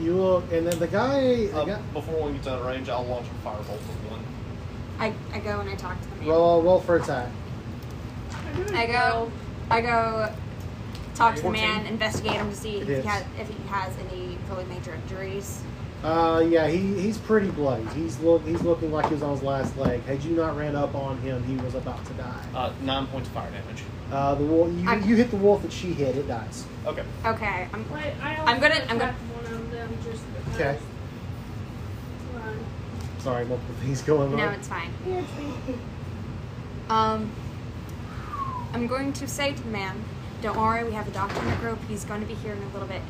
[SPEAKER 3] You look, and then the guy,
[SPEAKER 5] Uh,
[SPEAKER 3] the guy
[SPEAKER 16] Um, before one gets out of range, I'll launch a firebolt at one.
[SPEAKER 6] I, I go and I talk to the man.
[SPEAKER 3] roll roll for attack.
[SPEAKER 6] I go I go talk to the
[SPEAKER 16] 14.
[SPEAKER 6] man, investigate him to see if
[SPEAKER 3] It
[SPEAKER 6] he,
[SPEAKER 3] is.
[SPEAKER 6] has, if he has any really major injuries.
[SPEAKER 3] Uh, yeah, he, he's pretty bloody. He's look he's looking like he was on his last leg. Had you not ran up on him, he was about to die.
[SPEAKER 16] Uh, nine points of fire damage.
[SPEAKER 3] Uh, the wolf, you,
[SPEAKER 6] I-
[SPEAKER 3] you hit the wolf that she hit, it dies.
[SPEAKER 16] Okay.
[SPEAKER 6] Okay. I'm,
[SPEAKER 8] Wait, I
[SPEAKER 6] I'm gonna- I'm gonna-
[SPEAKER 8] attacked one of them just because. uh,
[SPEAKER 3] Okay.
[SPEAKER 8] Run.
[SPEAKER 3] Sorry, multiple things going on.
[SPEAKER 6] no,
[SPEAKER 3] [LAUGHS]
[SPEAKER 6] it's fine.
[SPEAKER 8] Here, it's me.
[SPEAKER 6] Um, I'm going to say to the man, don't worry, we have a doctor in the group. He's going to be here in a little bit.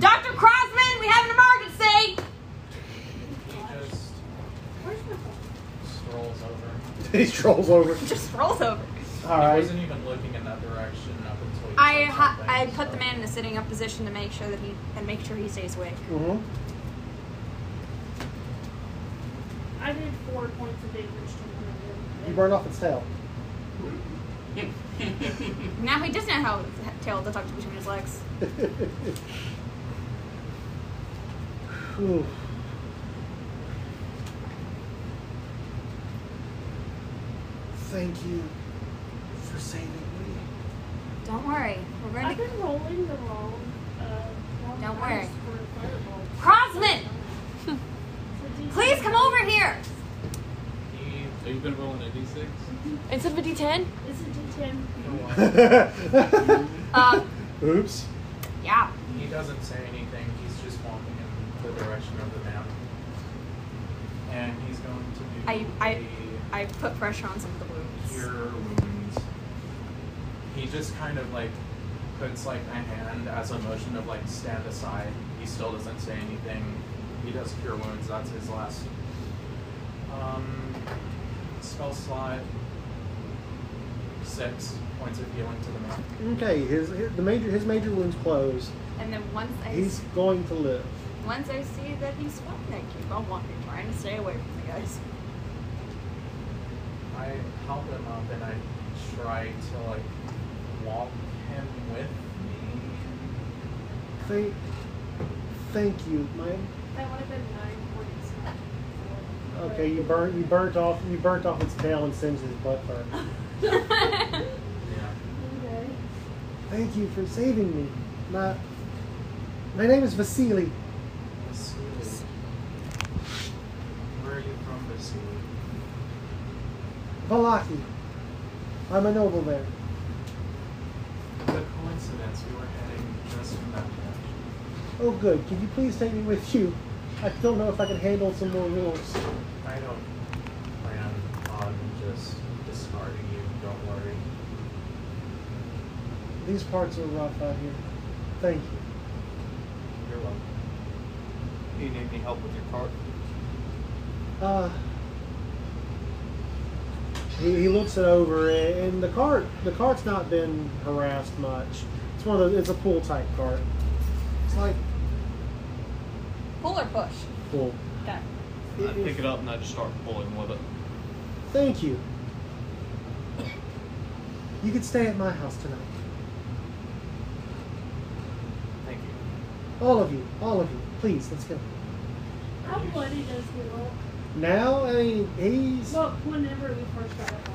[SPEAKER 6] Dr. Crosman, we have an emergency!
[SPEAKER 5] He just
[SPEAKER 8] Where's my phone?
[SPEAKER 5] strolls over.
[SPEAKER 3] he strolls over.
[SPEAKER 6] Just rolls over.
[SPEAKER 3] All
[SPEAKER 5] He
[SPEAKER 3] right.
[SPEAKER 5] wasn't even looking in that direction up until you
[SPEAKER 6] I
[SPEAKER 5] said
[SPEAKER 6] ha-
[SPEAKER 5] something,
[SPEAKER 6] I put the
[SPEAKER 5] so-
[SPEAKER 6] man in a sitting up position to make sure that he and make sure he stays awake.
[SPEAKER 3] Mm-hmm.
[SPEAKER 8] I did four points of damage to
[SPEAKER 3] You
[SPEAKER 8] one of them.
[SPEAKER 3] burned off its tail. [LAUGHS]
[SPEAKER 6] Now he does know how his tail tucked between his legs.
[SPEAKER 3] Ooh. Thank you for saving me.
[SPEAKER 6] Don't worry, we're going
[SPEAKER 8] I've
[SPEAKER 6] to.
[SPEAKER 8] been rolling the wrong. Uh, wrong
[SPEAKER 6] Don't
[SPEAKER 8] dice
[SPEAKER 6] worry.
[SPEAKER 8] for fireballs.
[SPEAKER 6] Crosman,
[SPEAKER 8] It's a D6.
[SPEAKER 6] please come over here.
[SPEAKER 7] He, so you've been rolling a d6?
[SPEAKER 9] It's a D10.
[SPEAKER 8] It's a D10.
[SPEAKER 3] [LAUGHS]
[SPEAKER 9] [LAUGHS]
[SPEAKER 6] Uh,
[SPEAKER 3] Oops.
[SPEAKER 6] yeah.
[SPEAKER 5] He doesn't say anything. He's just walking in the direction of the man. And he's going to do
[SPEAKER 6] I- I-
[SPEAKER 5] the
[SPEAKER 6] I put pressure on some of the
[SPEAKER 5] cure
[SPEAKER 6] wounds.
[SPEAKER 5] wounds. He just kind of like puts like a hand as a motion of like stand aside. He still doesn't say anything. He does cure wounds. That's his last um, spell slot. Six points of healing to the man.
[SPEAKER 3] Okay, his, his the major his major wound's closed.
[SPEAKER 6] And then once I
[SPEAKER 3] He's going to live.
[SPEAKER 6] Once I see that he's swung that cube, I'm walking, trying to stay away from the guys.
[SPEAKER 5] I help him up and I try to like walk him with me.
[SPEAKER 3] Thank, thank you. My
[SPEAKER 8] That would have been nine points.
[SPEAKER 3] okay, you burnt you burnt off you burnt off its tail and singed his butt fur.
[SPEAKER 6] [LAUGHS]
[SPEAKER 5] Yeah.
[SPEAKER 8] Okay.
[SPEAKER 3] Thank you for saving me. My my name is Vasily.
[SPEAKER 5] Vasily. Where are you from, Vasily?
[SPEAKER 3] Valaki. I'm a noble there.
[SPEAKER 7] coincidence. We were heading just in that direction.
[SPEAKER 3] Oh, good. Can you please take me with you? I don't know if I can handle some more rules.
[SPEAKER 7] I don't plan on just discarding you. Don't worry.
[SPEAKER 3] These parts are rough out here. Thank you.
[SPEAKER 7] You're welcome.
[SPEAKER 14] You need any help with your cart?
[SPEAKER 3] Uh, he, he looks it over, and the cart the cart's not been harassed much. It's one of those. It's a pull type cart. It's like
[SPEAKER 9] Pull or push?
[SPEAKER 3] pull.
[SPEAKER 9] Okay.
[SPEAKER 5] I pick it up and I just start pulling with it.
[SPEAKER 3] Thank you. You could stay at my house tonight.
[SPEAKER 7] Thank you.
[SPEAKER 3] All of you, all of you, please, let's go.
[SPEAKER 8] How bloody does he look?
[SPEAKER 3] Now, I mean, he's.
[SPEAKER 8] Well, whenever we first got it.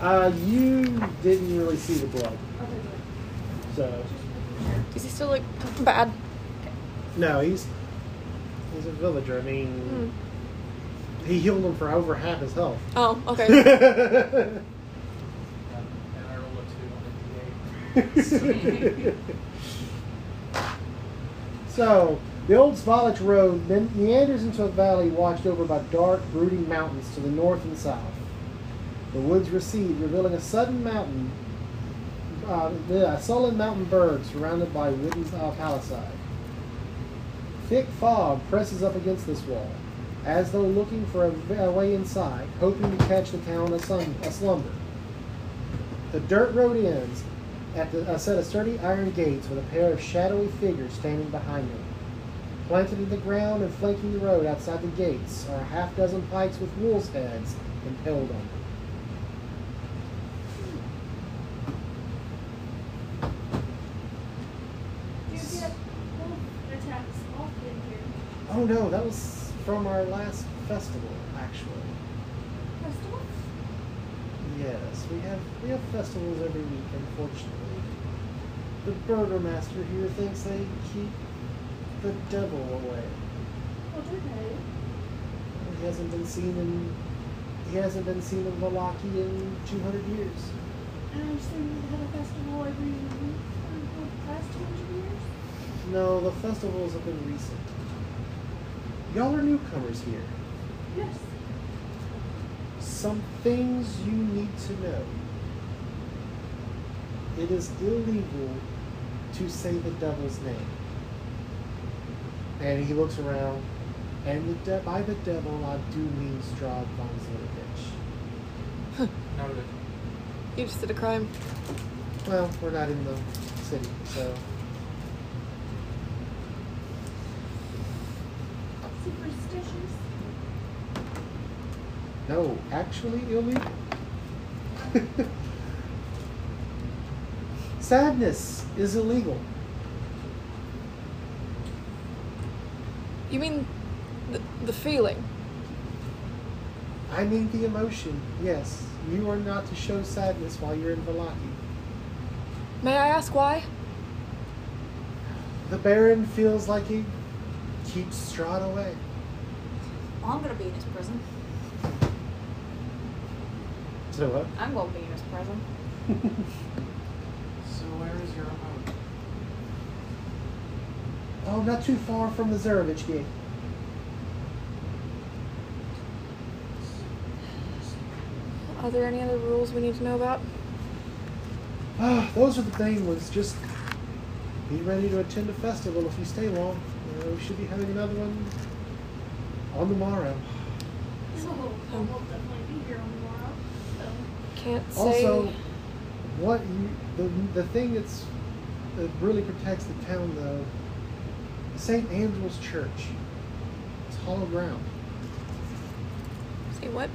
[SPEAKER 3] Uh, you didn't really see the blood,
[SPEAKER 8] Okay, good.
[SPEAKER 3] so
[SPEAKER 17] Does he still look bad?
[SPEAKER 3] no, he's he's a villager. I
[SPEAKER 9] Hmm.
[SPEAKER 3] mean, he healed him for over half his health.
[SPEAKER 17] Oh,
[SPEAKER 3] [LAUGHS]
[SPEAKER 17] okay.
[SPEAKER 3] That's
[SPEAKER 7] And, and I rolled a two on a d8.
[SPEAKER 3] so, the old Svalich Road then meanders into a valley watched over by dark, brooding mountains to the north and south. The woods recede, revealing a sudden mountain, uh, a sullen mountain bird surrounded by wooden uh, palisade. Thick fog presses up against this wall, as though looking for a, a way inside, hoping to catch the town aslum- aslumber. The dirt road ends at the, a set of sturdy iron gates with a pair of shadowy figures standing behind them. Planted in the ground and flanking the road outside the gates are a half dozen pikes with wolves' heads impaled on them.
[SPEAKER 8] Do you get wolf attacks often here?
[SPEAKER 3] Oh no, that was from our last festival, actually.
[SPEAKER 6] Festival?
[SPEAKER 3] Yes, we have we have festivals every week, unfortunately. The burgomaster here thinks they keep the devil away.
[SPEAKER 8] Well, do they?
[SPEAKER 3] He hasn't been seen in he hasn't been seen in Valaki in two hundred years.
[SPEAKER 8] And I'm assuming they have a festival every for the past 200 years?
[SPEAKER 3] No, the festivals have been recent. Y'all are newcomers here.
[SPEAKER 8] Yes.
[SPEAKER 3] Some things you need to know. It is illegal to say the devil's name. And he looks around, and the de- by the devil I do mean Strahd von Zlodovich.
[SPEAKER 7] Noted.
[SPEAKER 17] You just did a crime.
[SPEAKER 3] Well, we're not in the city, so
[SPEAKER 8] Superstitious.
[SPEAKER 3] no, actually illegal. [LAUGHS] Sadness is illegal.
[SPEAKER 17] You mean the, the feeling?
[SPEAKER 3] I mean the emotion, yes. You are not to show sadness while you're in Valaki.
[SPEAKER 17] May I ask why?
[SPEAKER 3] The Baron feels like he keeps Strahd away.
[SPEAKER 9] Well, I'm gonna be in his prison.
[SPEAKER 3] So what?
[SPEAKER 9] I'm gonna be in his prison.
[SPEAKER 7] So where is your home?
[SPEAKER 3] Oh, not too far from the Zarevich Gate.
[SPEAKER 17] Are there any other rules we need to know about?
[SPEAKER 3] Ah, [SIGHS] those are the thing was just be ready to attend a festival if you stay long. Uh, we should be having another one on the morrow.
[SPEAKER 8] This will, will definitely be here tomorrow. So.
[SPEAKER 17] Can't say.
[SPEAKER 3] Also, what you, the the thing that's that really protects the town though, St. Andrew's Church. It's hollow ground.
[SPEAKER 17] say what?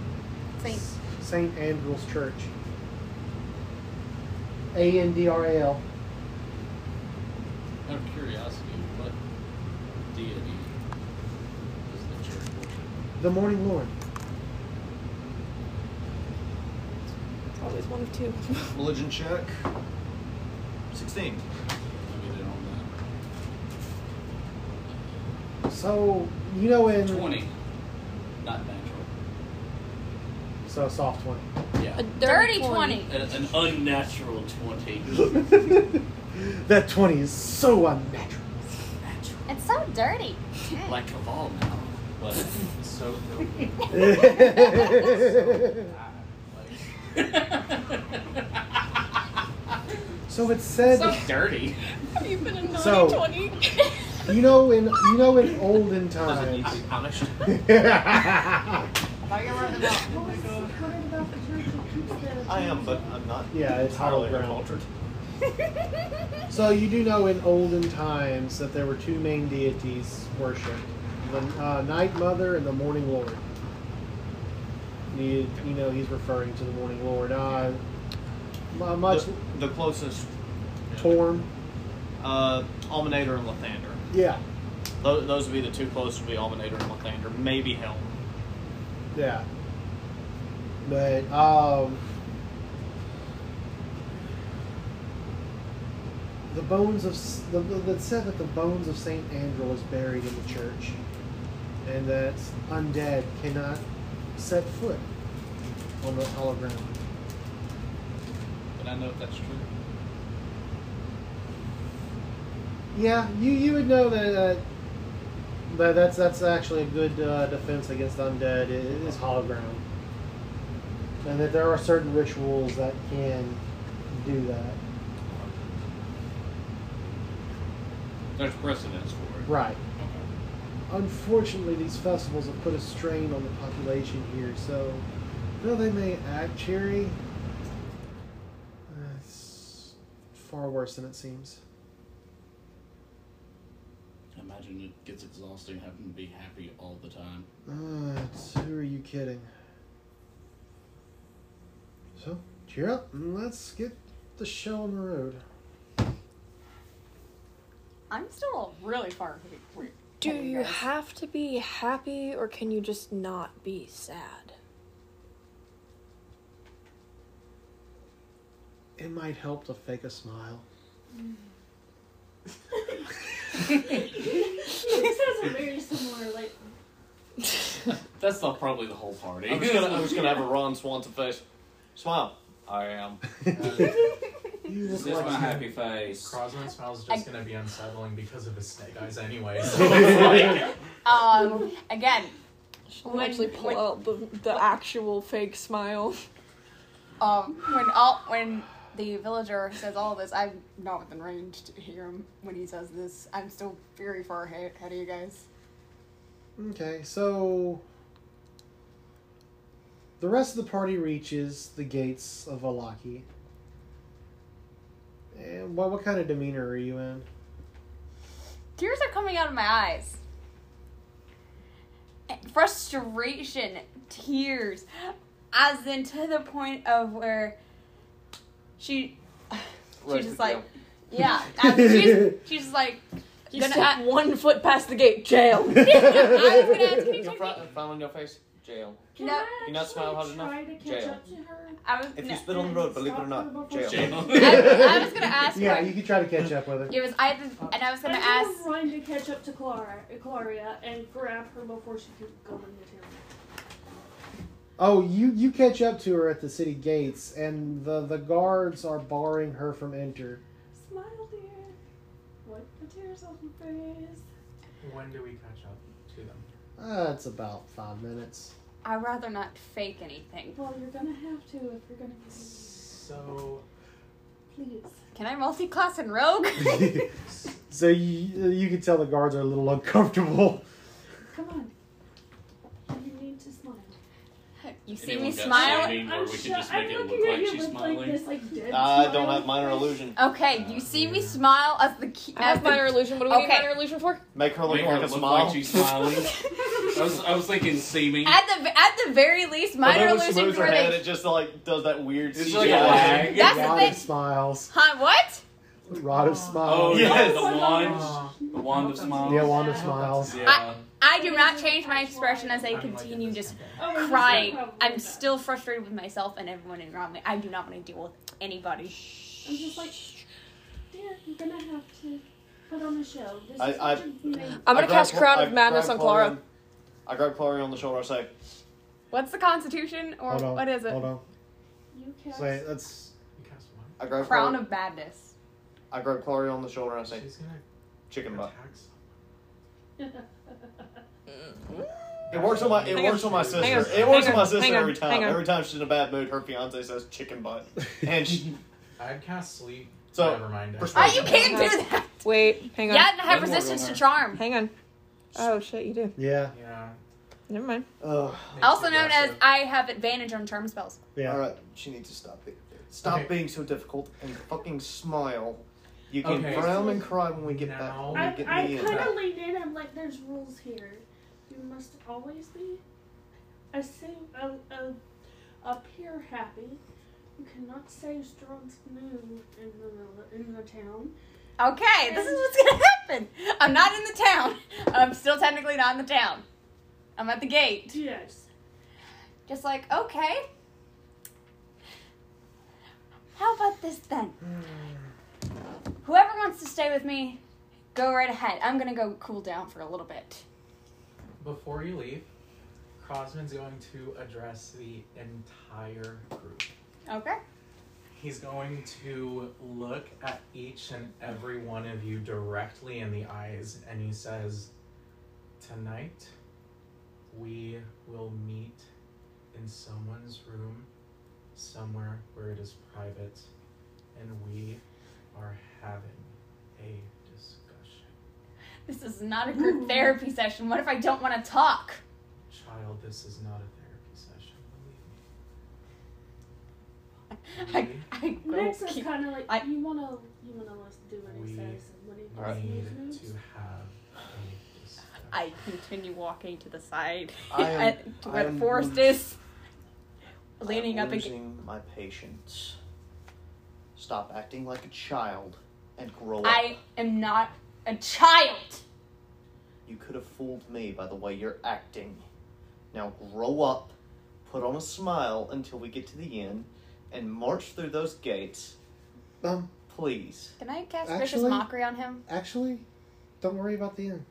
[SPEAKER 9] Saint.
[SPEAKER 3] St. Andrew's Church. A N D R A L.
[SPEAKER 14] Out of curiosity, what deity is the church worship?
[SPEAKER 3] The Morning Lord.
[SPEAKER 17] It's always one of two. [LAUGHS]
[SPEAKER 5] Religion check. 16.
[SPEAKER 14] Maybe they don't
[SPEAKER 3] So you know in
[SPEAKER 14] know. Twenty. Not natural.
[SPEAKER 3] So soft one.
[SPEAKER 14] Yeah.
[SPEAKER 17] A
[SPEAKER 9] Dirty 20.
[SPEAKER 14] A- an unnatural twenty.
[SPEAKER 3] [LAUGHS] That 20 is so unnatural.
[SPEAKER 6] It's so dirty.
[SPEAKER 13] Like Caval now, but so filthy.
[SPEAKER 3] [LAUGHS] so it said
[SPEAKER 13] so dirty.
[SPEAKER 9] Have you been a naughty
[SPEAKER 3] So-
[SPEAKER 9] 20?
[SPEAKER 3] you know in you know in olden
[SPEAKER 13] Does it need
[SPEAKER 3] times
[SPEAKER 13] to be punished?
[SPEAKER 3] yeah,
[SPEAKER 5] I am, but I'm not
[SPEAKER 3] it's hollow ground.
[SPEAKER 5] entirely unaltered.
[SPEAKER 3] [LAUGHS] So you do know in olden times that there were two main deities worshipped: the uh, Night Mother and the Morning Lord. You, you know he's referring to the Morning Lord. Uh, mu- much
[SPEAKER 5] The, the closest,
[SPEAKER 3] Torm.
[SPEAKER 5] uh, Almanator and Lathander.
[SPEAKER 3] Yeah,
[SPEAKER 5] Tho- Those would be the two closest would be Almanator and Lathander. Maybe Helm.
[SPEAKER 3] yeah. But um, the bones of s- the, the, it said that the bones of Saint Andrew is buried in the church, and that undead cannot set foot on the hollow ground.
[SPEAKER 13] But I know if that's true.
[SPEAKER 3] Yeah, you you would know that. Uh, that that's that's actually a good uh, defense against undead. It, it is hollow ground, and that there are certain rituals that can do that.
[SPEAKER 7] There's precedence for it.
[SPEAKER 3] Right. Unfortunately, these festivals have put a strain on the population here, so though they may act cheery, uh, it's far worse than it seems.
[SPEAKER 13] I imagine it gets exhausting having to be happy all the time.
[SPEAKER 3] Uh, it's- who are you kidding? So, cheer up and let's get the show on the road.
[SPEAKER 6] [LAUGHS] I'm still really far. from where-
[SPEAKER 9] [LAUGHS] Do
[SPEAKER 6] from
[SPEAKER 9] you
[SPEAKER 6] guys.
[SPEAKER 9] [LAUGHS] have to be happy or can you just not be sad?
[SPEAKER 3] It might help to fake a smile. [LAUGHS]
[SPEAKER 8] sounds very similar. Like,
[SPEAKER 13] That's not probably the whole party.
[SPEAKER 5] I'm just gonna, I'm just gonna have a Ron Swanson face. Smile.
[SPEAKER 3] [LAUGHS]
[SPEAKER 5] I am.
[SPEAKER 3] You
[SPEAKER 7] This is
[SPEAKER 3] look
[SPEAKER 7] my
[SPEAKER 3] like
[SPEAKER 7] happy face.
[SPEAKER 18] Crosman smile's just gonna be unsettling because of his snake eyes anyway.
[SPEAKER 6] [LAUGHS] Um, again,
[SPEAKER 9] She'll
[SPEAKER 6] When-
[SPEAKER 9] actually pull
[SPEAKER 6] when-
[SPEAKER 9] out the, the actual fake smile.
[SPEAKER 6] um, when all when the villager says all this, I'm not within range to hear him when he says this. I'm still very far ahead ahead of you guys.
[SPEAKER 3] Okay, so the rest of the party reaches the gates of Valaki. And what what kind of demeanor are you in?
[SPEAKER 6] Tears are coming out of my eyes. Frustration, tears, as in to the point of where she, [SIGHS]
[SPEAKER 13] Right,
[SPEAKER 6] she's just like,
[SPEAKER 13] yeah.
[SPEAKER 6] yeah, as she's, she's just like,
[SPEAKER 9] You
[SPEAKER 6] Gonna
[SPEAKER 9] step
[SPEAKER 6] a-
[SPEAKER 9] one foot past the gate, jail.
[SPEAKER 6] [LAUGHS] I was
[SPEAKER 8] [LAUGHS]
[SPEAKER 6] gonna ask, can you
[SPEAKER 13] Your
[SPEAKER 6] take
[SPEAKER 13] frown
[SPEAKER 6] me?
[SPEAKER 13] frown on your face, jail.
[SPEAKER 8] can
[SPEAKER 6] No.
[SPEAKER 8] I
[SPEAKER 13] You not
[SPEAKER 8] actually
[SPEAKER 13] smile hard enough?
[SPEAKER 8] try to catch
[SPEAKER 13] Jail.
[SPEAKER 8] up to her?
[SPEAKER 6] I was,
[SPEAKER 5] If
[SPEAKER 6] no.
[SPEAKER 5] you spit on the road, believe it or
[SPEAKER 8] Stop
[SPEAKER 5] not,
[SPEAKER 8] her
[SPEAKER 5] jail.
[SPEAKER 8] before she-
[SPEAKER 5] [LAUGHS]
[SPEAKER 6] I, I
[SPEAKER 3] [LAUGHS]
[SPEAKER 6] was gonna ask
[SPEAKER 3] Yeah,
[SPEAKER 6] her.
[SPEAKER 3] you can try to catch up with her.
[SPEAKER 6] It was I had to- and I was gonna
[SPEAKER 8] I'm
[SPEAKER 6] ask.
[SPEAKER 8] gonna run to catch up to Clara, Claria and grab her before she can go into town.
[SPEAKER 3] Oh, you you catch up to her at the city gates, and the the guards are barring her from enter.
[SPEAKER 8] Smile, dear. Wipe the tears off your face.
[SPEAKER 18] when do we catch up to them?
[SPEAKER 3] Uh, it's about five minutes.
[SPEAKER 6] I'd rather not fake anything.
[SPEAKER 8] Well, you're gonna have to if you're gonna
[SPEAKER 18] So
[SPEAKER 8] be please.
[SPEAKER 6] Can I multi-class and
[SPEAKER 8] [LAUGHS]
[SPEAKER 6] rogue?
[SPEAKER 3] [LAUGHS]
[SPEAKER 6] [LAUGHS]
[SPEAKER 3] so you you can tell the guards are a little uncomfortable.
[SPEAKER 8] Come on. You need to smile.
[SPEAKER 6] you see
[SPEAKER 13] Anyone
[SPEAKER 6] me
[SPEAKER 13] got
[SPEAKER 6] smile.
[SPEAKER 13] saving, or we
[SPEAKER 8] sho-
[SPEAKER 13] could just
[SPEAKER 8] I'm
[SPEAKER 13] make it
[SPEAKER 8] looking
[SPEAKER 13] look
[SPEAKER 8] at
[SPEAKER 13] like
[SPEAKER 8] you
[SPEAKER 13] she's
[SPEAKER 8] with, Like,
[SPEAKER 13] smiling.
[SPEAKER 8] this, like, dead
[SPEAKER 5] I don't
[SPEAKER 8] smile.
[SPEAKER 5] have minor
[SPEAKER 8] [LAUGHS]
[SPEAKER 5] illusion.
[SPEAKER 6] Okay, you see me smile as the key.
[SPEAKER 9] I have
[SPEAKER 6] as the-
[SPEAKER 9] minor illusion. What do we need
[SPEAKER 6] Okay.
[SPEAKER 9] minor illusion for?
[SPEAKER 5] Make her look
[SPEAKER 7] Make
[SPEAKER 5] like
[SPEAKER 7] her
[SPEAKER 5] a
[SPEAKER 7] look
[SPEAKER 5] smile.
[SPEAKER 7] like she's
[SPEAKER 9] [LAUGHS]
[SPEAKER 7] smiling. I was, I was thinking seeming.
[SPEAKER 6] At the at the very least,
[SPEAKER 5] But
[SPEAKER 6] minor
[SPEAKER 5] then when she
[SPEAKER 6] illusion
[SPEAKER 5] moves her
[SPEAKER 6] for
[SPEAKER 5] head,
[SPEAKER 6] the.
[SPEAKER 5] it just like does that weird
[SPEAKER 7] It's
[SPEAKER 5] CGI.
[SPEAKER 7] like a
[SPEAKER 5] lag.
[SPEAKER 7] lag.
[SPEAKER 6] [LAUGHS] [LAUGHS] That's the
[SPEAKER 3] Rod
[SPEAKER 6] thing.
[SPEAKER 3] of smiles.
[SPEAKER 6] Huh? What?
[SPEAKER 3] Rod of smiles.
[SPEAKER 7] Oh yeah,
[SPEAKER 5] Yes.
[SPEAKER 7] the wand, the wand of smiles.
[SPEAKER 3] Yeah, wand of smiles.
[SPEAKER 7] Yeah.
[SPEAKER 6] I do not change my expression as I continue just
[SPEAKER 8] Oh, wait,
[SPEAKER 6] crying.
[SPEAKER 8] that's probably
[SPEAKER 6] I'm
[SPEAKER 8] not.
[SPEAKER 6] still frustrated with myself and everyone around me. I do not want to deal with anybody.
[SPEAKER 8] I'm just like, dear, you're gonna have to put on a show. This
[SPEAKER 5] I-
[SPEAKER 8] is
[SPEAKER 5] I-
[SPEAKER 8] such a main-
[SPEAKER 9] I'm
[SPEAKER 5] I
[SPEAKER 9] gonna
[SPEAKER 5] grab
[SPEAKER 9] cast
[SPEAKER 5] Cla-
[SPEAKER 9] Crown
[SPEAKER 5] I
[SPEAKER 9] of Madness
[SPEAKER 5] grab
[SPEAKER 9] on Clara.
[SPEAKER 5] I grab Clara on the shoulder. I say,
[SPEAKER 6] What's the Constitution or
[SPEAKER 3] Hold on.
[SPEAKER 6] what is it?
[SPEAKER 3] Hold on.
[SPEAKER 8] You cast.
[SPEAKER 3] Say that's
[SPEAKER 18] You cast one.
[SPEAKER 5] I grab
[SPEAKER 6] Crown
[SPEAKER 5] Clara.
[SPEAKER 8] [LAUGHS]
[SPEAKER 6] of Madness.
[SPEAKER 5] I grab Clary on the shoulder and I say,
[SPEAKER 7] She's gonna
[SPEAKER 5] "Chicken butt."
[SPEAKER 7] attack someone.
[SPEAKER 5] It works on my it
[SPEAKER 9] Hang
[SPEAKER 5] works on
[SPEAKER 9] on.
[SPEAKER 5] my
[SPEAKER 9] Hang on.
[SPEAKER 5] sister. It works
[SPEAKER 9] Hang
[SPEAKER 5] on my
[SPEAKER 9] on. Hang
[SPEAKER 5] sister
[SPEAKER 9] on.
[SPEAKER 5] every time.
[SPEAKER 9] Hang on.
[SPEAKER 5] Every time she's in a bad mood, her fiance says
[SPEAKER 7] [LAUGHS]
[SPEAKER 5] "chicken butt," and she.
[SPEAKER 7] I'd cast sleep.
[SPEAKER 5] So
[SPEAKER 7] Never mind.
[SPEAKER 6] Oh, you can't do
[SPEAKER 8] [LAUGHS]
[SPEAKER 6] that.
[SPEAKER 9] Wait, hang on.
[SPEAKER 6] Yeah, and have resistance to charm.
[SPEAKER 9] Hang on. Oh shit, you do.
[SPEAKER 3] Yeah.
[SPEAKER 7] Yeah.
[SPEAKER 9] Never mind.
[SPEAKER 5] Oh,
[SPEAKER 6] Also known as I have advantage on charm spells.
[SPEAKER 5] all
[SPEAKER 3] Yeah.
[SPEAKER 5] right. She needs to stop it. Stop
[SPEAKER 7] Okay.
[SPEAKER 5] being so difficult and fucking smile. You can
[SPEAKER 7] Okay.
[SPEAKER 5] frown and cry when we get back.
[SPEAKER 7] Now-
[SPEAKER 5] When
[SPEAKER 8] I,
[SPEAKER 5] we get
[SPEAKER 8] I
[SPEAKER 5] in.
[SPEAKER 8] kind of leaned in. I'm like, there's rules here. You must always be a sa- a, a, appear happy. You cannot say strong's new in the in the town.
[SPEAKER 6] Okay, this is what's gonna [LAUGHS] happen. I'm not in the town. I'm still technically not in the town. I'm at the gate.
[SPEAKER 8] Yes.
[SPEAKER 6] Just like, okay. How about this then? Whoever wants to stay with me, go right ahead. I'm gonna go cool down for a little bit.
[SPEAKER 7] Before you leave, Crosman's going to address the entire group.
[SPEAKER 6] Okay.
[SPEAKER 7] He's going to look at each and every one of you directly in the eyes and he says, Tonight we will meet in someone's room, somewhere where it is private, and we are having a discussion.
[SPEAKER 6] This is not a group therapy session. What if I don't want to talk?
[SPEAKER 7] Child, this is not a therapy session, believe
[SPEAKER 6] I, I will
[SPEAKER 8] Next is
[SPEAKER 6] keep-
[SPEAKER 8] kind of like
[SPEAKER 6] I-
[SPEAKER 8] you wanna you wanna let's do what
[SPEAKER 7] We
[SPEAKER 8] he says and what he
[SPEAKER 7] me. We
[SPEAKER 8] says.
[SPEAKER 7] need to have a discussion.
[SPEAKER 6] I continue walking to the side,
[SPEAKER 5] I
[SPEAKER 6] [LAUGHS]
[SPEAKER 5] am-
[SPEAKER 6] at- to
[SPEAKER 5] I
[SPEAKER 6] where the
[SPEAKER 5] am
[SPEAKER 6] forest
[SPEAKER 5] losing-
[SPEAKER 6] is, leaning
[SPEAKER 5] I'm
[SPEAKER 6] up against.
[SPEAKER 5] losing my patience. Stop acting like a child and grow up.
[SPEAKER 6] I am not a child.
[SPEAKER 5] You could have fooled me by the way you're acting. Now grow up, put on a smile until we get to the inn, and march through those gates.
[SPEAKER 3] Um,
[SPEAKER 5] Please.
[SPEAKER 6] Can I cast vicious
[SPEAKER 3] Actually-
[SPEAKER 6] mockery on him?
[SPEAKER 3] actually, don't worry about the inn.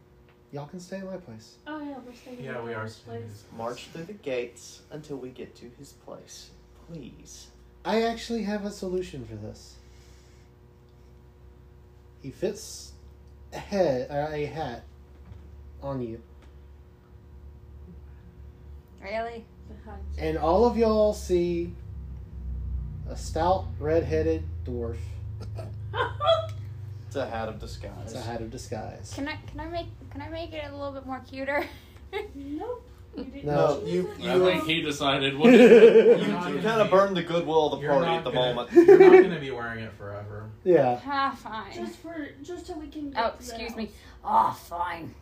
[SPEAKER 3] Y'all can stay at my place.
[SPEAKER 8] Oh yeah, we're staying. in
[SPEAKER 7] Yeah, we are
[SPEAKER 8] this
[SPEAKER 7] staying in
[SPEAKER 8] place.
[SPEAKER 7] this
[SPEAKER 5] March through the gates until we get to his place. Please.
[SPEAKER 3] I actually have a solution for this. He fits a head or a hat on you,
[SPEAKER 6] Really?
[SPEAKER 8] Behind you.
[SPEAKER 3] and all of y'all see a stout, red-headed dwarf.
[SPEAKER 7] [LAUGHS]
[SPEAKER 5] It's a hat of
[SPEAKER 3] It's
[SPEAKER 5] disguise.
[SPEAKER 3] a hat of disguise.
[SPEAKER 6] Can I can I make can I make it a little bit more cuter? [LAUGHS]
[SPEAKER 8] Nope. You didn't
[SPEAKER 3] No,
[SPEAKER 8] choose
[SPEAKER 5] you-
[SPEAKER 8] it.
[SPEAKER 5] you-
[SPEAKER 19] I think he decided what.
[SPEAKER 3] yeah. [LAUGHS]
[SPEAKER 5] You,
[SPEAKER 7] not
[SPEAKER 5] you
[SPEAKER 7] gonna
[SPEAKER 5] kind of
[SPEAKER 7] be-
[SPEAKER 5] burned the goodwill of the
[SPEAKER 7] You're
[SPEAKER 5] party
[SPEAKER 7] not
[SPEAKER 5] at the
[SPEAKER 7] gonna- [LAUGHS]
[SPEAKER 5] moment.
[SPEAKER 7] You're not gonna be wearing it forever.
[SPEAKER 6] ah, fine.
[SPEAKER 8] Just for just so we can. Get
[SPEAKER 6] Oh,
[SPEAKER 8] to the
[SPEAKER 6] excuse me.
[SPEAKER 8] house.
[SPEAKER 6] Oh, fine.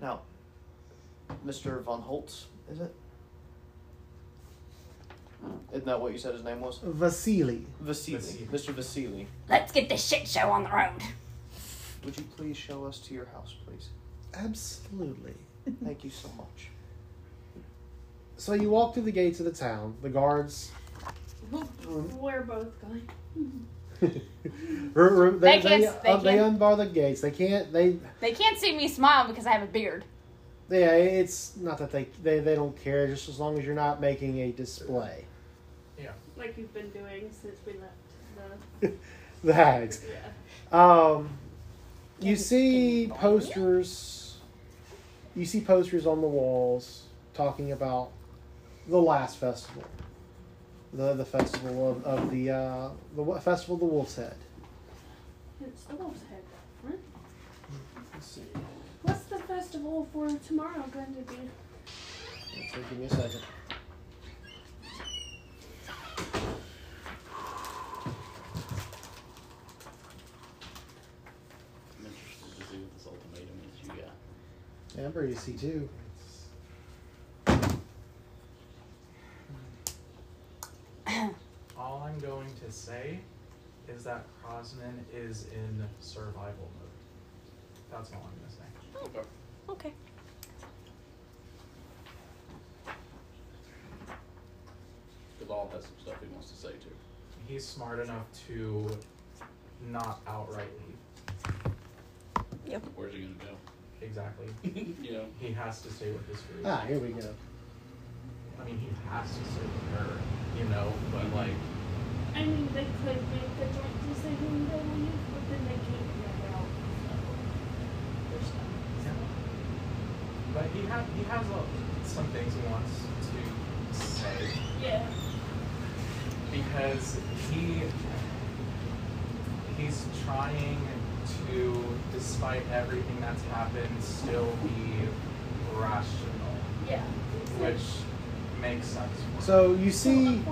[SPEAKER 5] Now, Mr. Von Holtz, is it? Isn't that what you said his name was?
[SPEAKER 3] Vasily.
[SPEAKER 5] Vasily.
[SPEAKER 7] Vasily.
[SPEAKER 5] Mr. Vasily,
[SPEAKER 6] Let's get this shit show on the road.
[SPEAKER 5] would you please show us to your house, please?
[SPEAKER 3] Absolutely.
[SPEAKER 5] Thank you so much.
[SPEAKER 3] So you walk through the gates of the town. The guards.
[SPEAKER 8] We're both going.
[SPEAKER 3] Ru- ru- they,
[SPEAKER 6] They can't- they
[SPEAKER 3] uh, they
[SPEAKER 6] can't-
[SPEAKER 3] unbar the gates. They can't. They
[SPEAKER 6] They can't see me smile because I have a beard.
[SPEAKER 3] yeah. It's not that they they, they don't care. Just as long as you're not making a display.
[SPEAKER 8] Like you've been doing since we left
[SPEAKER 3] [LAUGHS] The hags.
[SPEAKER 8] the. Yeah.
[SPEAKER 3] Um, you see posters. You see posters on the walls talking about the last festival, the the festival of, of the uh, the wa- festival of the Wolf's Head.
[SPEAKER 8] It's the wolf's head, right? What's the festival for tomorrow going to be?
[SPEAKER 3] So give me a second.
[SPEAKER 13] I'm interested to see what this ultimatum is you got.
[SPEAKER 3] Amber, you see too.
[SPEAKER 7] All I'm going to say is that Crosman is in survival mode. That's all I'm gonna say.
[SPEAKER 6] Okay.
[SPEAKER 13] Because all has some stuff he wants to say too.
[SPEAKER 7] He's smart enough to not outright leave.
[SPEAKER 13] Where's he gonna
[SPEAKER 7] Exactly.
[SPEAKER 13] go? you know.
[SPEAKER 7] He has to stay with his group.
[SPEAKER 3] Ah, here we go.
[SPEAKER 7] I mean, he has to stay with her, you know, but like,
[SPEAKER 8] I mean, they could make the joint decision they leave, but then they can't get out. So they're stuck.
[SPEAKER 7] But he has he has a, some things he wants to say
[SPEAKER 8] Yeah.
[SPEAKER 7] because he he's trying to, despite everything that's happened, still be rational,
[SPEAKER 8] Yeah.
[SPEAKER 7] which makes sense.
[SPEAKER 3] So you see,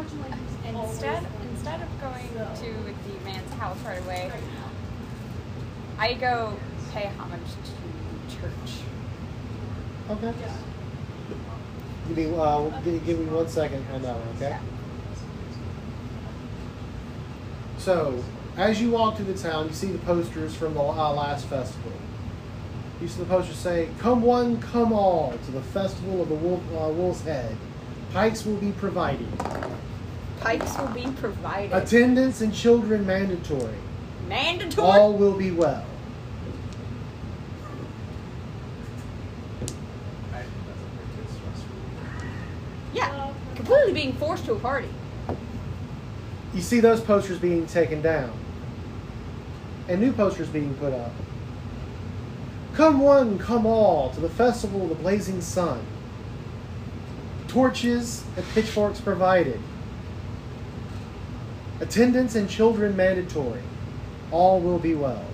[SPEAKER 9] Instead, instead of going to the man's house right away, I go pay homage to church.
[SPEAKER 3] Okay. give me, uh, gi- give me one second on that one, okay? So, as you walk through the town, you see the posters from the uh, last festival. You see the posters say, "Come one, come all to the festival of the wolf, uh, Wolf's Head. Pikes will be provided.
[SPEAKER 9] Pikes will be provided.
[SPEAKER 3] Attendance and children mandatory.
[SPEAKER 9] Mandatory.
[SPEAKER 3] All will be well."
[SPEAKER 7] I think that's a pretty good stress
[SPEAKER 9] Yeah, completely being forced to a party.
[SPEAKER 3] You see those posters being taken down, and new posters being put up. Come one, come all to the festival of the blazing sun. Torches and pitchforks provided. Attendance and children mandatory. All will be well.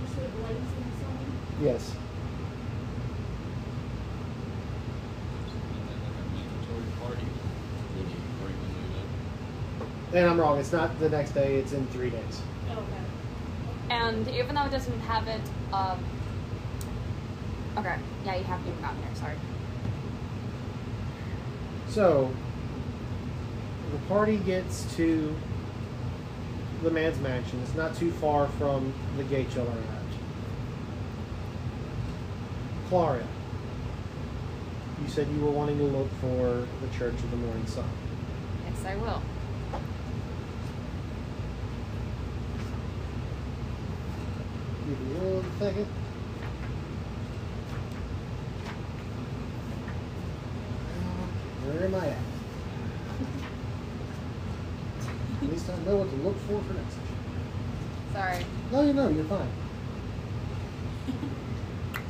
[SPEAKER 8] You said blazing sun.
[SPEAKER 3] Yes. And I'm wrong. It's not the next day. It's in three days.
[SPEAKER 9] And even though it doesn't have it, um, okay, yeah, you haven't even gotten there. Sorry.
[SPEAKER 3] So, the party gets to the man's mansion. It's not too far from the gate y'all are at. Clara, you said you were wanting to look for the Church of the Morning Sun.
[SPEAKER 9] Yes, I will.
[SPEAKER 3] Give me one second. Where am I at? At least I know what to look for for next session.
[SPEAKER 9] Sorry.
[SPEAKER 3] No, you know, you're fine.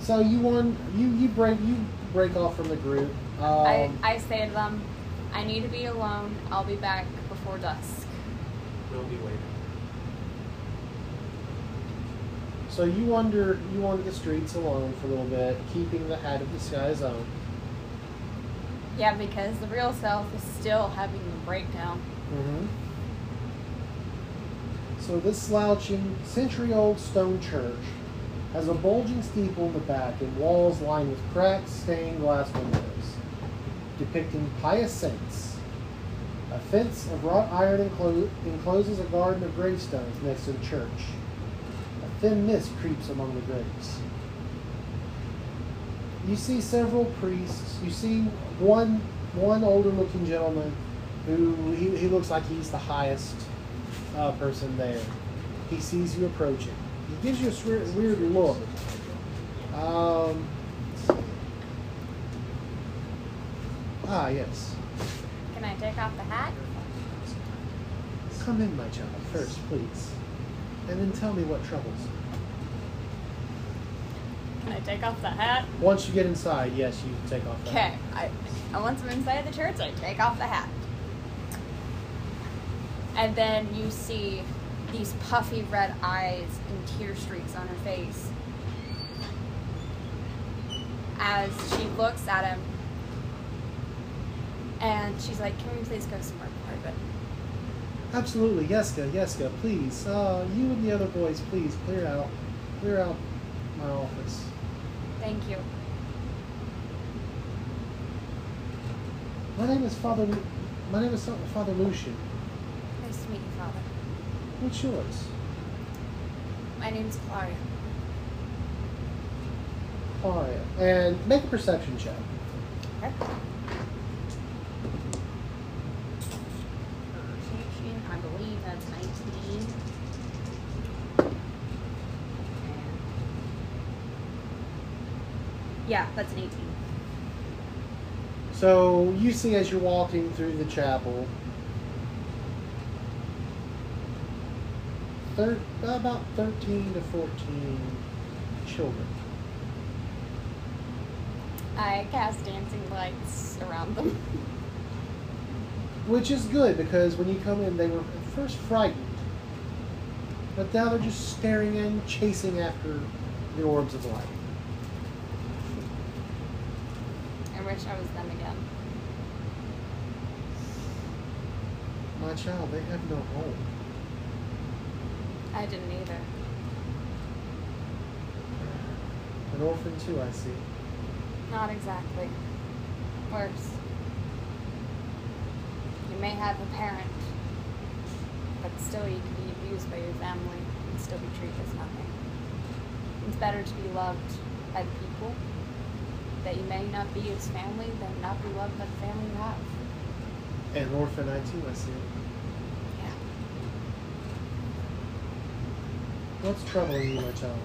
[SPEAKER 3] so you won. You you break you break off from the group. Um,
[SPEAKER 9] I, I say to them, I need to be alone. I'll be back before dusk.
[SPEAKER 7] We'll be waiting.
[SPEAKER 3] so you wander you wander the streets alone for a little bit, keeping the hat of the sky zone.
[SPEAKER 9] Yeah, because the real self is still having the breakdown.
[SPEAKER 3] Mm-hmm. So this slouching century-old stone church has a bulging steeple in the back and walls lined with cracked stained glass windows, depicting pious saints. A fence of wrought iron enclo- encloses a garden of gravestones next to the church. A thin mist creeps among the graves. You see several priests. You see one one older-looking gentleman who he, he looks like he's the highest uh, person there. He sees you approaching. He gives you a weird, weird look. Um, ah, yes.
[SPEAKER 9] Can I take off the hat?
[SPEAKER 3] Come in, my child, first, please. And then tell me what troubles. you.
[SPEAKER 9] Can I take off the hat?
[SPEAKER 3] Once you get inside, yes, you can take off that.
[SPEAKER 9] Okay. I, I once I'm inside the church, I take off the hat. And then you see these puffy red eyes and tear streaks on her face. As she looks at him. And she's like, Can we please go somewhere private?
[SPEAKER 3] Absolutely, Yeska, Yeska, please. Uh, you and the other boys, please clear out, clear out my office.
[SPEAKER 9] Thank you.
[SPEAKER 3] My name is Father. Lu- My name is Father Lucian.
[SPEAKER 9] Nice to meet you, Father.
[SPEAKER 3] What's yours?
[SPEAKER 9] My name's Claudia.
[SPEAKER 3] Alright, and make a perception check.
[SPEAKER 9] Okay. Perception, I believe that's 19. Yeah, that's an 18.
[SPEAKER 3] So you see as you're walking through the chapel, thir- about 13 to 14 children.
[SPEAKER 9] I cast dancing lights around them. [LAUGHS]
[SPEAKER 3] Which is good because when you come in, they were at first frightened, but now they're just staring and chasing after the orbs of light.
[SPEAKER 9] I wish I was them again.
[SPEAKER 3] My child, they have no home.
[SPEAKER 9] I didn't either.
[SPEAKER 3] An orphan, too, I see.
[SPEAKER 9] Not exactly. Worse. You may have a parent, but still you can be abused by your family and still be treated as nothing. It's better to be loved by the people that you may not be as family than not be loved by the family you have.
[SPEAKER 3] An orphan, I too, I see.
[SPEAKER 9] Yeah.
[SPEAKER 3] What's troubling you, my child?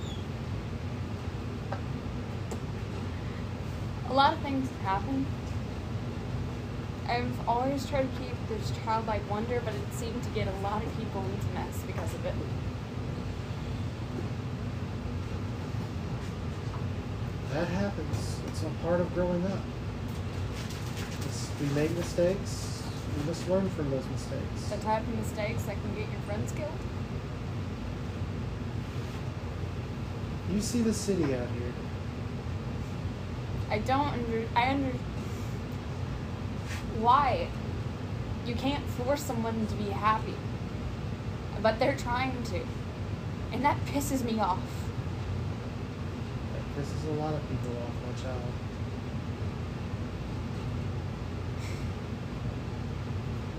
[SPEAKER 9] A lot of things have happened. I've always tried to keep this childlike wonder, but it seemed to get a lot of people into mess because of it.
[SPEAKER 3] That happens. It's a part of growing up. It's- we make mistakes. We must learn from those mistakes.
[SPEAKER 9] The type of mistakes that can get your friends killed.
[SPEAKER 3] You see the city out here.
[SPEAKER 9] I don't under. I under. Why? You can't force someone to be happy, but they're trying to, and that pisses me off.
[SPEAKER 3] That pisses a lot of people off, my child.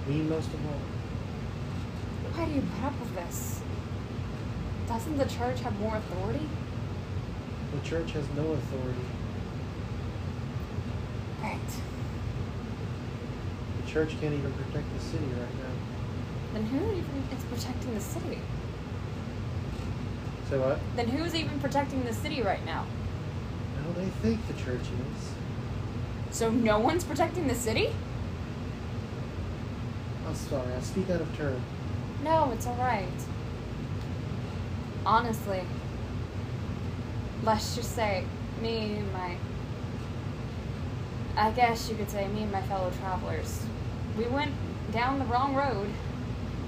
[SPEAKER 3] Me most of all.
[SPEAKER 9] Why do you put up with this? Doesn't the church have more authority?
[SPEAKER 3] The church has no authority.
[SPEAKER 9] Right.
[SPEAKER 3] The church can't even protect the city right now.
[SPEAKER 9] Then who even is protecting the city?
[SPEAKER 3] So what?
[SPEAKER 9] Then who's even protecting the city right now?
[SPEAKER 3] No, they think the church is.
[SPEAKER 9] So no one's protecting the city?
[SPEAKER 3] I'm sorry, I speak out of turn.
[SPEAKER 9] No, it's alright. Honestly, let's just say me and my. I guess you could say me and my fellow travelers. We went down the wrong road,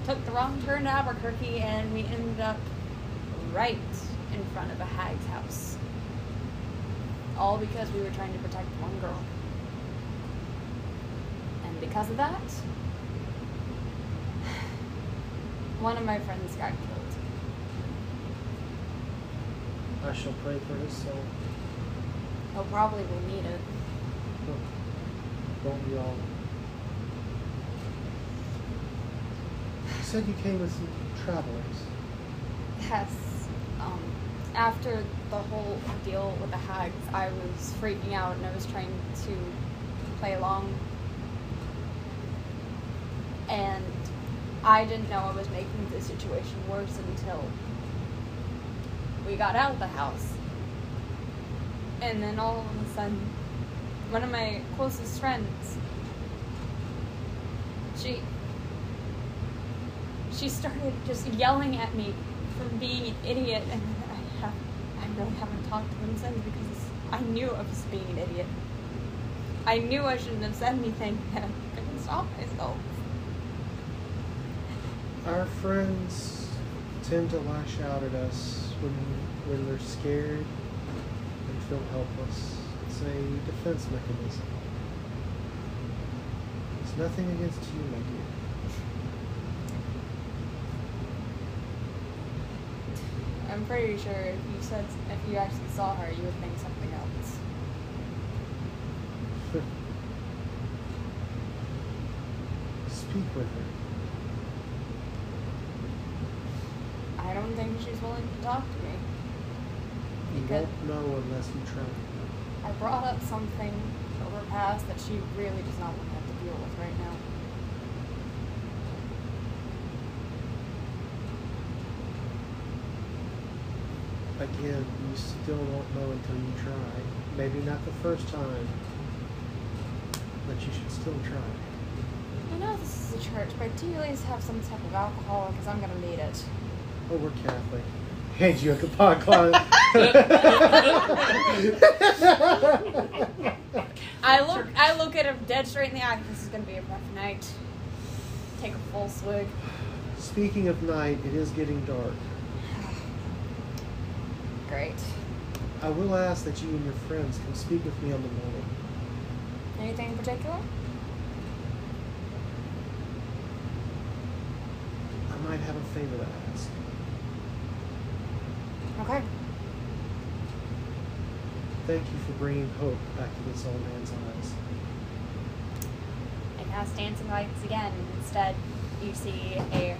[SPEAKER 9] took the wrong turn to Albuquerque, and we ended up right in front of a hag's house. All because we were trying to protect one girl. And because of that, one of my friends got killed.
[SPEAKER 3] I shall pray for his soul.
[SPEAKER 9] He'll probably will need it.
[SPEAKER 3] Look, Don't we all? You said you came with some travelers.
[SPEAKER 9] Yes. Um, after the whole deal with the hags, I was freaking out and I was trying to play along. And I didn't know I was making the situation worse until we got out of the house. And then all of a sudden, one of my closest friends, she she started just yelling at me for being an idiot, and I have I really haven't talked to them since because I knew I was being an idiot. I knew I shouldn't have said anything, [LAUGHS] and I couldn't stop myself.
[SPEAKER 3] Our friends tend to lash out at us when when they're scared and feel helpless. It's a defense mechanism. It's nothing against you, my dear. [LAUGHS]
[SPEAKER 9] I'm pretty sure if you said if you actually saw her, you would think something else.
[SPEAKER 3] Speak with her.
[SPEAKER 9] I don't think she's willing to talk to me.
[SPEAKER 3] You
[SPEAKER 9] Because-
[SPEAKER 3] won't know unless you try.
[SPEAKER 9] I brought up something over her past that she really does not want to have to deal with right now.
[SPEAKER 3] Again, you still won't know until you try. Maybe not the first time, but you should still try.
[SPEAKER 9] I know this is a church, but do you at least have some type of alcohol? Because I'm gonna need it.
[SPEAKER 3] Oh, we're Catholic. Hands you a pot closet.
[SPEAKER 9] I look, I look at him dead straight in the eye. This is gonna be a rough night. Take a full swig.
[SPEAKER 3] Speaking of night, it is getting dark.
[SPEAKER 9] Great.
[SPEAKER 3] I will ask that you and your friends come speak with me on the morning.
[SPEAKER 9] Anything in particular?
[SPEAKER 3] I might have a favor to ask.
[SPEAKER 9] Okay.
[SPEAKER 3] Thank you for bringing hope back to this old man's eyes.
[SPEAKER 9] And now dancing lights again. Instead, you see a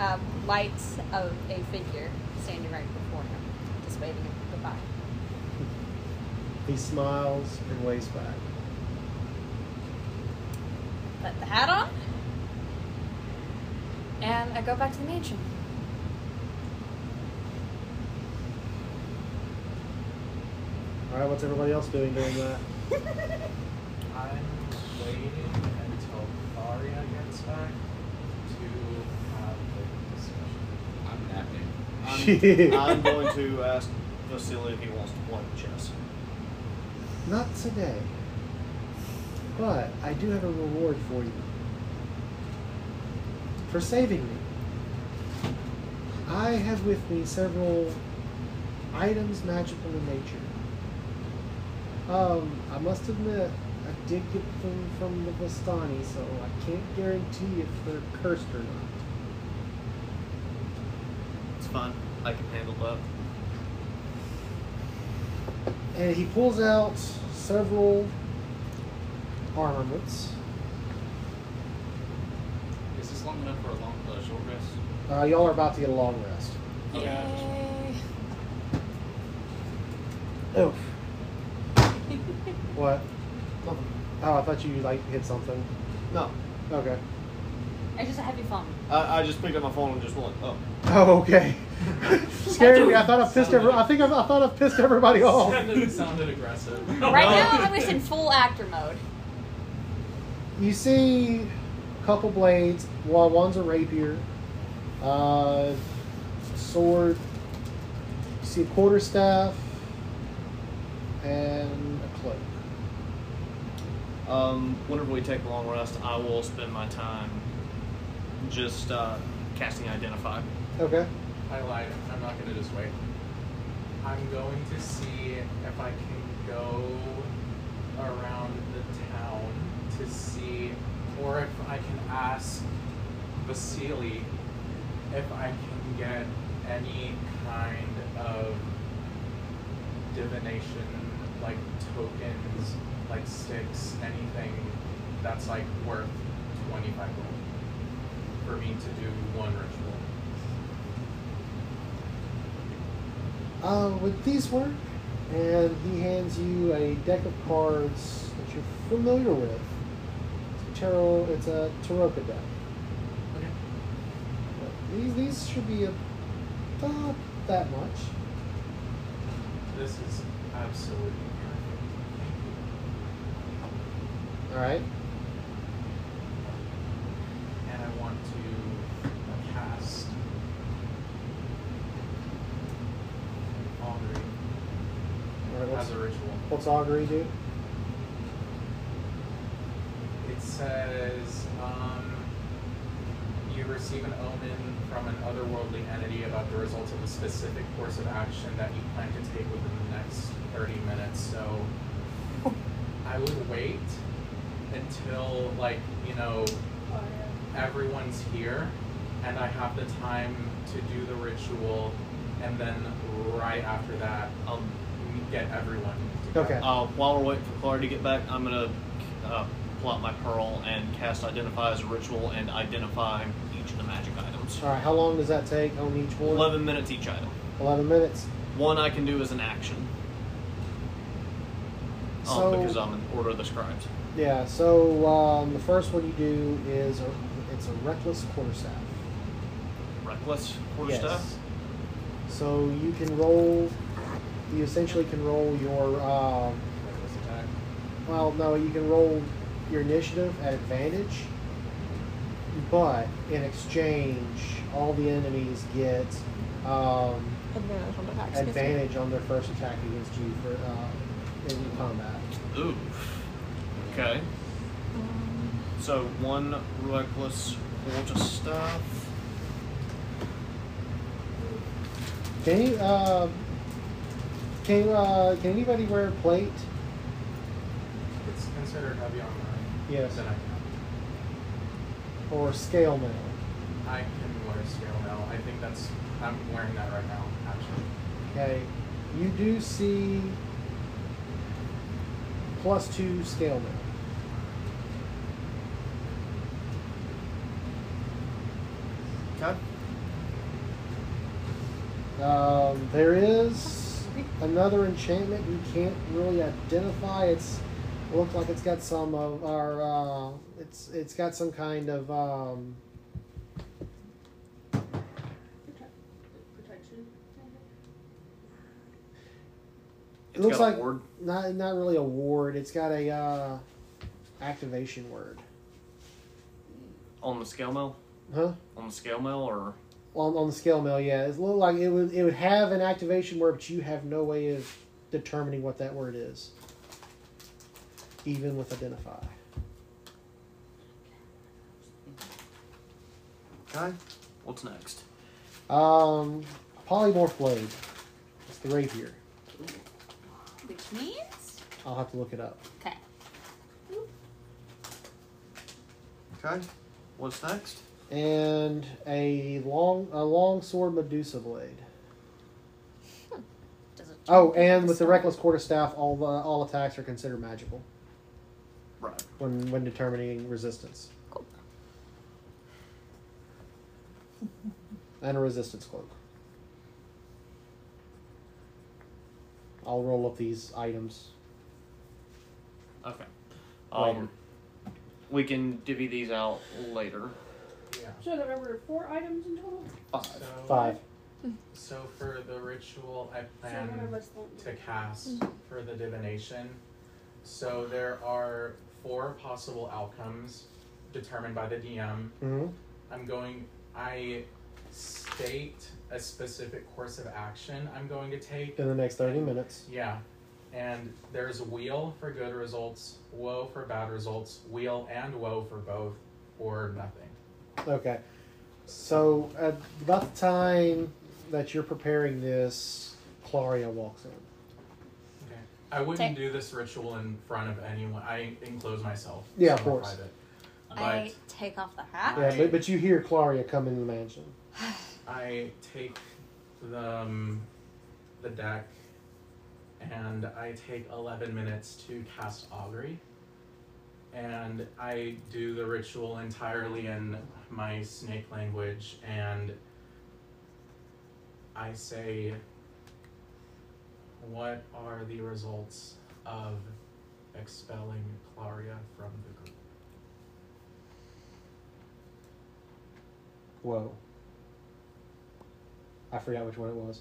[SPEAKER 9] um, light of a figure standing right before him, just waving him goodbye.
[SPEAKER 3] He smiles and waves back.
[SPEAKER 9] Put the hat on, and I go back to the [LAUGHS] mansion.
[SPEAKER 3] All right, what's everybody else doing during that?
[SPEAKER 7] I'm waiting until Tharia gets back to have the discussion.
[SPEAKER 13] I'm napping. [LAUGHS]
[SPEAKER 5] I'm, I'm going to ask Vasily if he wants to play chess.
[SPEAKER 3] Not today. But I do have a reward for you. For saving me. I have with me several items magical in nature. Um, I must admit, I did get them from the Bastani, so I can't guarantee if they're cursed or not.
[SPEAKER 5] It's fine. I can handle that.
[SPEAKER 3] And he pulls out several armaments.
[SPEAKER 13] Is this long enough for a long, uh, short rest?
[SPEAKER 3] Uh, y'all are about to get a long rest.
[SPEAKER 13] Okay.
[SPEAKER 3] Oof. [LAUGHS] what? Oh, I thought you like hit something.
[SPEAKER 5] No.
[SPEAKER 3] Okay.
[SPEAKER 9] I just have you phone.
[SPEAKER 5] I, I just picked up my phone and just went, [LAUGHS] oh.
[SPEAKER 3] Oh, okay. [LAUGHS] Scared me. I thought I pissed. Every- I think I, I thought I pissed everybody
[SPEAKER 13] [LAUGHS]
[SPEAKER 3] off.
[SPEAKER 7] Sounded, sounded aggressive.
[SPEAKER 9] Right now, I'm just in full actor mode.
[SPEAKER 3] You see, a couple blades. Well, one's a rapier, uh, sword. You see a quarter staff and a cloak.
[SPEAKER 5] Um, whenever we take a long rest, I will spend my time just uh, casting Identify.
[SPEAKER 3] Okay.
[SPEAKER 7] I lied. I'm not gonna just wait. I'm going to see if I can go around the town to see, or if I can ask Vasily if I can get any kind of divination, like tokens, like sticks, anything that's like worth 25 gold for me to do one ritual.
[SPEAKER 3] Uh, would these work? And he hands you a deck of cards that you're familiar with. It's a tarot. It's a taroka deck.
[SPEAKER 7] Okay.
[SPEAKER 3] But These these should be about that much.
[SPEAKER 7] This is absolutely
[SPEAKER 3] All right.
[SPEAKER 7] perfect. And I want to cast Augury
[SPEAKER 3] All right
[SPEAKER 7] as
[SPEAKER 3] what's,
[SPEAKER 7] a ritual.
[SPEAKER 3] what's augury do?
[SPEAKER 7] It says um, you receive an omen from an otherworldly entity about the results of a specific course of action that you plan to take within the next 30 minutes. So I would wait until, like, you know, everyone's here and I have the time to do the ritual and then right after that I'll get everyone together.
[SPEAKER 3] Okay.
[SPEAKER 5] Uh, while we're waiting for Clara to get back, I'm going to uh, pull out my pearl and cast Identify as a ritual and identify each of the magic items.
[SPEAKER 3] All right. How long does that take on each one?
[SPEAKER 5] 11 minutes each item.
[SPEAKER 3] Eleven minutes.
[SPEAKER 5] One I can do as an action. Um,
[SPEAKER 3] So-
[SPEAKER 5] because I'm in Order of the Scribes.
[SPEAKER 3] Yeah. So um, the first one you do is a, it's a reckless quarterstaff.
[SPEAKER 5] Reckless quarterstaff?
[SPEAKER 3] So you can roll. You essentially can roll your um,
[SPEAKER 7] Reckless attack.
[SPEAKER 3] Well, no, you can roll your initiative at advantage, but in exchange, all the enemies get um,
[SPEAKER 20] Advantage on the hacks.
[SPEAKER 3] advantage on their first attack against you for uh, in combat.
[SPEAKER 5] Ooh. Okay.
[SPEAKER 9] Um,
[SPEAKER 5] So one reckless quarterstaff.
[SPEAKER 3] Can you, uh, can you, uh, can anybody wear a plate?
[SPEAKER 7] It's considered heavy armor.
[SPEAKER 3] Yes.
[SPEAKER 7] Then I can.
[SPEAKER 3] Or scale mail?
[SPEAKER 7] I can wear scale mail. I think that's. I'm wearing that right now, actually.
[SPEAKER 3] Okay. You do see plus two scale mail.
[SPEAKER 5] Okay.
[SPEAKER 3] Um, there is another enchantment you can't really identify. It's looks like it's got some of our. Uh, it's it's got some kind of. Um,
[SPEAKER 6] Protection.
[SPEAKER 3] it looks
[SPEAKER 5] got a
[SPEAKER 3] like
[SPEAKER 5] ward.
[SPEAKER 3] not not really a ward. It's got a uh, activation word.
[SPEAKER 5] On the scale mill?
[SPEAKER 3] Huh?
[SPEAKER 5] On the scale mill or
[SPEAKER 3] on, on the scale mail, yeah. It looked like it would it would have an activation word, but you have no way of determining what that word is, even with identify.
[SPEAKER 5] Okay. What's next?
[SPEAKER 3] Um, polymorph blade. It's the rapier.
[SPEAKER 9] Which means
[SPEAKER 3] I'll have to look it up.
[SPEAKER 9] okay.
[SPEAKER 5] Okay. What's next?
[SPEAKER 3] And a long a long sword Medusa blade.
[SPEAKER 9] Does it
[SPEAKER 3] Oh, and with the reckless quarterstaff, all the, all attacks are considered magical
[SPEAKER 5] Right.
[SPEAKER 3] when when determining resistance.
[SPEAKER 9] Cool.
[SPEAKER 3] and a resistance cloak. I'll roll up these items.
[SPEAKER 5] Okay. Um
[SPEAKER 3] Later.
[SPEAKER 5] we can divvy these out later.
[SPEAKER 7] Yeah.
[SPEAKER 8] So there were four items in total.
[SPEAKER 5] Five.
[SPEAKER 7] So,
[SPEAKER 3] Five.
[SPEAKER 7] So for the ritual, I
[SPEAKER 8] So one
[SPEAKER 7] plan
[SPEAKER 8] of us won't.
[SPEAKER 7] to cast for the divination. So there are four possible outcomes determined by the DM.
[SPEAKER 3] Mm-hmm.
[SPEAKER 7] I'm going. I state a specific course of action I'm going to take.
[SPEAKER 3] In the next 30 minutes.
[SPEAKER 7] Yeah. And there's wheel for good results, woe for bad results, wheel and woe for both, or nothing.
[SPEAKER 3] Okay. So, at about the time that you're preparing this, Claria walks in.
[SPEAKER 7] Okay. I wouldn't do this ritual in front of anyone. I enclose myself.
[SPEAKER 3] Yeah, of
[SPEAKER 7] somewhere
[SPEAKER 3] course.
[SPEAKER 7] private.
[SPEAKER 9] I take off the hat.
[SPEAKER 3] Yeah, but, but you hear Claria come in the mansion.
[SPEAKER 7] I take the um, the deck, and I take eleven minutes to cast augury, and I do the ritual entirely in my snake language, and I say, "What are the results of expelling Claria from the group?"
[SPEAKER 3] Whoa. I forgot which one it was.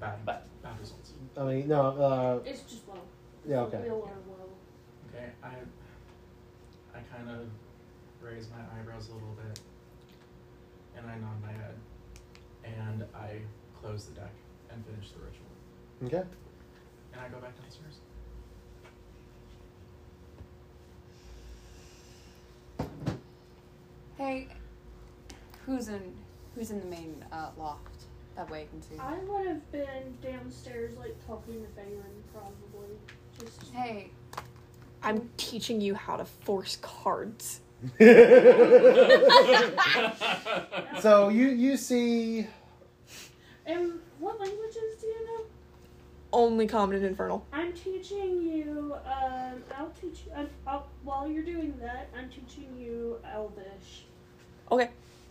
[SPEAKER 7] Bad,
[SPEAKER 5] Bad.
[SPEAKER 7] bad results.
[SPEAKER 3] I mean, no, uh,
[SPEAKER 8] It's just low.
[SPEAKER 3] yeah, okay.
[SPEAKER 8] Real or low.
[SPEAKER 7] Okay, I I kind of raise my eyebrows a little bit and I nod my head and I close the deck and finish the ritual.
[SPEAKER 3] uh, Okay. [LAUGHS]
[SPEAKER 7] And I go back downstairs.
[SPEAKER 9] Hey, who's in who's in the main uh, loft? That way I can see.
[SPEAKER 8] I would have been downstairs, like talking to Valen, probably. Just
[SPEAKER 9] Hey,
[SPEAKER 20] I'm teaching you how to force cards.
[SPEAKER 3] so, you, you see.
[SPEAKER 8] and um, what languages do you know?
[SPEAKER 20] Only common and infernal.
[SPEAKER 8] I'm teaching you. Um, I'll teach you. i I'll, while you're doing that, I'm teaching you Elvish.
[SPEAKER 20] Okay.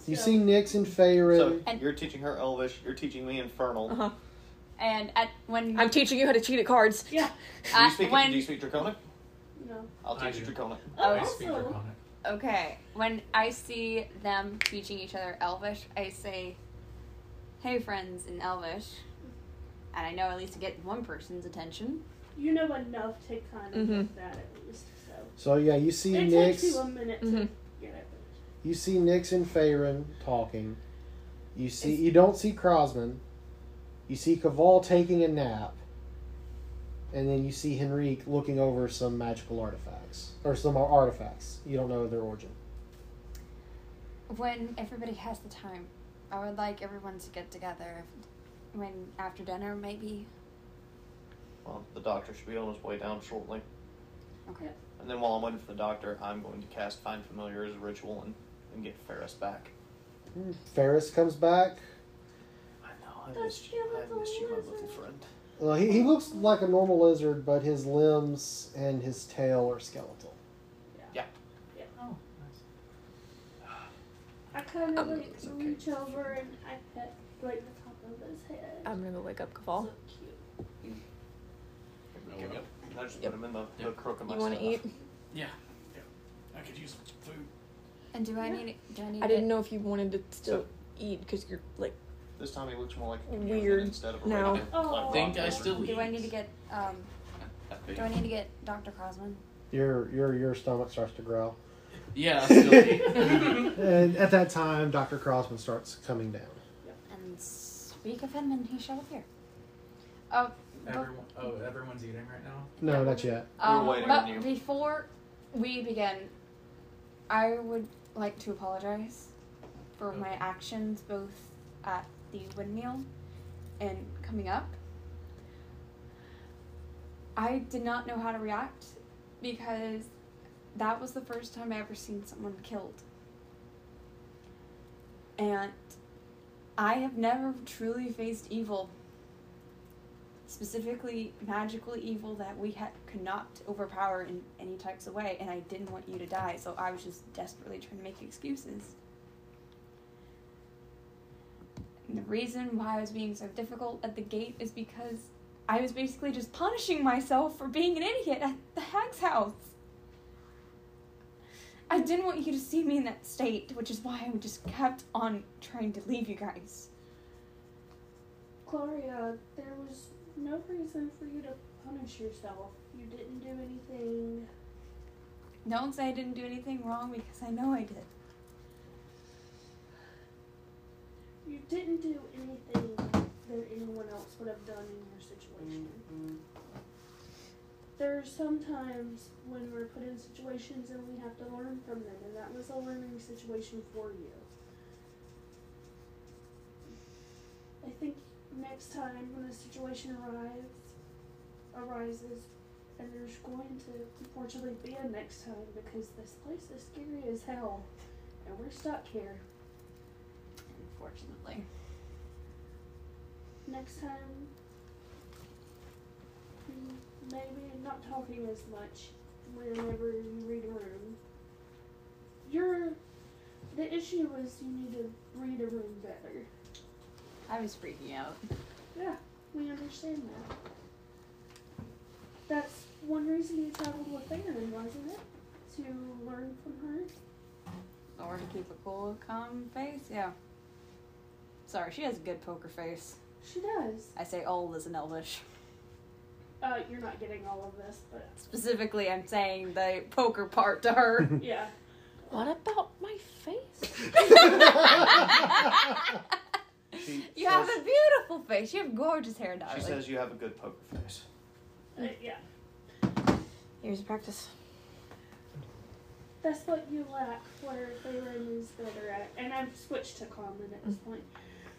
[SPEAKER 3] You
[SPEAKER 8] So-
[SPEAKER 3] see Nyx and Feyre.
[SPEAKER 5] So
[SPEAKER 9] And-
[SPEAKER 5] you're teaching her Elvish, you're teaching me Infernal.
[SPEAKER 20] Uh-huh.
[SPEAKER 9] and at when
[SPEAKER 20] I'm teaching you how to cheat at cards.
[SPEAKER 8] Yeah.
[SPEAKER 5] Do,
[SPEAKER 9] I-
[SPEAKER 5] you speak,
[SPEAKER 9] when
[SPEAKER 5] do you speak Draconic?
[SPEAKER 8] No.
[SPEAKER 5] I'll
[SPEAKER 7] I
[SPEAKER 5] teach you
[SPEAKER 7] do.
[SPEAKER 5] Draconic.
[SPEAKER 8] Oh,
[SPEAKER 7] I speak
[SPEAKER 8] also,
[SPEAKER 7] draconic.
[SPEAKER 9] Okay, when I see them teaching each other Elvish, I say, "Hey, friends," in Elvish, and I know at least to get one person's attention.
[SPEAKER 8] you know enough to kind of
[SPEAKER 9] Mhm.
[SPEAKER 8] get that at least. So
[SPEAKER 3] So yeah, you see
[SPEAKER 8] it
[SPEAKER 3] Nyx.
[SPEAKER 8] takes you a minute to
[SPEAKER 9] Mhm.
[SPEAKER 8] get it.
[SPEAKER 3] You see Nix and Farin talking. You see you don't see Crosman. You see Caval taking a nap. And then you see Henrique looking over some magical artifacts. Or some artifacts. You don't know their origin.
[SPEAKER 6] When everybody has the time, I would like everyone to get together when after dinner, maybe.
[SPEAKER 5] Well, the doctor should be on his way down shortly.
[SPEAKER 6] Okay.
[SPEAKER 5] And then while I'm waiting for the doctor, I'm going to cast Find Familiar as a ritual and, and get Ferris back.
[SPEAKER 3] Ferris comes back.
[SPEAKER 5] I know, I missed you. I missed you, my little friend.
[SPEAKER 3] Well, Uh, he, he looks like a normal lizard, but his limbs and his tail are skeletal.
[SPEAKER 5] Yeah.
[SPEAKER 7] Oh,
[SPEAKER 8] I kind of
[SPEAKER 9] Um,
[SPEAKER 8] like reach over and I pet like the top of his head.
[SPEAKER 9] I'm gonna go wake up Caval.
[SPEAKER 8] so cute.
[SPEAKER 5] Give me up. I just put him in the, the
[SPEAKER 13] Yep.
[SPEAKER 5] crook of my
[SPEAKER 9] You want to
[SPEAKER 5] staff.
[SPEAKER 9] eat?
[SPEAKER 13] Yeah. I could use food.
[SPEAKER 6] And do I need? Do I need?
[SPEAKER 9] I didn't
[SPEAKER 6] to-
[SPEAKER 9] know if you wanted to still eat because you're like
[SPEAKER 5] This time he looks more like a chameleon
[SPEAKER 9] Weird.
[SPEAKER 5] instead of a
[SPEAKER 9] No.
[SPEAKER 5] regular
[SPEAKER 8] Oh.
[SPEAKER 5] black
[SPEAKER 13] Think
[SPEAKER 5] rock
[SPEAKER 13] I
[SPEAKER 5] lizard.
[SPEAKER 13] still
[SPEAKER 6] Do I need to get? Um,
[SPEAKER 13] I think.
[SPEAKER 6] do I need to get Dr. Crosman?
[SPEAKER 3] Your your your stomach starts to growl.
[SPEAKER 13] Yeah, I still
[SPEAKER 5] [LAUGHS]
[SPEAKER 13] eat.
[SPEAKER 3] and at that time, Dr. Crosman starts coming down.
[SPEAKER 6] And speak of him, and he shall appear. Oh, but,
[SPEAKER 7] everyone, oh, everyone's eating right now.
[SPEAKER 3] No, not yet.
[SPEAKER 6] um,
[SPEAKER 5] We're waiting
[SPEAKER 6] but
[SPEAKER 5] on you.
[SPEAKER 6] before we begin, I would like to apologize for my
[SPEAKER 7] Okay.
[SPEAKER 6] actions both at the windmill and coming up. I did not know how to react because that was the first time I ever seen someone killed. And I have never truly faced evil. Specifically, magical evil that we had, could not overpower in any types of way, and I didn't want you to die, so I was just desperately trying to make excuses. And the reason why I was being so difficult at the gate is because I was basically just punishing myself for being an idiot at the hag's house. I didn't want you to see me in that state, which is why I just kept on trying to leave you guys.
[SPEAKER 8] Gloria, there was no reason for you to punish yourself. You didn't do anything.
[SPEAKER 6] Don't say I didn't do anything wrong because I know I did.
[SPEAKER 8] You didn't do anything that anyone else would have done in your situation. There are sometimes when we're put in situations and we have to learn from them, and that was a learning situation for you. I think next time when a situation arrives, arises, and there's going to unfortunately be a next time because this place is scary as hell, and we're stuck here.
[SPEAKER 6] Unfortunately.
[SPEAKER 8] next time mm, maybe not talking as much whenever you read a room your the issue is you need to read a room better
[SPEAKER 6] I was freaking out.
[SPEAKER 8] yeah we understand that that's one reason you traveled with Aaron, wasn't it to learn from her
[SPEAKER 6] Or to keep a cool, calm face, yeah. Sorry, she has a good poker face.
[SPEAKER 8] she does
[SPEAKER 6] I say old as an elvish.
[SPEAKER 8] uh you're not getting all of this but
[SPEAKER 6] Specifically, I'm saying the poker part
[SPEAKER 5] [LAUGHS]
[SPEAKER 6] to her.
[SPEAKER 8] yeah
[SPEAKER 9] what about my face?
[SPEAKER 5] She
[SPEAKER 6] you have
[SPEAKER 5] says-
[SPEAKER 6] a beautiful face. You have gorgeous hair,
[SPEAKER 5] She
[SPEAKER 6] darling.
[SPEAKER 5] says you have a good poker face.
[SPEAKER 8] Uh, yeah
[SPEAKER 9] Here's practice.
[SPEAKER 8] That's what you lack where Feyren is better at. And I've switched to Common at this point.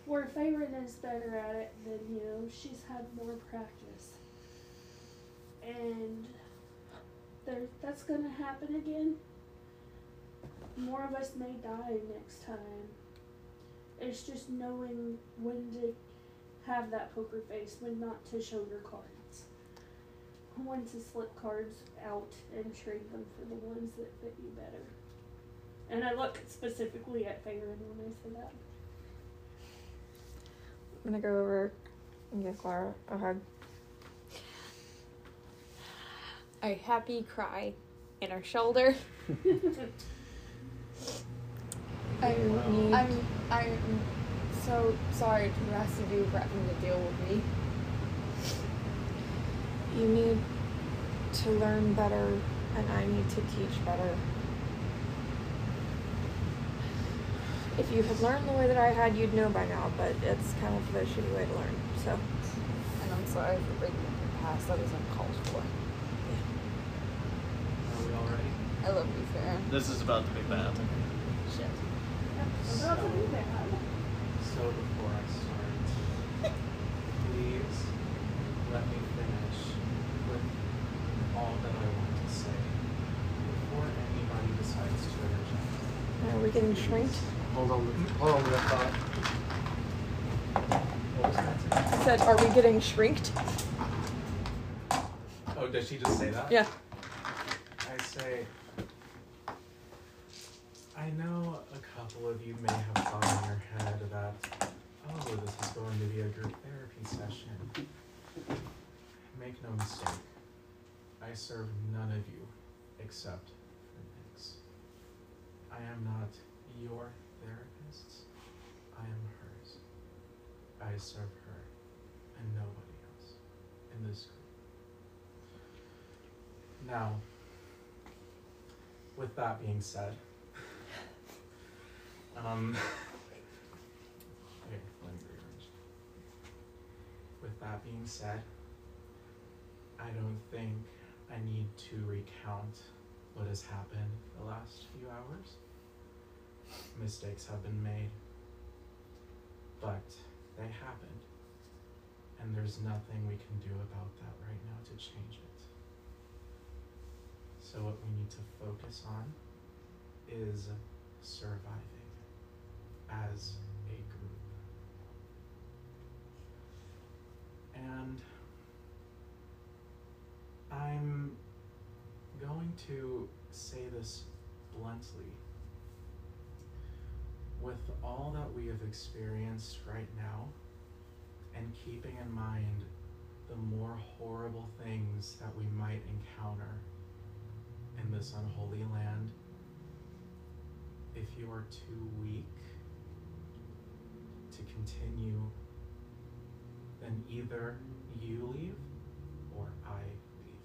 [SPEAKER 8] Where Feyren is better at it than you, she's had more practice. And there, that's going to happen again. More of us may die next time. It's just knowing when to have that poker face, when not to show your cards when to slip cards out and trade them for the ones that fit you better. And I look specifically at Faerun when I say that.
[SPEAKER 9] I'm gonna go over and give Clara a hug. A happy cry in her shoulder.
[SPEAKER 6] I'm, I'm, I'm so sorry to the rest of you for having to deal with me.
[SPEAKER 17] You need to learn better, and I need to teach better. If you had learned the way that I had, you'd know by now, but it's kind of a shitty way to learn, so.
[SPEAKER 9] And I'm sorry for breaking up your past. That was uncalled for.
[SPEAKER 7] Are we all ready?
[SPEAKER 9] I love you, Farron.
[SPEAKER 5] This is about to be bad.
[SPEAKER 9] Shit.
[SPEAKER 7] So, so before I start, please let me finish with all that I want to say before anybody decides to interject.
[SPEAKER 17] Are we getting shrinked?
[SPEAKER 7] Hold on, hold on to that thought. What was that?
[SPEAKER 17] I said, are we getting shrinked?
[SPEAKER 7] Oh, did she just say that?
[SPEAKER 17] Yeah.
[SPEAKER 7] I say, I know a couple of you may have thought in your head that, oh, this is going to be a group therapy session. Make no mistake, I serve none of you except for Nix. I am not your therapist, I am hers. I serve her and nobody else in this group. Now, with that being said, um, here, let me rearrange. With that being said, I don't think I need to recount what has happened the last few hours. Mistakes have been made, but they happened, and there's nothing we can do about that right now to change it. So, what we need to focus on is surviving as a group. And I'm going to say this bluntly. With all that we have experienced right now, and keeping in mind the more horrible things that we might encounter in this unholy land. If you are too weak to continue, then either you leave or I leave.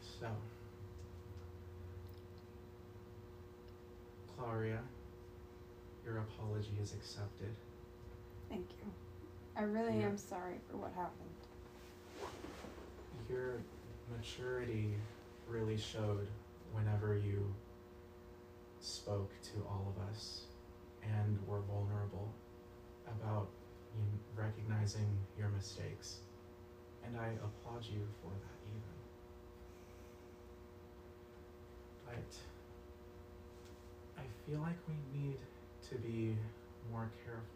[SPEAKER 7] So, Claria, your apology is accepted.
[SPEAKER 9] Thank you. I really
[SPEAKER 7] Yeah.
[SPEAKER 9] am sorry for what happened.
[SPEAKER 7] Your maturity really showed whenever you spoke to all of us and were vulnerable about you recognizing your mistakes. And I applaud you for that, even. But I feel like we need to be more careful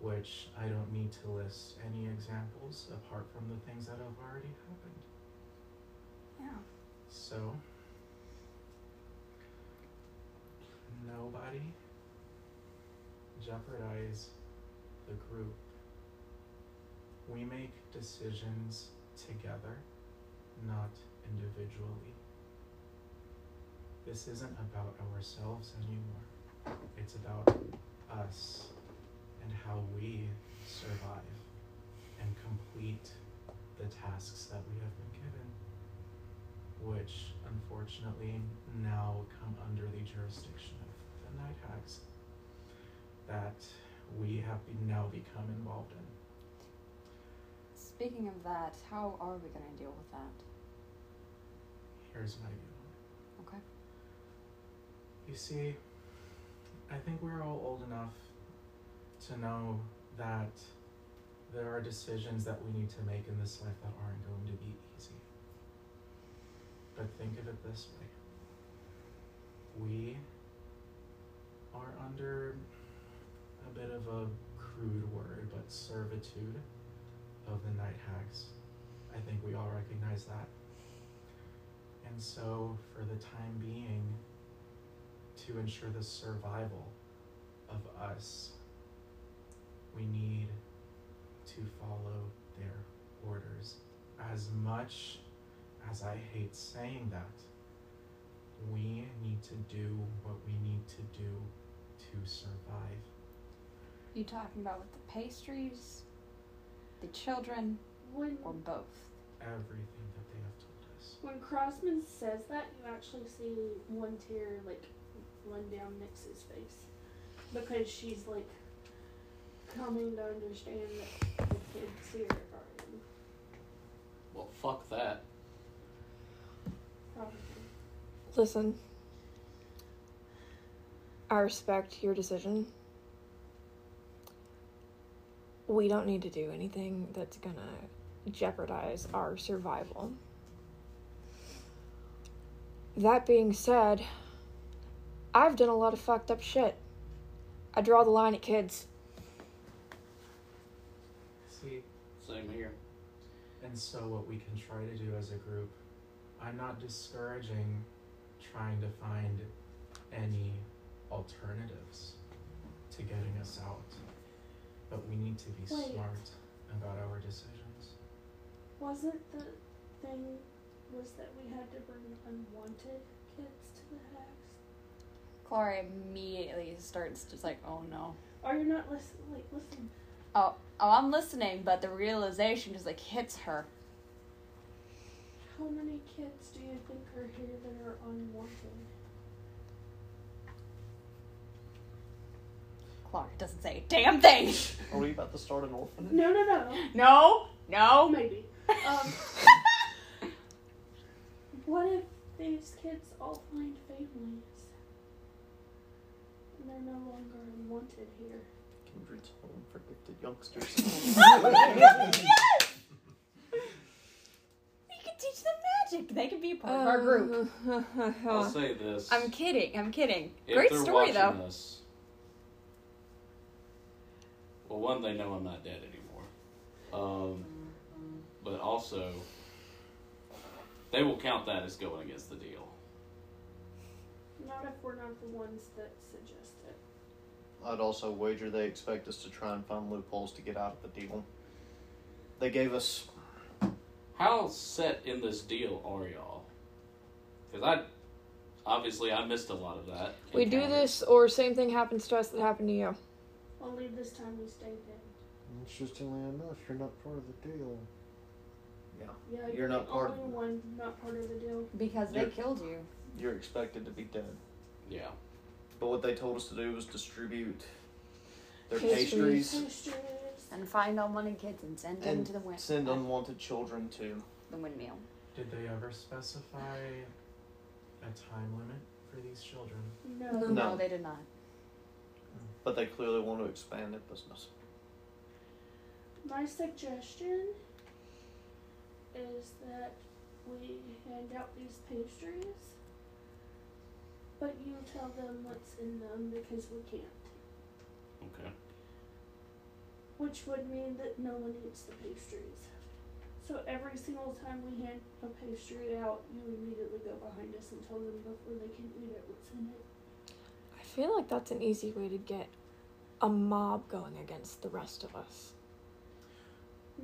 [SPEAKER 7] which I don't need to list any examples apart from the things that have already happened.
[SPEAKER 9] Yeah.
[SPEAKER 7] So, nobody jeopardize the group. We make decisions together, not individually. This isn't about ourselves anymore. It's about us and how we survive and complete the tasks that we have been given, which unfortunately now come under the jurisdiction of the Night Hags that we have be- now become involved in.
[SPEAKER 9] Speaking of that, how are we going to deal with that?
[SPEAKER 7] Here's my view on it.
[SPEAKER 9] Okay.
[SPEAKER 7] You see, I think we're all old enough to know that there are decisions that we need to make in this life that aren't going to be easy. But think of it this way we are under a bit of a crude word, but servitude of the night hacks. I think we all recognize that. And so, for the time being, to ensure the survival of us, we need to follow their orders. As much as I hate saying that, We need to do what we need to do to survive.
[SPEAKER 6] You talking about with the pastries, the children, or both?
[SPEAKER 7] Everything that they have told us.
[SPEAKER 8] When Crossman says that, you actually see one tear like run down Nix's face because she's like coming to understand that the kids here are in
[SPEAKER 13] Well, fuck that.
[SPEAKER 8] probably.
[SPEAKER 9] Listen, I respect your decision. We don't need to do anything that's gonna jeopardize our survival. That being said, I've done a lot of fucked up shit. I draw the line at kids.
[SPEAKER 6] [LAUGHS]
[SPEAKER 7] See,
[SPEAKER 13] Same here.
[SPEAKER 7] and so what we can try to do as a group, I'm not discouraging trying to find any alternatives to getting us out. But we need to be
[SPEAKER 8] Wait.
[SPEAKER 7] smart about our decisions.
[SPEAKER 8] Wasn't the thing was that we had to bring unwanted kids to the hacks?
[SPEAKER 6] Clara immediately starts just like, oh no.
[SPEAKER 8] Are you not listening? Like, listen.
[SPEAKER 6] Oh, oh, I'm listening, but the realization just like hits her.
[SPEAKER 8] How many kids do you think are here that are unwanted?
[SPEAKER 6] Clara doesn't say a damn thing. [LAUGHS]
[SPEAKER 5] Are we about to start an orphanage?
[SPEAKER 8] No, no, no.
[SPEAKER 6] No, no.
[SPEAKER 8] Maybe. Um,
[SPEAKER 6] [LAUGHS]
[SPEAKER 8] what if these kids all find families and they're no longer unwanted here?
[SPEAKER 5] Kindred's home for gifted youngsters.
[SPEAKER 6] We can teach them magic. They can be a part of our group.
[SPEAKER 9] Uh, [LAUGHS]
[SPEAKER 13] I'll say this.
[SPEAKER 6] I'm kidding. I'm kidding.
[SPEAKER 13] If
[SPEAKER 6] Great
[SPEAKER 13] they're
[SPEAKER 6] story
[SPEAKER 13] watching
[SPEAKER 6] though.
[SPEAKER 13] This, well, one, they know I'm not dead anymore. Um, but also, they will count that as going against the deal.
[SPEAKER 8] Not if we're not the ones that suggest it.
[SPEAKER 5] [LAUGHS] I'd also wager they expect us to try and find loopholes to get out of the deal. They gave us
[SPEAKER 13] How set in this deal are y'all? Because I, obviously, I missed a lot of that.
[SPEAKER 9] We do
[SPEAKER 13] encounter.
[SPEAKER 9] this, or same thing happens to us that happened to you.
[SPEAKER 8] Only this time we stayed in.
[SPEAKER 3] Interestingly enough, you're not part of the deal.
[SPEAKER 8] Yeah,
[SPEAKER 5] You're
[SPEAKER 8] you're,
[SPEAKER 5] not
[SPEAKER 8] the
[SPEAKER 5] part of
[SPEAKER 8] only one not part of the deal.
[SPEAKER 6] Because they
[SPEAKER 5] You're-
[SPEAKER 6] killed you.
[SPEAKER 5] you're expected to be dead.
[SPEAKER 13] Yeah.
[SPEAKER 5] But what they told us to do was distribute their
[SPEAKER 6] Pastries.
[SPEAKER 5] pastries
[SPEAKER 6] And find unwanted kids and send them
[SPEAKER 5] and
[SPEAKER 6] to the wind.
[SPEAKER 5] send unwanted children to.
[SPEAKER 6] the windmill.
[SPEAKER 7] Did they ever specify a time limit for these children?
[SPEAKER 8] No.
[SPEAKER 6] No,
[SPEAKER 5] No.
[SPEAKER 6] they did not.
[SPEAKER 5] But they clearly want to expand their business.
[SPEAKER 8] My suggestion is that we hand out these pastries, but you tell them what's in them because we can't.
[SPEAKER 13] Okay.
[SPEAKER 8] Which would mean that no one eats the pastries. So every single time we hand a pastry out, you immediately go behind us and tell them before they can eat it what's in it.
[SPEAKER 9] I feel like that's an easy way to get a mob going against the rest of us.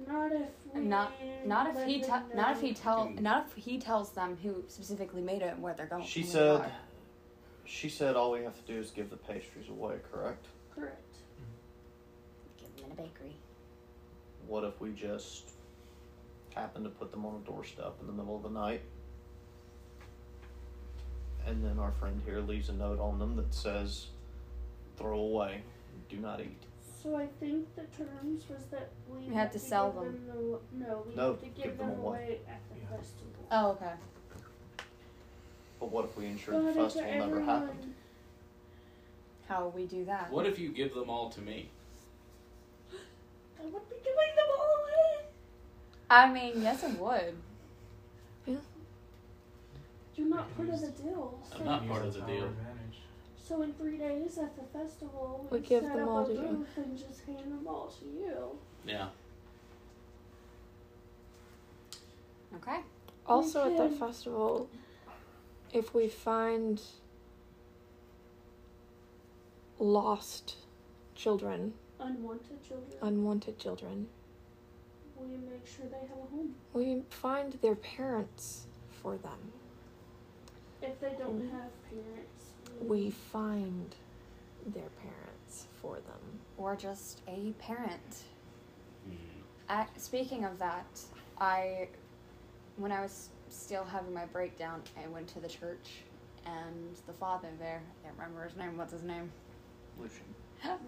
[SPEAKER 8] Not if we
[SPEAKER 6] Not, not if
[SPEAKER 8] let
[SPEAKER 6] he, te-
[SPEAKER 8] them
[SPEAKER 6] not if
[SPEAKER 8] know.
[SPEAKER 6] he tell, not if he tells them who specifically made it and where they're going.
[SPEAKER 5] She
[SPEAKER 6] where they
[SPEAKER 5] said,
[SPEAKER 6] are.
[SPEAKER 5] she said all we have to do is give the pastries away, correct?
[SPEAKER 8] Correct.
[SPEAKER 6] "Give them in a bakery."
[SPEAKER 5] What if we just happen to put them on a doorstep in the middle of the night? And then our friend here leaves a note on them that says, throw away, do not eat.
[SPEAKER 8] So I think the terms was that we,
[SPEAKER 6] We had to sell
[SPEAKER 8] give
[SPEAKER 6] them.
[SPEAKER 8] the, no, we
[SPEAKER 5] No,
[SPEAKER 8] have to give, them, away at the festival.
[SPEAKER 6] Oh, okay.
[SPEAKER 5] But what if we ensure the
[SPEAKER 8] But if
[SPEAKER 5] festival never
[SPEAKER 8] everyone,
[SPEAKER 5] happened?
[SPEAKER 6] How we do that?
[SPEAKER 13] What if you give them all to me?
[SPEAKER 8] I would be giving them all away.
[SPEAKER 6] I mean, yes, it would.
[SPEAKER 8] You're not part of the deal. So,
[SPEAKER 13] I'm not
[SPEAKER 7] Use
[SPEAKER 13] part of the
[SPEAKER 7] power
[SPEAKER 13] deal.
[SPEAKER 7] advantage.
[SPEAKER 8] so in three days at the festival, we,
[SPEAKER 9] We give
[SPEAKER 8] set
[SPEAKER 9] them
[SPEAKER 8] up
[SPEAKER 9] all
[SPEAKER 8] a
[SPEAKER 9] to you.
[SPEAKER 8] booth and just hand them all to you.
[SPEAKER 13] Yeah.
[SPEAKER 6] Okay.
[SPEAKER 9] Also, at that
[SPEAKER 8] could-
[SPEAKER 9] festival, if we find lost children,
[SPEAKER 8] Unwanted children.
[SPEAKER 9] Uh, unwanted children,
[SPEAKER 8] we make sure they have a home.
[SPEAKER 9] we find their parents for them.
[SPEAKER 8] If they don't have parents.
[SPEAKER 20] We find their parents for them.
[SPEAKER 9] or just a parent.
[SPEAKER 5] Hmm.
[SPEAKER 9] I, speaking of that, I, when I was still having my breakdown, I went to the church, and the father there, I can't remember his name. What's his name?
[SPEAKER 5] Lucian.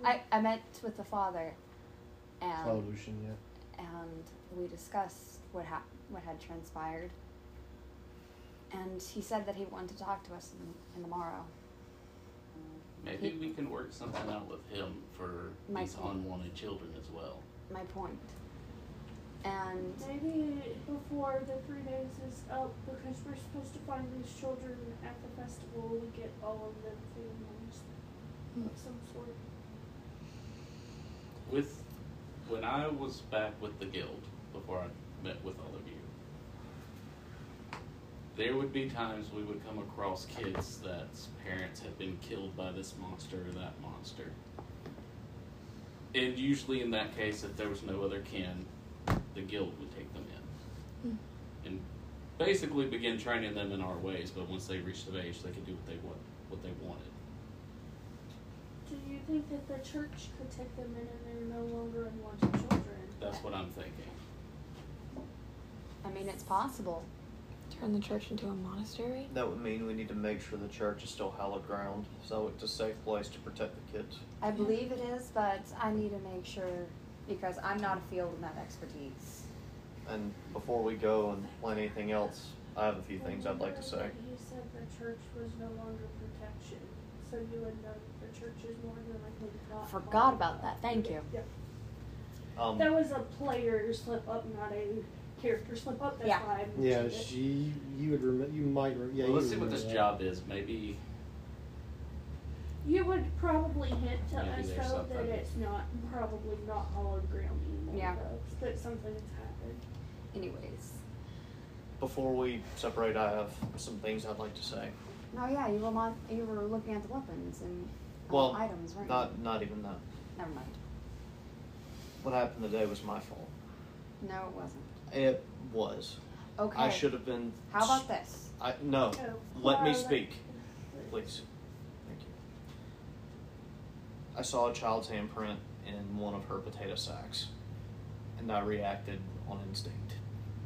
[SPEAKER 9] I, I met with the father, and
[SPEAKER 21] Oh, Lucian, yeah.
[SPEAKER 9] and we discussed what hap- what had transpired. And he said that he wanted to talk to us in, in the morrow.
[SPEAKER 13] Maybe we can work something out with him for
[SPEAKER 9] My
[SPEAKER 13] these
[SPEAKER 9] fault.
[SPEAKER 13] unwanted children as well.
[SPEAKER 9] My point. And
[SPEAKER 8] Maybe before the three days is up, because we're supposed to find these children at the festival, we get all of them families of some sort.
[SPEAKER 13] With when I was back with the guild before I met with all of you, there would be times we would come across kids that parents had been killed by this monster or that monster. And usually in that case, if there was no other kin, the guild would take them in.
[SPEAKER 20] Hmm.
[SPEAKER 13] And basically begin training them in our ways, but once they reached of age they could do what they want what they wanted.
[SPEAKER 8] Do you think that the church could take them in and they're no longer unwanted children?
[SPEAKER 13] That's what I'm thinking.
[SPEAKER 9] I mean, it's possible.
[SPEAKER 20] Turn the church into a monastery?
[SPEAKER 5] That would mean we need to make sure the church is still hallowed ground, so it's a safe place to protect the kids.
[SPEAKER 9] I believe it is, but I need to make sure because I'm not a field enough expertise.
[SPEAKER 5] And before we go and plan anything else, I have a few things I'd like to say.
[SPEAKER 8] You said the church was no longer protection, so you would know that the church is more than likely not.
[SPEAKER 9] Forgot about that. Thank you.
[SPEAKER 8] Yeah.
[SPEAKER 5] Um,
[SPEAKER 8] That was a player slip up, not a character slip up. That's
[SPEAKER 9] Yeah.
[SPEAKER 8] why I mentioned
[SPEAKER 21] Yeah,
[SPEAKER 8] it.
[SPEAKER 21] she. You would remember. You might. Re- yeah.
[SPEAKER 13] well,
[SPEAKER 21] you
[SPEAKER 13] let's
[SPEAKER 21] would
[SPEAKER 13] see what this
[SPEAKER 21] remember that.
[SPEAKER 13] job is. Maybe
[SPEAKER 8] You would probably hint to
[SPEAKER 13] Maybe
[SPEAKER 8] us
[SPEAKER 13] there's
[SPEAKER 8] though that
[SPEAKER 13] something.
[SPEAKER 8] it's not probably not hallowed ground anymore.
[SPEAKER 9] Yeah.
[SPEAKER 8] Though, that something's happened.
[SPEAKER 9] Anyways.
[SPEAKER 5] Before we separate, I have some things I'd like to say.
[SPEAKER 9] Oh yeah, you were mon- you were looking at the weapons and uh,
[SPEAKER 5] Well,
[SPEAKER 9] items, weren't
[SPEAKER 5] not not even that.
[SPEAKER 9] you? Never mind.
[SPEAKER 5] What happened today was my fault.
[SPEAKER 9] No, it wasn't.
[SPEAKER 5] It was.
[SPEAKER 9] Okay.
[SPEAKER 5] I should have been.
[SPEAKER 9] How about this?
[SPEAKER 5] I no.
[SPEAKER 8] Oh,
[SPEAKER 5] Let me
[SPEAKER 8] well,
[SPEAKER 5] speak, please. Thank you. I saw a child's handprint in one of her potato sacks, and I reacted on instinct.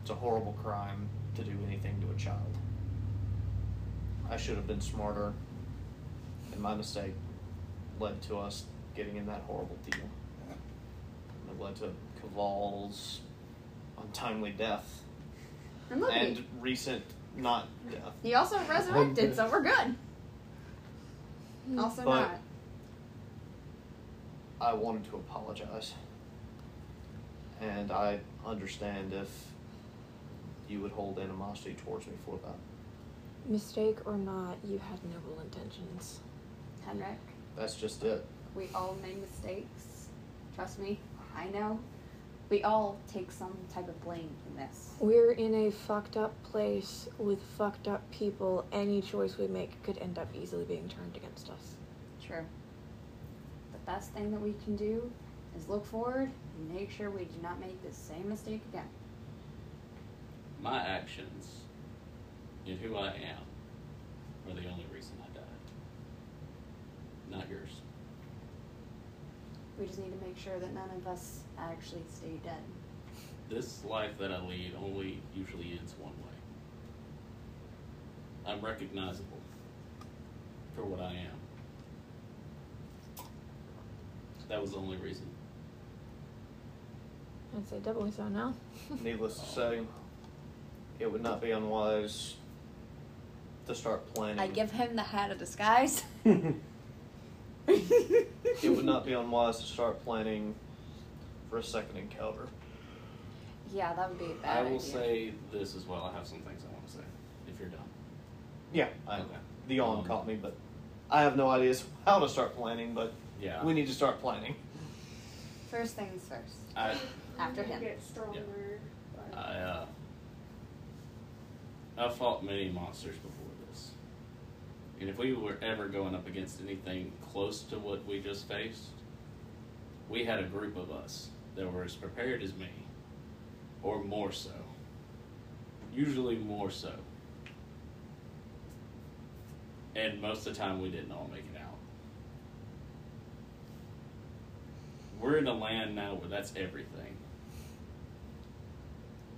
[SPEAKER 5] It's a horrible crime to do anything to a child. I should have been smarter, and my mistake led to us getting in that horrible deal. And it led to Caval's untimely death
[SPEAKER 9] And look,
[SPEAKER 5] and
[SPEAKER 9] he,
[SPEAKER 5] recent not death.
[SPEAKER 9] he also resurrected, so we're good. Also
[SPEAKER 5] But-
[SPEAKER 9] not.
[SPEAKER 5] I wanted to apologize. And I understand if you would hold animosity towards me for that.
[SPEAKER 20] Mistake or not, you had noble intentions.
[SPEAKER 9] Henrik,
[SPEAKER 5] That's just
[SPEAKER 9] [LAUGHS]
[SPEAKER 5] it.
[SPEAKER 9] we all made mistakes. Trust me, I know. We all take some type of blame in this.
[SPEAKER 20] We're in a fucked up place with fucked up people. Any choice we make could end up easily being turned against us.
[SPEAKER 9] True. The best thing that we can do is look forward and make sure we do not make the same mistake again.
[SPEAKER 13] my actions and who I am are the only reason I died. Not yours.
[SPEAKER 9] We just need to make sure that none of us actually stay dead.
[SPEAKER 13] This life that I lead only usually ends one way. I'm recognizable for what I am. That was the only reason.
[SPEAKER 20] I'd say doubly so now.
[SPEAKER 5] Needless to say, it would not be unwise to start planning.
[SPEAKER 9] I give him the hat of disguise.
[SPEAKER 5] it would not be unwise to start planning
[SPEAKER 3] [LAUGHS]
[SPEAKER 5] for a second encounter.
[SPEAKER 9] [LAUGHS] Yeah, that would be a bad
[SPEAKER 13] I will
[SPEAKER 9] idea.
[SPEAKER 13] say this as well. I have some things I want to say. If you're done.
[SPEAKER 5] Yeah, I,
[SPEAKER 13] Okay.
[SPEAKER 5] the yawn
[SPEAKER 13] Um,
[SPEAKER 5] caught me, but I have no ideas [LAUGHS] how to start planning. But
[SPEAKER 13] Yeah.
[SPEAKER 5] we need to start planning.
[SPEAKER 9] First things first.
[SPEAKER 13] I,
[SPEAKER 9] After
[SPEAKER 8] You
[SPEAKER 9] him.
[SPEAKER 8] Get stronger.
[SPEAKER 13] I, uh, I've fought many monsters before this. And if we were ever going up against anything close to what we just faced, we had a group of us that were as prepared as me, or more so. Usually more so. and most of the time we didn't all make it out. We're in a land now where that's everything.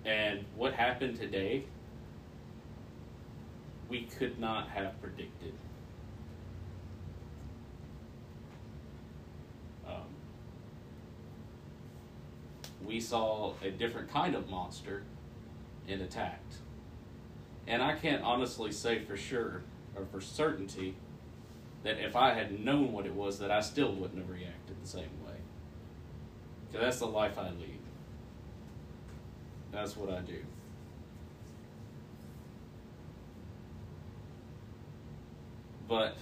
[SPEAKER 13] And what happened today, we could not have predicted. Um, we saw a different kind of monster and attacked. And I can't honestly say for sure or for certainty that if I had known what it was, that I still wouldn't have reacted the same way. Because that's the life I lead. That's what I do. But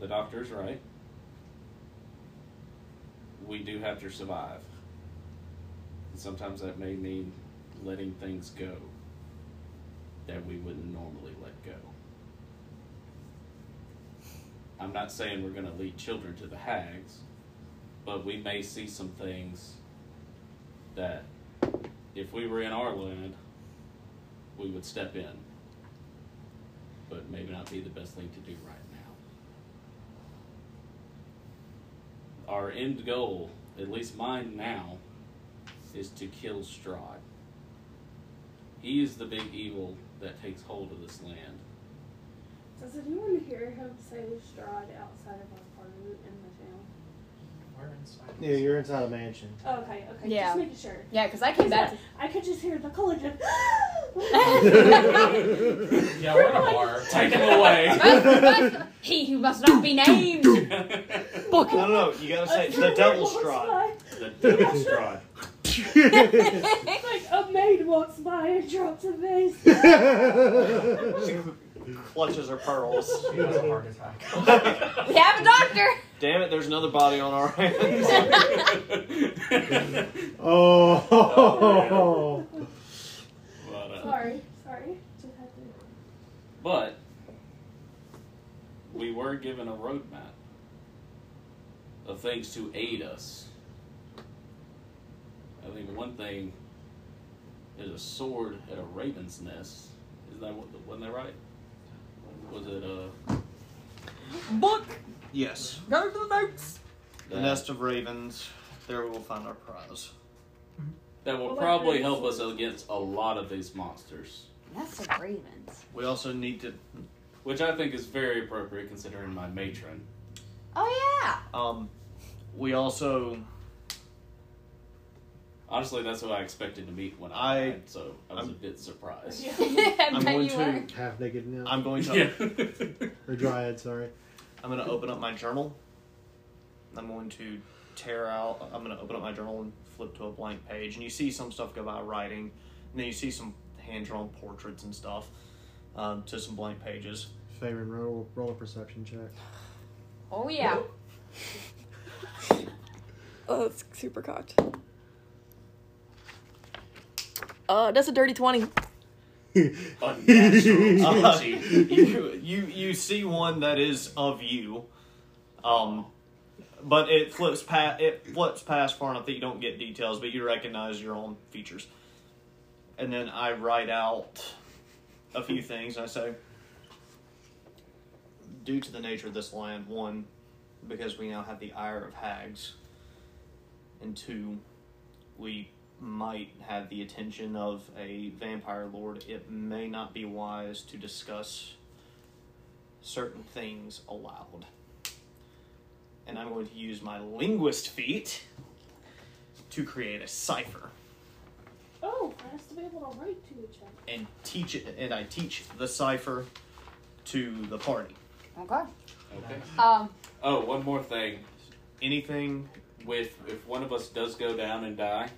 [SPEAKER 13] the doctor's right. We do have to survive. And sometimes that may mean letting things go that we wouldn't normally let go. I'm not saying we're going to lead children to the hags, but we may see some things that if we were in our land, we would step in, but maybe not be the best thing to do right now. Our end goal, at least mine now, is to kill Strahd. He is the big evil that takes hold of this land.
[SPEAKER 22] Does anyone hear him say Lestrade outside of our apartment in the town?
[SPEAKER 7] We're inside.
[SPEAKER 21] Yeah, you're inside a mansion.
[SPEAKER 22] Oh, okay, okay.
[SPEAKER 9] Yeah.
[SPEAKER 22] Just making sure.
[SPEAKER 9] Yeah, 'cause I came [LAUGHS] back-
[SPEAKER 22] I could just hear the [GASPS] collagen.
[SPEAKER 3] [LAUGHS]
[SPEAKER 7] yeah, we're in a bar.
[SPEAKER 13] Take him
[SPEAKER 7] [LAUGHS]
[SPEAKER 13] away.
[SPEAKER 9] He who must not be named.
[SPEAKER 5] No, no,
[SPEAKER 9] [LAUGHS]
[SPEAKER 5] no. You gotta [LAUGHS] say the devil's straw.
[SPEAKER 13] The devil's straw.
[SPEAKER 22] it's like a maid walks by and drops a
[SPEAKER 5] [LAUGHS]
[SPEAKER 22] vase.
[SPEAKER 5] She [LAUGHS] clutches her pearls. [LAUGHS]
[SPEAKER 7] She has a heart attack.
[SPEAKER 9] We have a doctor.
[SPEAKER 5] Damn it! There's another body on our
[SPEAKER 13] [LAUGHS]
[SPEAKER 5] hands.
[SPEAKER 21] Oh.
[SPEAKER 3] Oh. [LAUGHS]
[SPEAKER 13] But, uh,
[SPEAKER 22] sorry, sorry. Just had to.
[SPEAKER 13] But we were given a roadmap of things to aid us. I think one thing is a sword at a raven's nest. Isn't that what? Wasn't that right? Was it uh?
[SPEAKER 9] Book.
[SPEAKER 5] Yes.
[SPEAKER 9] Go to the notes.
[SPEAKER 5] The nest of ravens. There we will find our prize.
[SPEAKER 13] That will
[SPEAKER 9] Well, that
[SPEAKER 13] probably
[SPEAKER 9] is-
[SPEAKER 13] help us against a lot of these monsters,
[SPEAKER 9] That's a grievance.
[SPEAKER 5] We also need to.
[SPEAKER 13] which I think is very appropriate considering my matron.
[SPEAKER 9] Oh yeah.
[SPEAKER 5] [LAUGHS] Um, we also.
[SPEAKER 13] Honestly, that's what I expected to meet when I,
[SPEAKER 5] I-
[SPEAKER 13] died, so I was a bit surprised.
[SPEAKER 21] I'm
[SPEAKER 5] I'm going to.
[SPEAKER 21] half naked now.
[SPEAKER 5] I'm going to.
[SPEAKER 13] Yeah.
[SPEAKER 21] or dryad, sorry.
[SPEAKER 5] I'm going to open up my journal. I'm going to tear out. I'm going to open up my journal and flip to a blank page, and you see some stuff go by writing, and then you see some hand drawn portraits and stuff um, to some blank pages.
[SPEAKER 21] Favorite roll, roll a perception check.
[SPEAKER 9] Oh yeah.
[SPEAKER 17] Oh, that's super cocked. Uh, that's a dirty 20.
[SPEAKER 5] Uh, you, you you see one that is of you, um, but it flips past it flips past far enough that you don't get details, but you recognize your own features. And then I write out a few things. I say, due to the nature of this land, one, because we now have the ire of hags, and two, we might have the attention of a vampire lord, it may not be wise to discuss certain things aloud. And I'm going to use my linguist feat to create a cipher
[SPEAKER 22] Oh, for us to be able to write to each other.
[SPEAKER 5] and teach it, and I teach the cipher to the party.
[SPEAKER 9] Okay.
[SPEAKER 13] Okay.
[SPEAKER 9] Um.
[SPEAKER 13] Oh, one more thing.
[SPEAKER 5] Anything
[SPEAKER 13] With if one of us does go down and die,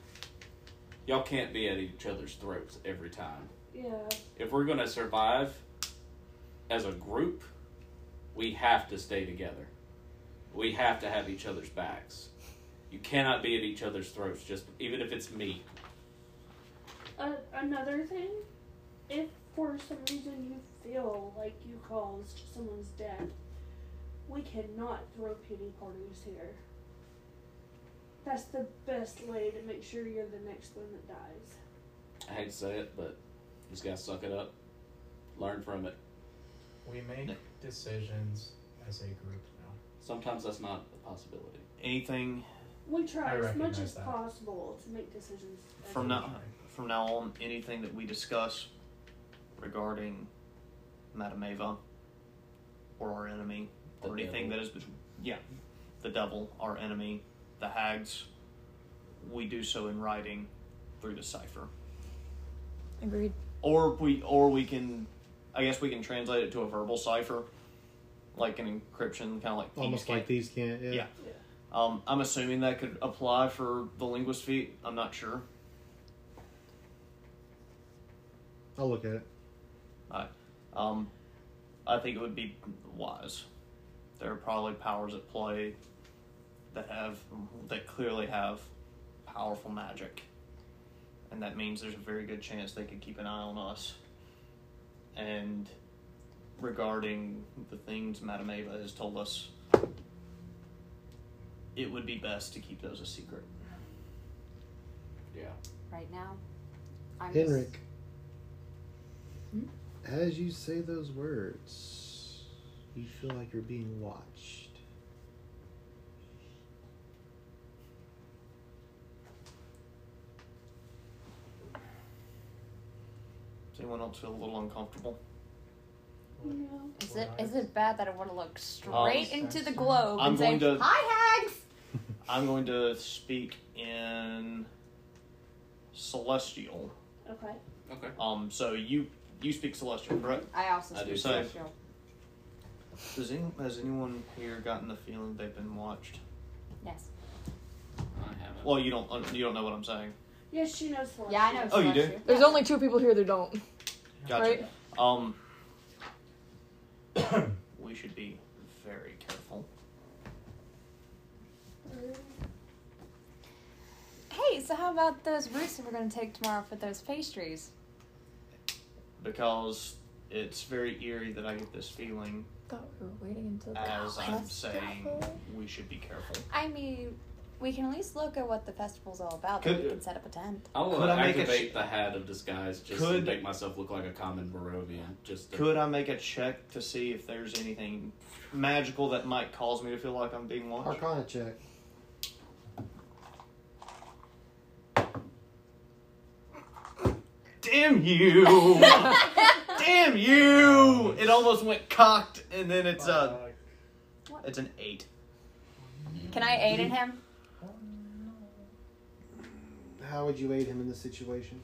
[SPEAKER 13] y'all can't be at each other's throats every time.
[SPEAKER 22] Yeah.
[SPEAKER 13] If we're gonna survive as a group, we have to stay together. We have to have each other's backs. You cannot be at each other's throats, just even if it's me.
[SPEAKER 22] Uh, another thing, if for some reason you feel like you caused someone's death, we cannot throw pity parties here. That's the best way to make sure you're the next one that dies.
[SPEAKER 13] I hate to say it, but you just gotta suck it up. Learn from it.
[SPEAKER 7] [LAUGHS] We make decisions as a group now.
[SPEAKER 13] Sometimes that's not a possibility.
[SPEAKER 5] Anything
[SPEAKER 8] We try
[SPEAKER 5] I
[SPEAKER 8] as much
[SPEAKER 5] recognize
[SPEAKER 8] as
[SPEAKER 5] that.
[SPEAKER 8] possible to make decisions. as
[SPEAKER 5] from
[SPEAKER 8] a
[SPEAKER 5] now
[SPEAKER 8] group.
[SPEAKER 5] from now on, anything that we discuss regarding Madame Ava or our enemy or anything that is yeah, the devil, our enemy, the hags, we do so in writing through the cipher.
[SPEAKER 23] Agreed.
[SPEAKER 5] Or we or we can I guess we can translate it to a verbal cipher. Like an encryption, kind of like
[SPEAKER 3] Almost
[SPEAKER 5] Keyscape.
[SPEAKER 3] like these can't. Yeah.
[SPEAKER 5] Yeah. Um, I'm assuming that could apply for the linguist feat. I'm not sure.
[SPEAKER 3] I'll look at it.
[SPEAKER 5] I, um, I think it would be wise. There are probably powers at play that have that clearly have powerful magic, and that means there's a very good chance they could keep an eye on us. And regarding the things Madame Ava has told us, it would be best to keep those a secret.
[SPEAKER 13] Yeah.
[SPEAKER 9] Right now, I'm just-
[SPEAKER 3] Henrik, as you say those words, you feel like you're being watched.
[SPEAKER 5] Does anyone else feel a little uncomfortable?
[SPEAKER 9] Is it is it bad that I want to look
[SPEAKER 5] Um,
[SPEAKER 9] straight into the globe
[SPEAKER 5] I'm
[SPEAKER 9] and say,
[SPEAKER 5] going to-
[SPEAKER 9] "Hi, hags"?
[SPEAKER 5] I'm going to speak in celestial.
[SPEAKER 8] Okay.
[SPEAKER 13] Okay.
[SPEAKER 5] Um. So you you speak celestial, correct?
[SPEAKER 9] I also
[SPEAKER 5] I do
[SPEAKER 9] speak
[SPEAKER 5] too.
[SPEAKER 9] celestial.
[SPEAKER 5] Does any, has anyone here gotten the feeling they've been watched?
[SPEAKER 9] Yes.
[SPEAKER 13] I haven't.
[SPEAKER 5] Well, you don't uh, you don't know what I'm saying.
[SPEAKER 8] Yes, she knows Celestia.
[SPEAKER 9] Yeah, I know.
[SPEAKER 5] Oh, you do?
[SPEAKER 9] celestial.
[SPEAKER 6] There's only two people here that don't.
[SPEAKER 5] Gotcha.
[SPEAKER 6] Right?
[SPEAKER 5] Um. [COUGHS] we should be very careful.
[SPEAKER 9] Hey, so how about those routes that we're going to take tomorrow for those pastries?
[SPEAKER 5] because it's very eerie that I get this feeling
[SPEAKER 23] Thought we were waiting until.
[SPEAKER 5] as I'm
[SPEAKER 9] let's
[SPEAKER 5] saying
[SPEAKER 9] go.
[SPEAKER 5] we should be careful.
[SPEAKER 9] I mean, we can at least look at what the festival's all about. Then we
[SPEAKER 13] Could-
[SPEAKER 9] can set up
[SPEAKER 5] [LAUGHS]
[SPEAKER 9] a tent.
[SPEAKER 13] I will
[SPEAKER 5] Could I make a
[SPEAKER 13] activate the hat of disguise just
[SPEAKER 5] Could-
[SPEAKER 13] to make myself look like a common Barovian. Just to,
[SPEAKER 5] Could I make a check to see if there's anything magical that might cause me to feel like I'm being watched?
[SPEAKER 3] Arcana check.
[SPEAKER 5] Damn you! Damn you! It almost went cocked, and then it's a. It's an eight.
[SPEAKER 9] Can I aid in him?
[SPEAKER 3] How would you aid him in this situation?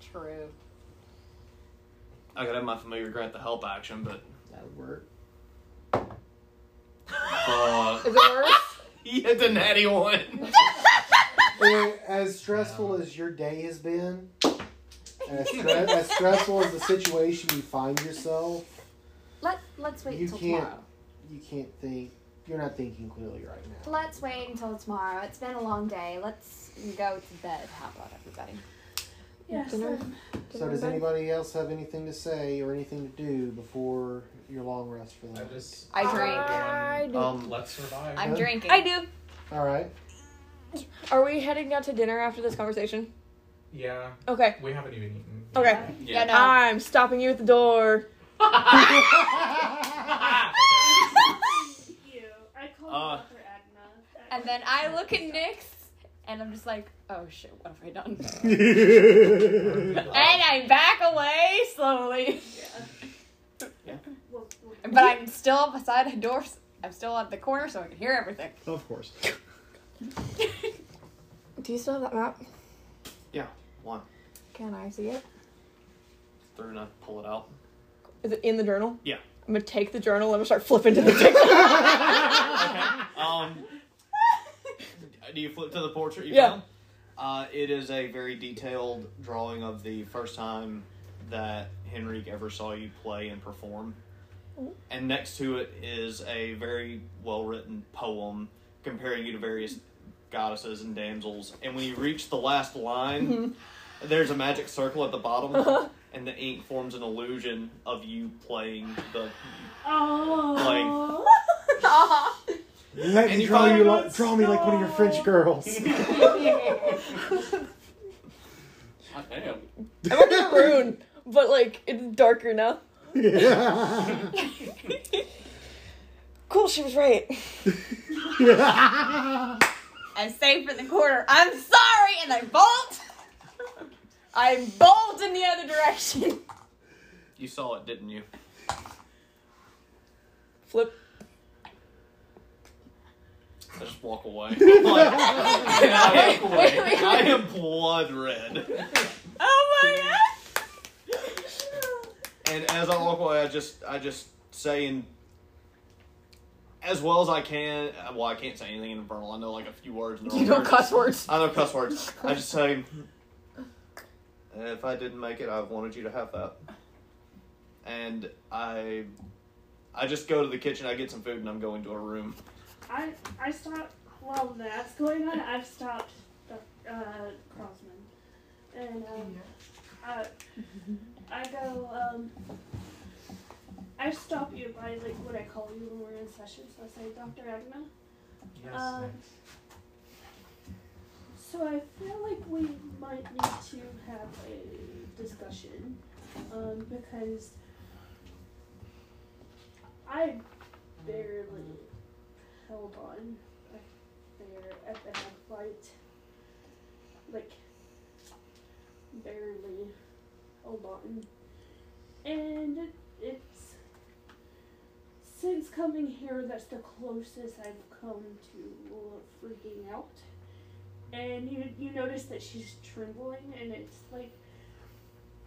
[SPEAKER 9] True.
[SPEAKER 5] I could have my familiar grant the help action, but
[SPEAKER 3] that would work.
[SPEAKER 5] Fuck. [LAUGHS]
[SPEAKER 6] Is it worse?
[SPEAKER 5] he hit uh, the natty one.
[SPEAKER 3] And as stressful as your day has been, and as, stre- as stressful as the situation you find yourself,
[SPEAKER 9] Let Let's wait
[SPEAKER 3] you
[SPEAKER 9] till
[SPEAKER 3] can't.
[SPEAKER 9] tomorrow.
[SPEAKER 3] You can't think. You're not thinking clearly right now.
[SPEAKER 9] Let's wait until tomorrow. It's been a long day. Let's go to bed. How about everybody?
[SPEAKER 8] Yes.
[SPEAKER 6] Dinner?
[SPEAKER 3] So does anybody else have anything to say or anything to do before your long rest for the
[SPEAKER 7] I
[SPEAKER 3] night?
[SPEAKER 7] just.
[SPEAKER 9] I drink.
[SPEAKER 6] I do.
[SPEAKER 3] Um,
[SPEAKER 7] Let's survive.
[SPEAKER 9] I'm
[SPEAKER 3] Huh?
[SPEAKER 9] drinking.
[SPEAKER 6] I do.
[SPEAKER 3] All right.
[SPEAKER 6] Are we heading out to dinner after this conversation?
[SPEAKER 7] Yeah.
[SPEAKER 6] Okay.
[SPEAKER 7] We haven't even eaten.
[SPEAKER 6] Okay.
[SPEAKER 7] [LAUGHS]
[SPEAKER 9] Yeah, no.
[SPEAKER 6] I'm stopping you at the door.
[SPEAKER 8] Thank
[SPEAKER 22] [LAUGHS]
[SPEAKER 8] you. I call
[SPEAKER 5] Uh.
[SPEAKER 8] Dr. Agna.
[SPEAKER 9] and then I look at Nyx, and I'm just like, oh shit, what have I
[SPEAKER 5] [LAUGHS]
[SPEAKER 9] done?
[SPEAKER 3] All
[SPEAKER 9] And I back away slowly.
[SPEAKER 8] We'll- we'll-
[SPEAKER 9] [LAUGHS] But I'm still beside a door. s- I'm still at the corner so I can hear everything. [LAUGHS]
[SPEAKER 3] Of course.
[SPEAKER 6] Do you still have that map?
[SPEAKER 5] Yeah, one.
[SPEAKER 6] Can I see it?
[SPEAKER 5] Through and I pull it out.
[SPEAKER 6] Is it in the journal?
[SPEAKER 5] Yeah.
[SPEAKER 6] I'm gonna take the journal. I'm gonna start
[SPEAKER 5] [LAUGHS]
[SPEAKER 6] flipping to the picture. [LAUGHS]
[SPEAKER 5] Um, do you flip to the portrait you
[SPEAKER 6] Yeah.
[SPEAKER 5] found? Uh, it is a very detailed drawing of the first time that Henrique ever saw you play and perform.
[SPEAKER 6] Mm-hmm.
[SPEAKER 5] And next to it is a very well written poem comparing you to various goddesses and damsels. And when you reach the last line,
[SPEAKER 6] Mm-hmm.
[SPEAKER 5] there's a magic circle at
[SPEAKER 17] [LAUGHS]
[SPEAKER 5] the bottom, and the ink forms an illusion of you playing the
[SPEAKER 17] [GASPS]
[SPEAKER 8] Oh.
[SPEAKER 3] Let
[SPEAKER 5] And
[SPEAKER 3] me
[SPEAKER 5] you
[SPEAKER 3] draw
[SPEAKER 5] find
[SPEAKER 3] you
[SPEAKER 5] one
[SPEAKER 3] like draw me like one of your French
[SPEAKER 9] [LAUGHS]
[SPEAKER 3] girls.
[SPEAKER 13] I am.
[SPEAKER 6] I'm like maroon, but like it's darker now.
[SPEAKER 17] cool, she was right.
[SPEAKER 3] [LAUGHS]
[SPEAKER 9] I stay for the quarter. I'm sorry, and I bolt. I bolt in the other direction. [LAUGHS]
[SPEAKER 5] You saw it, didn't you?
[SPEAKER 17] Flip.
[SPEAKER 5] I just walk away. [LAUGHS] Like, I walk away.
[SPEAKER 9] Wait, wait, wait.
[SPEAKER 5] I am blood red.
[SPEAKER 9] Oh my god!
[SPEAKER 5] And as I walk away, I just I just say in as well as I can. uh, Well, I can't say anything in Infernal. I know like a few words. and they're
[SPEAKER 17] You
[SPEAKER 5] all
[SPEAKER 17] know
[SPEAKER 5] words.
[SPEAKER 17] cuss words.
[SPEAKER 5] I know cuss words. I just say, if I didn't make it, I wanted you to have that. And I, I just go to the kitchen. I get some food, and I'm going to a room.
[SPEAKER 8] I I stopped while that's going on. I've stopped the, uh, Crossman, and um, I I go um. I stop you by like what I call you when we're in session. So I say, Doctor Agna.
[SPEAKER 7] Yes,
[SPEAKER 8] Um, So I feel like we might need to have a discussion, um, because I barely held on back there at the headlight. Like, barely held on. And it, it's since coming here, that's the closest I've come to freaking out. And you you notice that she's trembling, and it's like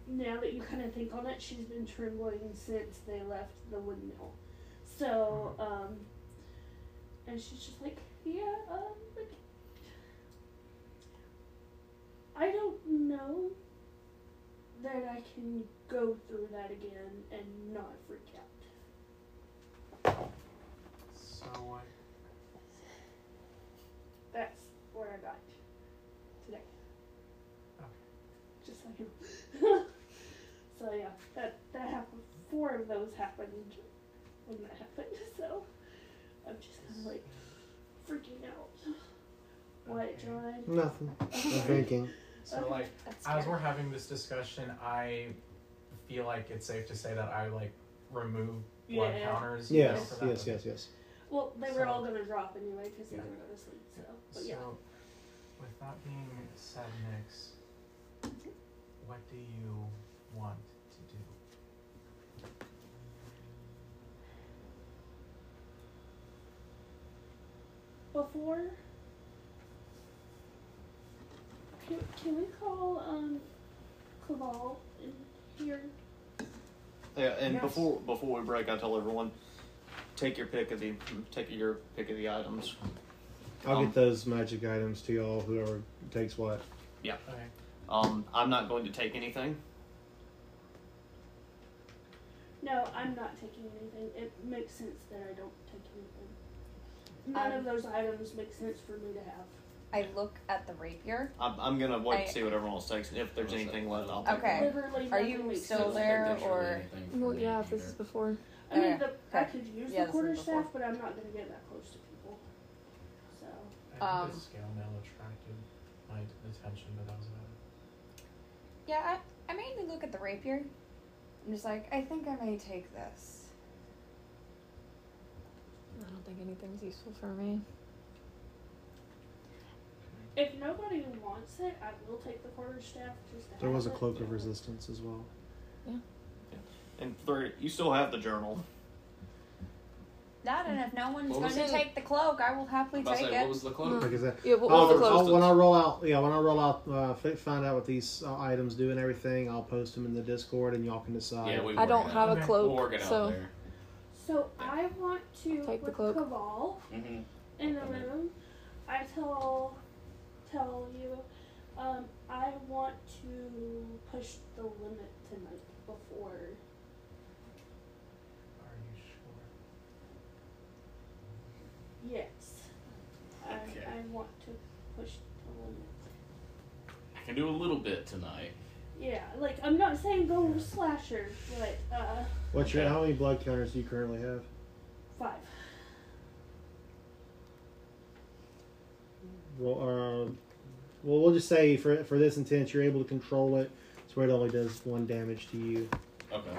[SPEAKER 8] now that you kind of think on it, she's been trembling since they left the windmill. So um, and she's just like, yeah, um, like I don't know that I can go through that again and not freak out.
[SPEAKER 7] So what?
[SPEAKER 8] That's where I got today. Just like him. [LAUGHS] so yeah, that that happened. Four of those happened when that happened. [LAUGHS] So I'm just kind of like freaking out. What, John?
[SPEAKER 3] [LAUGHS]
[SPEAKER 21] Nothing. I'm drinking.
[SPEAKER 7] So like, as we're having this discussion, I feel like it's safe to say that I like remove blood
[SPEAKER 8] Yeah.
[SPEAKER 7] counters. you know,
[SPEAKER 21] Yes,
[SPEAKER 7] for that
[SPEAKER 21] yes,
[SPEAKER 7] to-
[SPEAKER 21] yes, yes.
[SPEAKER 8] Well, they were all gonna drop anyway because
[SPEAKER 7] Yeah.
[SPEAKER 8] they were gonna sleep. So, but
[SPEAKER 7] So,
[SPEAKER 8] yeah.
[SPEAKER 7] with that being said, Nix, what do you want to do?
[SPEAKER 8] before can, can we call um Caval in here?
[SPEAKER 5] Yeah, and
[SPEAKER 8] Yes.
[SPEAKER 5] before before we break, I tell everyone, take your pick of the take your pick of the items.
[SPEAKER 21] I'll
[SPEAKER 5] Um,
[SPEAKER 21] get those magic items to y'all, whoever takes what.
[SPEAKER 5] Yeah.
[SPEAKER 7] Okay.
[SPEAKER 5] Um, I'm not going to take anything.
[SPEAKER 8] No, I'm not taking anything. It makes sense that I don't take anything. None
[SPEAKER 9] Um,
[SPEAKER 8] of those items make sense for me to have.
[SPEAKER 9] I look at the rapier.
[SPEAKER 5] I'm, I'm gonna wait
[SPEAKER 9] I-
[SPEAKER 5] to see what everyone else takes, and if there's anything left, I'll take
[SPEAKER 9] Okay.
[SPEAKER 8] Literally
[SPEAKER 9] Are
[SPEAKER 8] nothing
[SPEAKER 9] you
[SPEAKER 8] makes
[SPEAKER 9] still
[SPEAKER 8] sense.
[SPEAKER 9] there or?
[SPEAKER 17] Well, yeah, if this is before.
[SPEAKER 8] I mean,
[SPEAKER 9] Okay.
[SPEAKER 8] the, I could use
[SPEAKER 9] Yeah, this
[SPEAKER 8] the
[SPEAKER 9] is
[SPEAKER 8] quarter
[SPEAKER 9] before.
[SPEAKER 8] staff, but I'm not gonna get that close to people. So
[SPEAKER 7] I think
[SPEAKER 9] Um,
[SPEAKER 7] the scale mail attracted my attention, but that was about it.
[SPEAKER 9] Yeah, I, I mainly look at the rapier. I'm just like, I think I may take this.
[SPEAKER 17] I don't think anything's useful for me.
[SPEAKER 8] if nobody wants it, I will take the quarter staff. Just to
[SPEAKER 21] There
[SPEAKER 8] have
[SPEAKER 21] was a
[SPEAKER 8] it.
[SPEAKER 21] cloak of resistance as well.
[SPEAKER 5] And three, you still have the journal.
[SPEAKER 9] That, and if no one's
[SPEAKER 13] What
[SPEAKER 9] going
[SPEAKER 13] was
[SPEAKER 9] to
[SPEAKER 13] it?
[SPEAKER 9] take the cloak, I will happily
[SPEAKER 13] About to
[SPEAKER 9] take
[SPEAKER 13] say,
[SPEAKER 9] it.
[SPEAKER 13] what was Oh, the cloak?
[SPEAKER 21] Like I said,
[SPEAKER 17] Yeah, Mm. what
[SPEAKER 21] I'll-
[SPEAKER 17] was the cloak?
[SPEAKER 21] I'll- when I roll out, yeah, when I roll out, uh, fi- find out what these uh, items do and everything, I'll post them in the Discord, and y'all can decide.
[SPEAKER 13] Yeah, we
[SPEAKER 17] I don't
[SPEAKER 13] work it
[SPEAKER 17] have
[SPEAKER 13] out.
[SPEAKER 17] a cloak,
[SPEAKER 13] We'll work it out
[SPEAKER 17] so-
[SPEAKER 13] there.
[SPEAKER 8] So I want to
[SPEAKER 17] Take the
[SPEAKER 8] with
[SPEAKER 17] cloak.
[SPEAKER 8] Cabal.
[SPEAKER 13] Mhm.
[SPEAKER 8] in the room, I tell tell you, um, I want to push the limit tonight before.
[SPEAKER 7] Are you sure?
[SPEAKER 8] Yes,
[SPEAKER 13] Okay.
[SPEAKER 8] I, I want to push the limit.
[SPEAKER 13] I can do a little bit tonight.
[SPEAKER 8] Yeah, like I'm not saying go slasher, but uh,
[SPEAKER 21] What's your
[SPEAKER 13] Okay.
[SPEAKER 21] how many blood counters do you currently have?
[SPEAKER 8] five.
[SPEAKER 21] Well, uh, well, we'll just say for for this intent, you're able to control it, so it only does one damage to you.
[SPEAKER 13] Okay.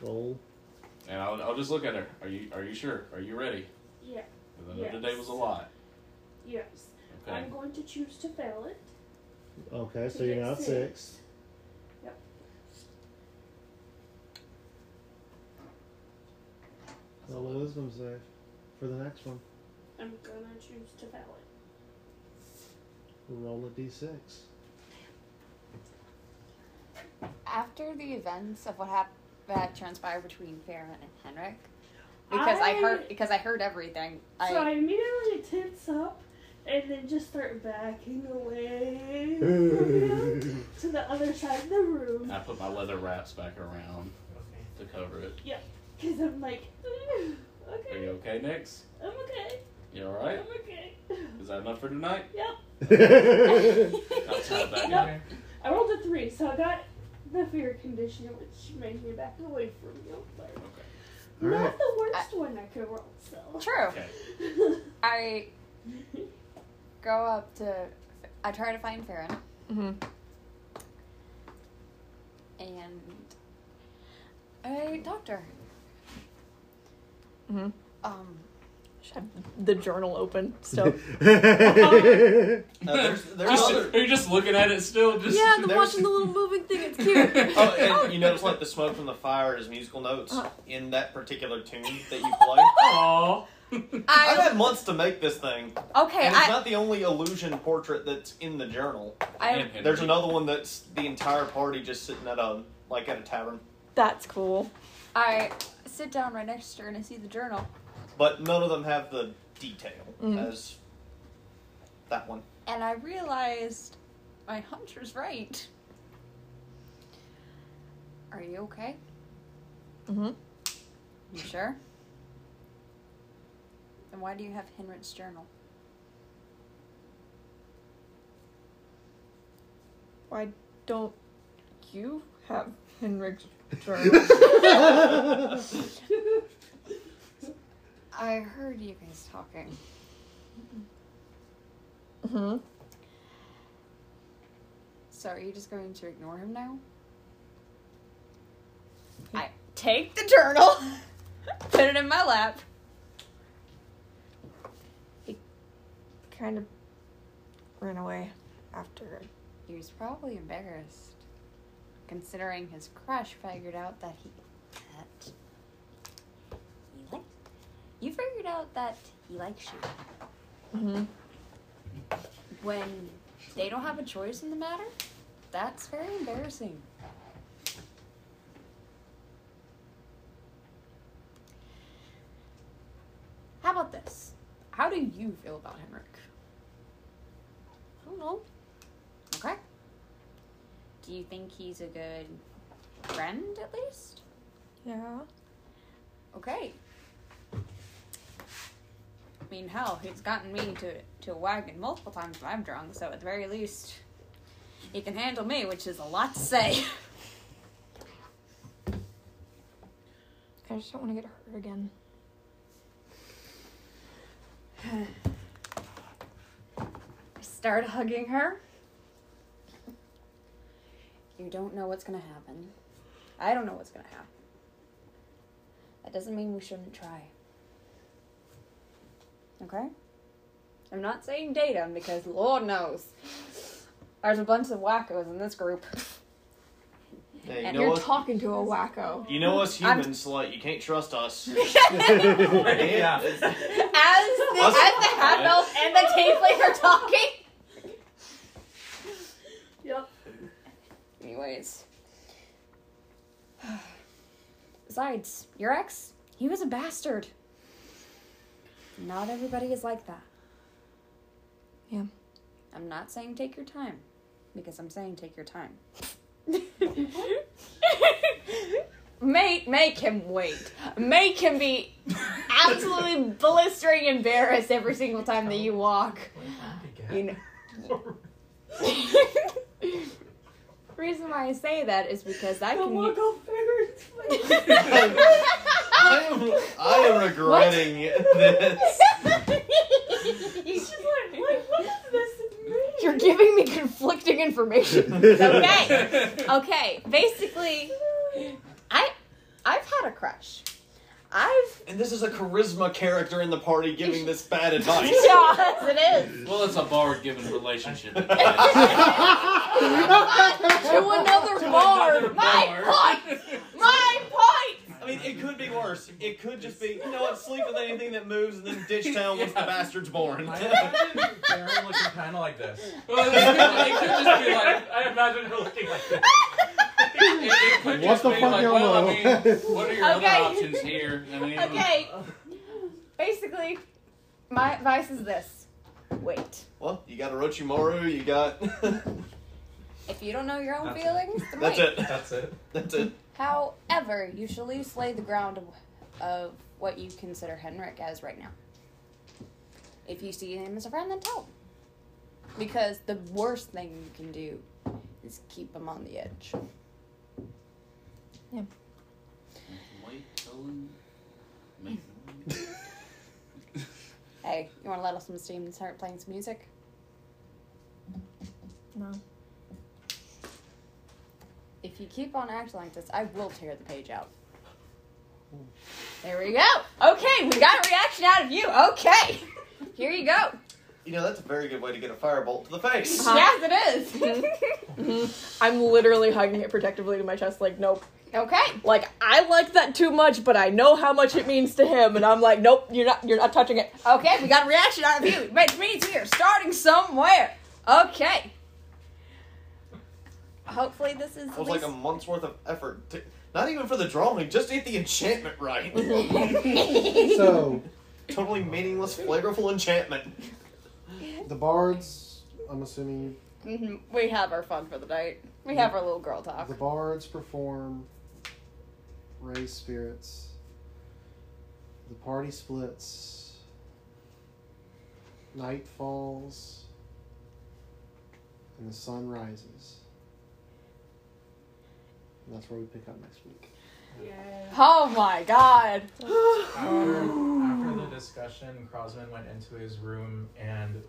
[SPEAKER 24] Roll.
[SPEAKER 13] And I'll, I'll just look at her. Are you are you sure? Are you ready?
[SPEAKER 8] Yeah.
[SPEAKER 13] 'Cause I know today was a lot.
[SPEAKER 8] Yes.
[SPEAKER 13] Okay.
[SPEAKER 8] I'm going to choose to fail it.
[SPEAKER 3] Okay, so
[SPEAKER 8] To
[SPEAKER 3] you're
[SPEAKER 8] get
[SPEAKER 3] now at
[SPEAKER 8] six.
[SPEAKER 3] six.
[SPEAKER 8] Yep.
[SPEAKER 3] Roll a wisdom save for the next one.
[SPEAKER 8] I'm gonna choose to fail it.
[SPEAKER 3] Roll a d6.
[SPEAKER 9] After the events of what happened that transpired between Farron and Henrik, because I,
[SPEAKER 8] I-
[SPEAKER 9] heard because I heard everything.
[SPEAKER 8] So
[SPEAKER 9] [LAUGHS]
[SPEAKER 8] I
[SPEAKER 9] I
[SPEAKER 8] immediately tense up and then just start backing [LAUGHS] away from him
[SPEAKER 13] I
[SPEAKER 8] to the other side of the room.
[SPEAKER 13] put my leather wraps back around to cover it.
[SPEAKER 8] Yeah, because I'm like, "Mm,
[SPEAKER 13] Are
[SPEAKER 8] okay,
[SPEAKER 13] you okay, Nix?
[SPEAKER 8] I'm okay.
[SPEAKER 13] You all right?
[SPEAKER 8] I'm okay. [LAUGHS]
[SPEAKER 13] Is that enough for tonight?
[SPEAKER 8] Yep.
[SPEAKER 13] I'll tie
[SPEAKER 9] [LAUGHS]
[SPEAKER 13] it back
[SPEAKER 17] [LAUGHS]
[SPEAKER 8] Yep.
[SPEAKER 13] in there.
[SPEAKER 8] I rolled a three, so I got the fear condition, which made me back away from you. But not
[SPEAKER 3] Alright.
[SPEAKER 8] the worst one I could roll. So [LAUGHS]
[SPEAKER 9] True. I go up to I try to find Farron
[SPEAKER 7] Mm-hmm.
[SPEAKER 9] and a doctor.
[SPEAKER 7] Mm-hmm.
[SPEAKER 9] Um,
[SPEAKER 7] Should have the journal open
[SPEAKER 25] [LAUGHS]
[SPEAKER 3] [LAUGHS]
[SPEAKER 7] still.
[SPEAKER 5] No, Uh, there's, there's
[SPEAKER 13] Just-
[SPEAKER 5] other.
[SPEAKER 13] Are you just looking at it still? Just
[SPEAKER 7] yeah, the [LAUGHS]
[SPEAKER 5] there's-
[SPEAKER 7] watching the little moving thing. It's [LAUGHS] cute.
[SPEAKER 5] Oh, and you [LAUGHS] notice like the smoke from the fire is musical notes in that particular tune that you play.
[SPEAKER 6] [LAUGHS]
[SPEAKER 13] Aww.
[SPEAKER 5] I've had months to make this thing.
[SPEAKER 9] Okay,
[SPEAKER 5] and it's
[SPEAKER 9] I-
[SPEAKER 5] not the only illusion portrait that's in the journal.
[SPEAKER 7] I-
[SPEAKER 5] There's another one that's the entire party just sitting at a like at a tavern,
[SPEAKER 7] That's cool.
[SPEAKER 9] I sit down right next to her and I see the journal.
[SPEAKER 5] but none of them have the detail
[SPEAKER 9] Mhm.
[SPEAKER 5] as that one.
[SPEAKER 9] And I realized my hunch was right. Are you okay?
[SPEAKER 7] Mm-hmm.
[SPEAKER 9] You sure? Then why do you have Henrik's journal?
[SPEAKER 7] Why don't you have Henrik's journal?
[SPEAKER 9] I heard you guys talking.
[SPEAKER 7] hmm
[SPEAKER 9] So are you just going to ignore him now? I take the journal, [LAUGHS] put it in my lap.
[SPEAKER 7] Kind of ran away after.
[SPEAKER 9] He was probably embarrassed, considering his crush figured out that he that he liked. You figured out that he likes you.
[SPEAKER 7] Mm-hmm.
[SPEAKER 9] When they don't have a choice in the matter, that's very embarrassing. How about this? How do you feel about Henrik? I don't know. Okay. Do you think he's a good friend at least?
[SPEAKER 7] Yeah.
[SPEAKER 9] Okay. I mean, hell, he's gotten me to to a wagon multiple times when I'm drunk, so at the very least, he can handle me, which is a lot to say. [LAUGHS]
[SPEAKER 7] I just don't want to get hurt again.
[SPEAKER 9] I start hugging her. You don't know what's gonna happen. I don't know what's gonna happen. That doesn't mean we shouldn't try. Okay? I'm not saying date him because Lord knows. There's a bunch of wackos in this group.
[SPEAKER 5] Yeah, you
[SPEAKER 7] And
[SPEAKER 5] know
[SPEAKER 7] you're
[SPEAKER 5] us,
[SPEAKER 7] talking
[SPEAKER 5] [LAUGHS]
[SPEAKER 7] to a wacko.
[SPEAKER 5] you know us
[SPEAKER 9] I'm-
[SPEAKER 5] humans, like you can't trust us.
[SPEAKER 26] Yeah.
[SPEAKER 9] As the, as the half elf and the tiefling are talking.
[SPEAKER 8] Yep.
[SPEAKER 9] Anyways. [SIGHS] Besides, your ex, he was a bastard. Not everybody is like that.
[SPEAKER 7] Yeah.
[SPEAKER 9] I'm not saying take your time, because I'm saying take your time. [LAUGHS] make make him wait. Make him be absolutely blistering embarrassed every single time that you walk. You know. [LAUGHS] Reason why I say that is because I can. Walk
[SPEAKER 5] I am, I am regretting this.
[SPEAKER 8] She's like, like, what does this mean?
[SPEAKER 9] You're giving me conflicting
[SPEAKER 5] [LAUGHS]
[SPEAKER 9] information. okay. Okay. Basically, I
[SPEAKER 27] I've had a crush. I've
[SPEAKER 5] And this is a charisma character in the party giving this bad
[SPEAKER 9] [LAUGHS]
[SPEAKER 5] advice.
[SPEAKER 27] yes, it is.
[SPEAKER 13] Well, it's a bard given relationship.
[SPEAKER 27] to another bard. My point. My point.
[SPEAKER 5] I mean, it could be worse. It could just be, you know what, sleep with anything that moves and then ditch town once the bastard's born. [LAUGHS]
[SPEAKER 7] They're looking kind of like this.
[SPEAKER 25] [LAUGHS] I imagine her looking like that. It could just be like, well, I mean,
[SPEAKER 13] what are your
[SPEAKER 27] Okay.
[SPEAKER 13] other options here? I mean,
[SPEAKER 27] [LAUGHS] Okay. Basically, my advice is this: wait.
[SPEAKER 5] Well, you got Orochimaru, you got. [LAUGHS]
[SPEAKER 9] If you don't know your own feelings, then
[SPEAKER 5] That's
[SPEAKER 9] wait.
[SPEAKER 5] it. That's it. That's it.
[SPEAKER 9] However, you should at least lay the ground of, of what you consider Henrik as right now. If you see him as a friend, then tell him. Because the worst thing you can do is keep him on the edge.
[SPEAKER 13] Wait till him- make him-
[SPEAKER 9] Hey, you want to let off some steam and start playing some music?
[SPEAKER 6] No.
[SPEAKER 9] If you keep on acting like this, I will tear the page out. There we go. Okay, we got a reaction out of you. Okay.
[SPEAKER 27] [LAUGHS]
[SPEAKER 9] Here you go.
[SPEAKER 5] You know, that's a very good way to get a firebolt to the face.
[SPEAKER 27] [LAUGHS]
[SPEAKER 9] Yes, it is.
[SPEAKER 27] Uh-huh. Mm-hmm. I'm literally hugging it protectively to my chest, like, nope.
[SPEAKER 9] Okay.
[SPEAKER 27] Like, I like that too much, but I know how much it means to him, and I'm like, nope, you're not, you're not touching it.
[SPEAKER 9] Okay, we got a reaction out of you. It means we are starting somewhere. Okay. Hopefully this is
[SPEAKER 5] It
[SPEAKER 9] at
[SPEAKER 5] was like
[SPEAKER 9] least-
[SPEAKER 5] a month's worth of effort. To, not even for the drawing, just to get the enchantment right.
[SPEAKER 3] [LAUGHS]
[SPEAKER 9] [LAUGHS]
[SPEAKER 8] [LAUGHS]
[SPEAKER 3] So-
[SPEAKER 5] Totally meaningless, flavorful enchantment.
[SPEAKER 3] The bards, I'm assuming
[SPEAKER 9] Mhm, we have our fun for the night. We have our little girl talk.
[SPEAKER 3] the bards perform, raise spirits. The party splits. Night falls, and the sun rises. And that's where we pick up next week.
[SPEAKER 9] Oh my god.
[SPEAKER 7] After, after the discussion, Crosman went into his room and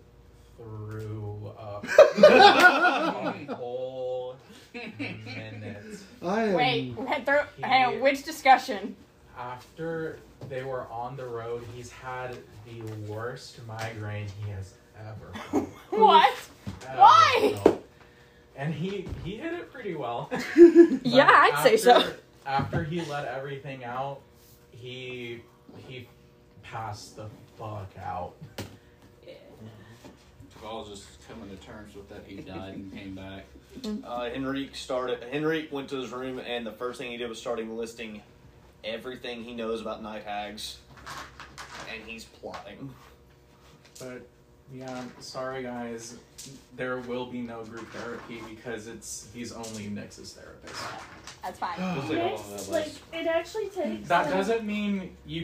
[SPEAKER 7] threw up a whole minute.
[SPEAKER 3] I am.
[SPEAKER 9] Wait, went through, hang on, which discussion?
[SPEAKER 7] After they were on the road, he's had the worst migraine he has ever felt.
[SPEAKER 9] What?
[SPEAKER 7] Ever
[SPEAKER 9] Why?
[SPEAKER 7] felt. And he he hit it pretty well.
[SPEAKER 27] Yeah, I'd say so.
[SPEAKER 7] After he let everything out, he he passed the fuck out.
[SPEAKER 13] Paul's just coming to terms with that he died and came back.
[SPEAKER 5] Uh, Henrique started. Henrique went to his room, and the first thing he did was starting listing everything he knows about night hags, and he's plotting.
[SPEAKER 7] But yeah, I'm sorry guys, there will be no group therapy because it's he's only Nix's therapist.
[SPEAKER 9] That's fine.
[SPEAKER 7] Looks like all of that
[SPEAKER 8] Next, like, it actually takes.
[SPEAKER 7] That
[SPEAKER 8] like-
[SPEAKER 7] doesn't mean you